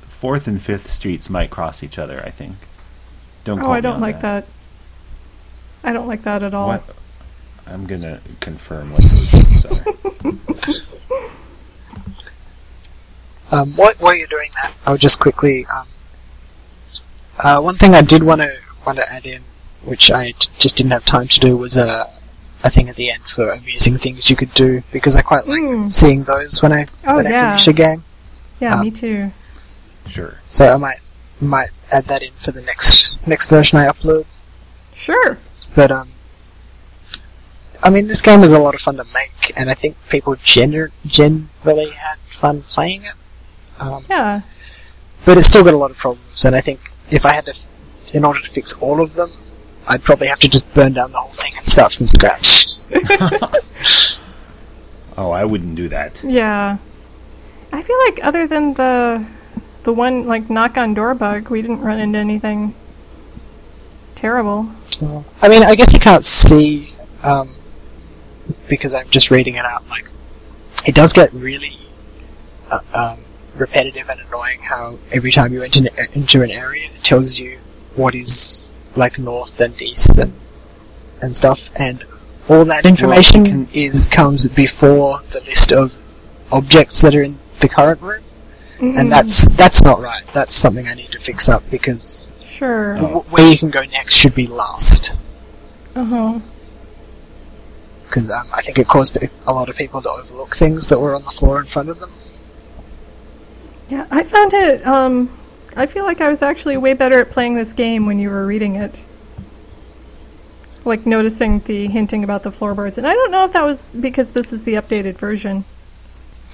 fourth and fifth streets might cross each other, I think. Don't Oh, quote I me don't on like that. I don't like that at all. What I'm gonna confirm what those ones [LAUGHS] are. Um, while, while you're doing that, I'll just quickly. Um, uh, one thing I did want to want to add in, which I t- just didn't have time to do, was a, a thing at the end for amusing things you could do because I quite like Mm. seeing those when I Oh, when I yeah. finish a game. Yeah, Um, Uh, me too. Sure. So I might might add that in for the next next version I upload. Sure. But um, I mean, this game was a lot of fun to make, and I think people gener- generally had fun playing it. Um, Yeah. but it's still got a lot of problems, and I think if I had to, in order to fix all of them, I'd probably have to just burn down the whole thing and start from scratch. Oh, I wouldn't do that. Yeah. I feel like other than the the one like knock on door bug, we didn't run into anything terrible. I mean, I guess you can't see um, because I'm just reading it out. Like, it does get really uh, um, repetitive and annoying. How every time you enter an, into an area, it tells you what is like north and east and and stuff, and all that information can- is comes before the list of objects that are in the current room, Mm-hmm. Hmm. and that's that's not right. That's something I need to fix up because sure. Oh. w- where you can go next should be last Uh huh. because um, I think it caused pe- a lot of people to overlook things that were on the floor in front of them. Yeah, I found it. Um, I feel like I was actually way better at playing this game when you were reading it. Like noticing the hinting about the floorboards, and I don't know if that was because this is the updated version.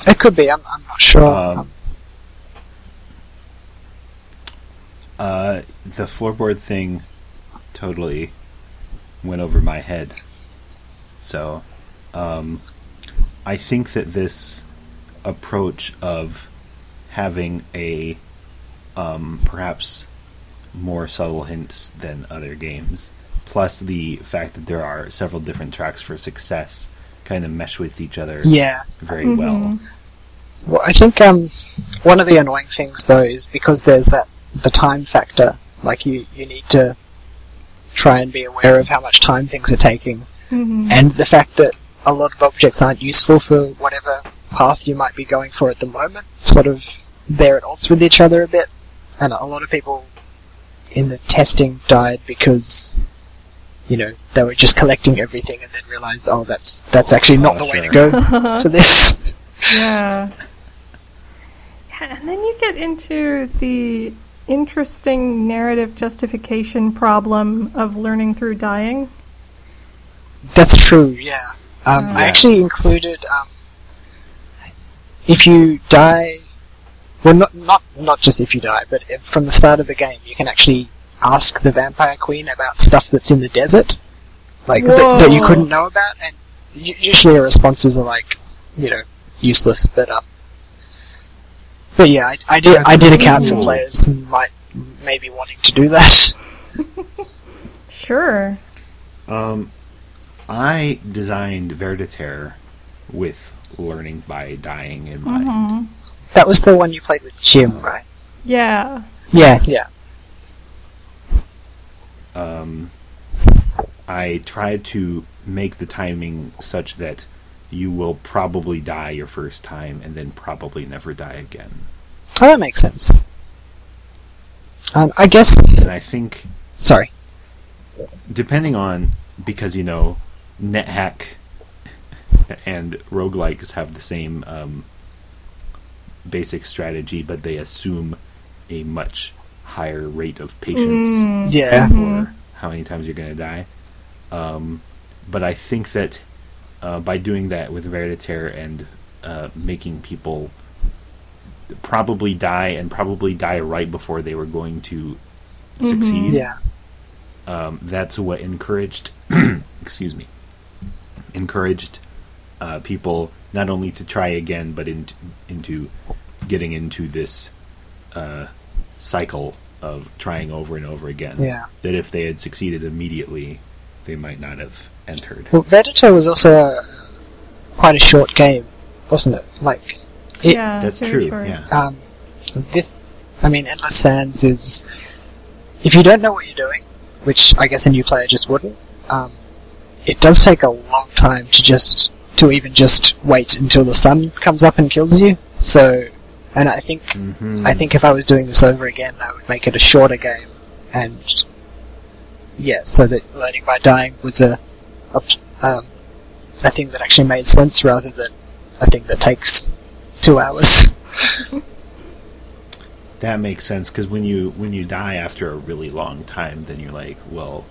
It could be. I'm, I'm not sure. Um, Um, Uh, the floorboard thing totally went over my head. So, um, I think that this approach of having a um, perhaps more subtle hints than other games, plus the fact that there are several different tracks for success, kind of mesh with each other yeah. very well. Well, I think um, one of the annoying things though is because there's that the time factor. Like you, you need to try and be aware of how much time things are taking, [LAUGHS] hmm and the fact that a lot of objects aren't useful for whatever path you might be going for at the moment. Sort of they're at odds with each other a bit, and a lot of people in the testing died because you know they were just collecting everything and then realized, oh, that's that's actually not Oh, the way to sure. go Uh-huh. for this. yeah. Yeah, and then you get into the interesting narrative justification problem of learning through dying. That's true. Yeah. Um, I Yeah. actually included um, if you die. Well, not not not just if you die, but if, from the start of the game, you can actually ask the vampire queen about stuff that's in the desert, like that, that you Whoa. couldn't know about, and u- usually her responses are like, you know, useless. But um, but yeah, I, I did I did account for cool. players might maybe wanting to do that. [LAUGHS] Sure. Um, I designed Verditaire with learning by dying in mind. hmm That was the one you played with Jim, right? Yeah. Yeah, yeah. um, I tried to make the timing such that you will probably die your first time and then probably never die again. Oh, that makes sense. Um, I guess. And I think, Sorry. depending on, because you know, NetHack [LAUGHS] and roguelikes have the same um, basic strategy, but they assume a much higher rate of patience. Mm. Yeah. for how many times you're going to die. Um, but I think that uh, by doing that with Verditaire and uh, making people probably die and probably die right before they were going to succeed, Mm-hmm. Yeah. um, that's what encouraged, [CLEARS THROAT] excuse me, encouraged uh, people not only to try again, but in, into getting into this uh, cycle of trying over and over again Yeah. that if they had succeeded immediately, they might not have entered. Well, Verdita was also a, quite a short game, wasn't it? Like, it, yeah. That's very true. short. Yeah. um, this. I mean, Endless Sands is. If you don't know what you're doing, which I guess a new player just wouldn't, um, it does take a long time to just to even just wait until the sun comes up and kills you. So, and I think Mm-hmm. I think if I was doing this over again, I would make it a shorter game, and yeah, so that learning by dying was a, a um, a thing that actually made sense rather than a thing that takes two hours. [LAUGHS] That makes sense because when you when you die after a really long time, then you're like, well,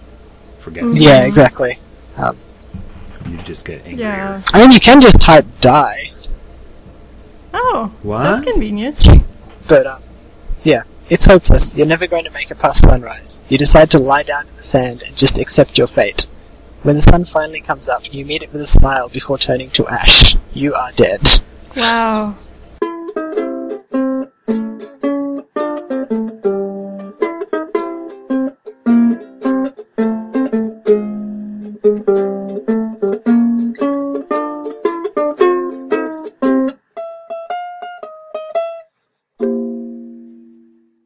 forget. it. yeah, exactly. You just get angrier. Yeah. I mean, you can just type die, Oh, What? that's convenient. but um, yeah, it's hopeless. You're never going to make it past sunrise. You decide to lie down in the sand and just accept your fate. When the sun finally comes up, you meet it with a smile before turning to ash. You are dead. Wow.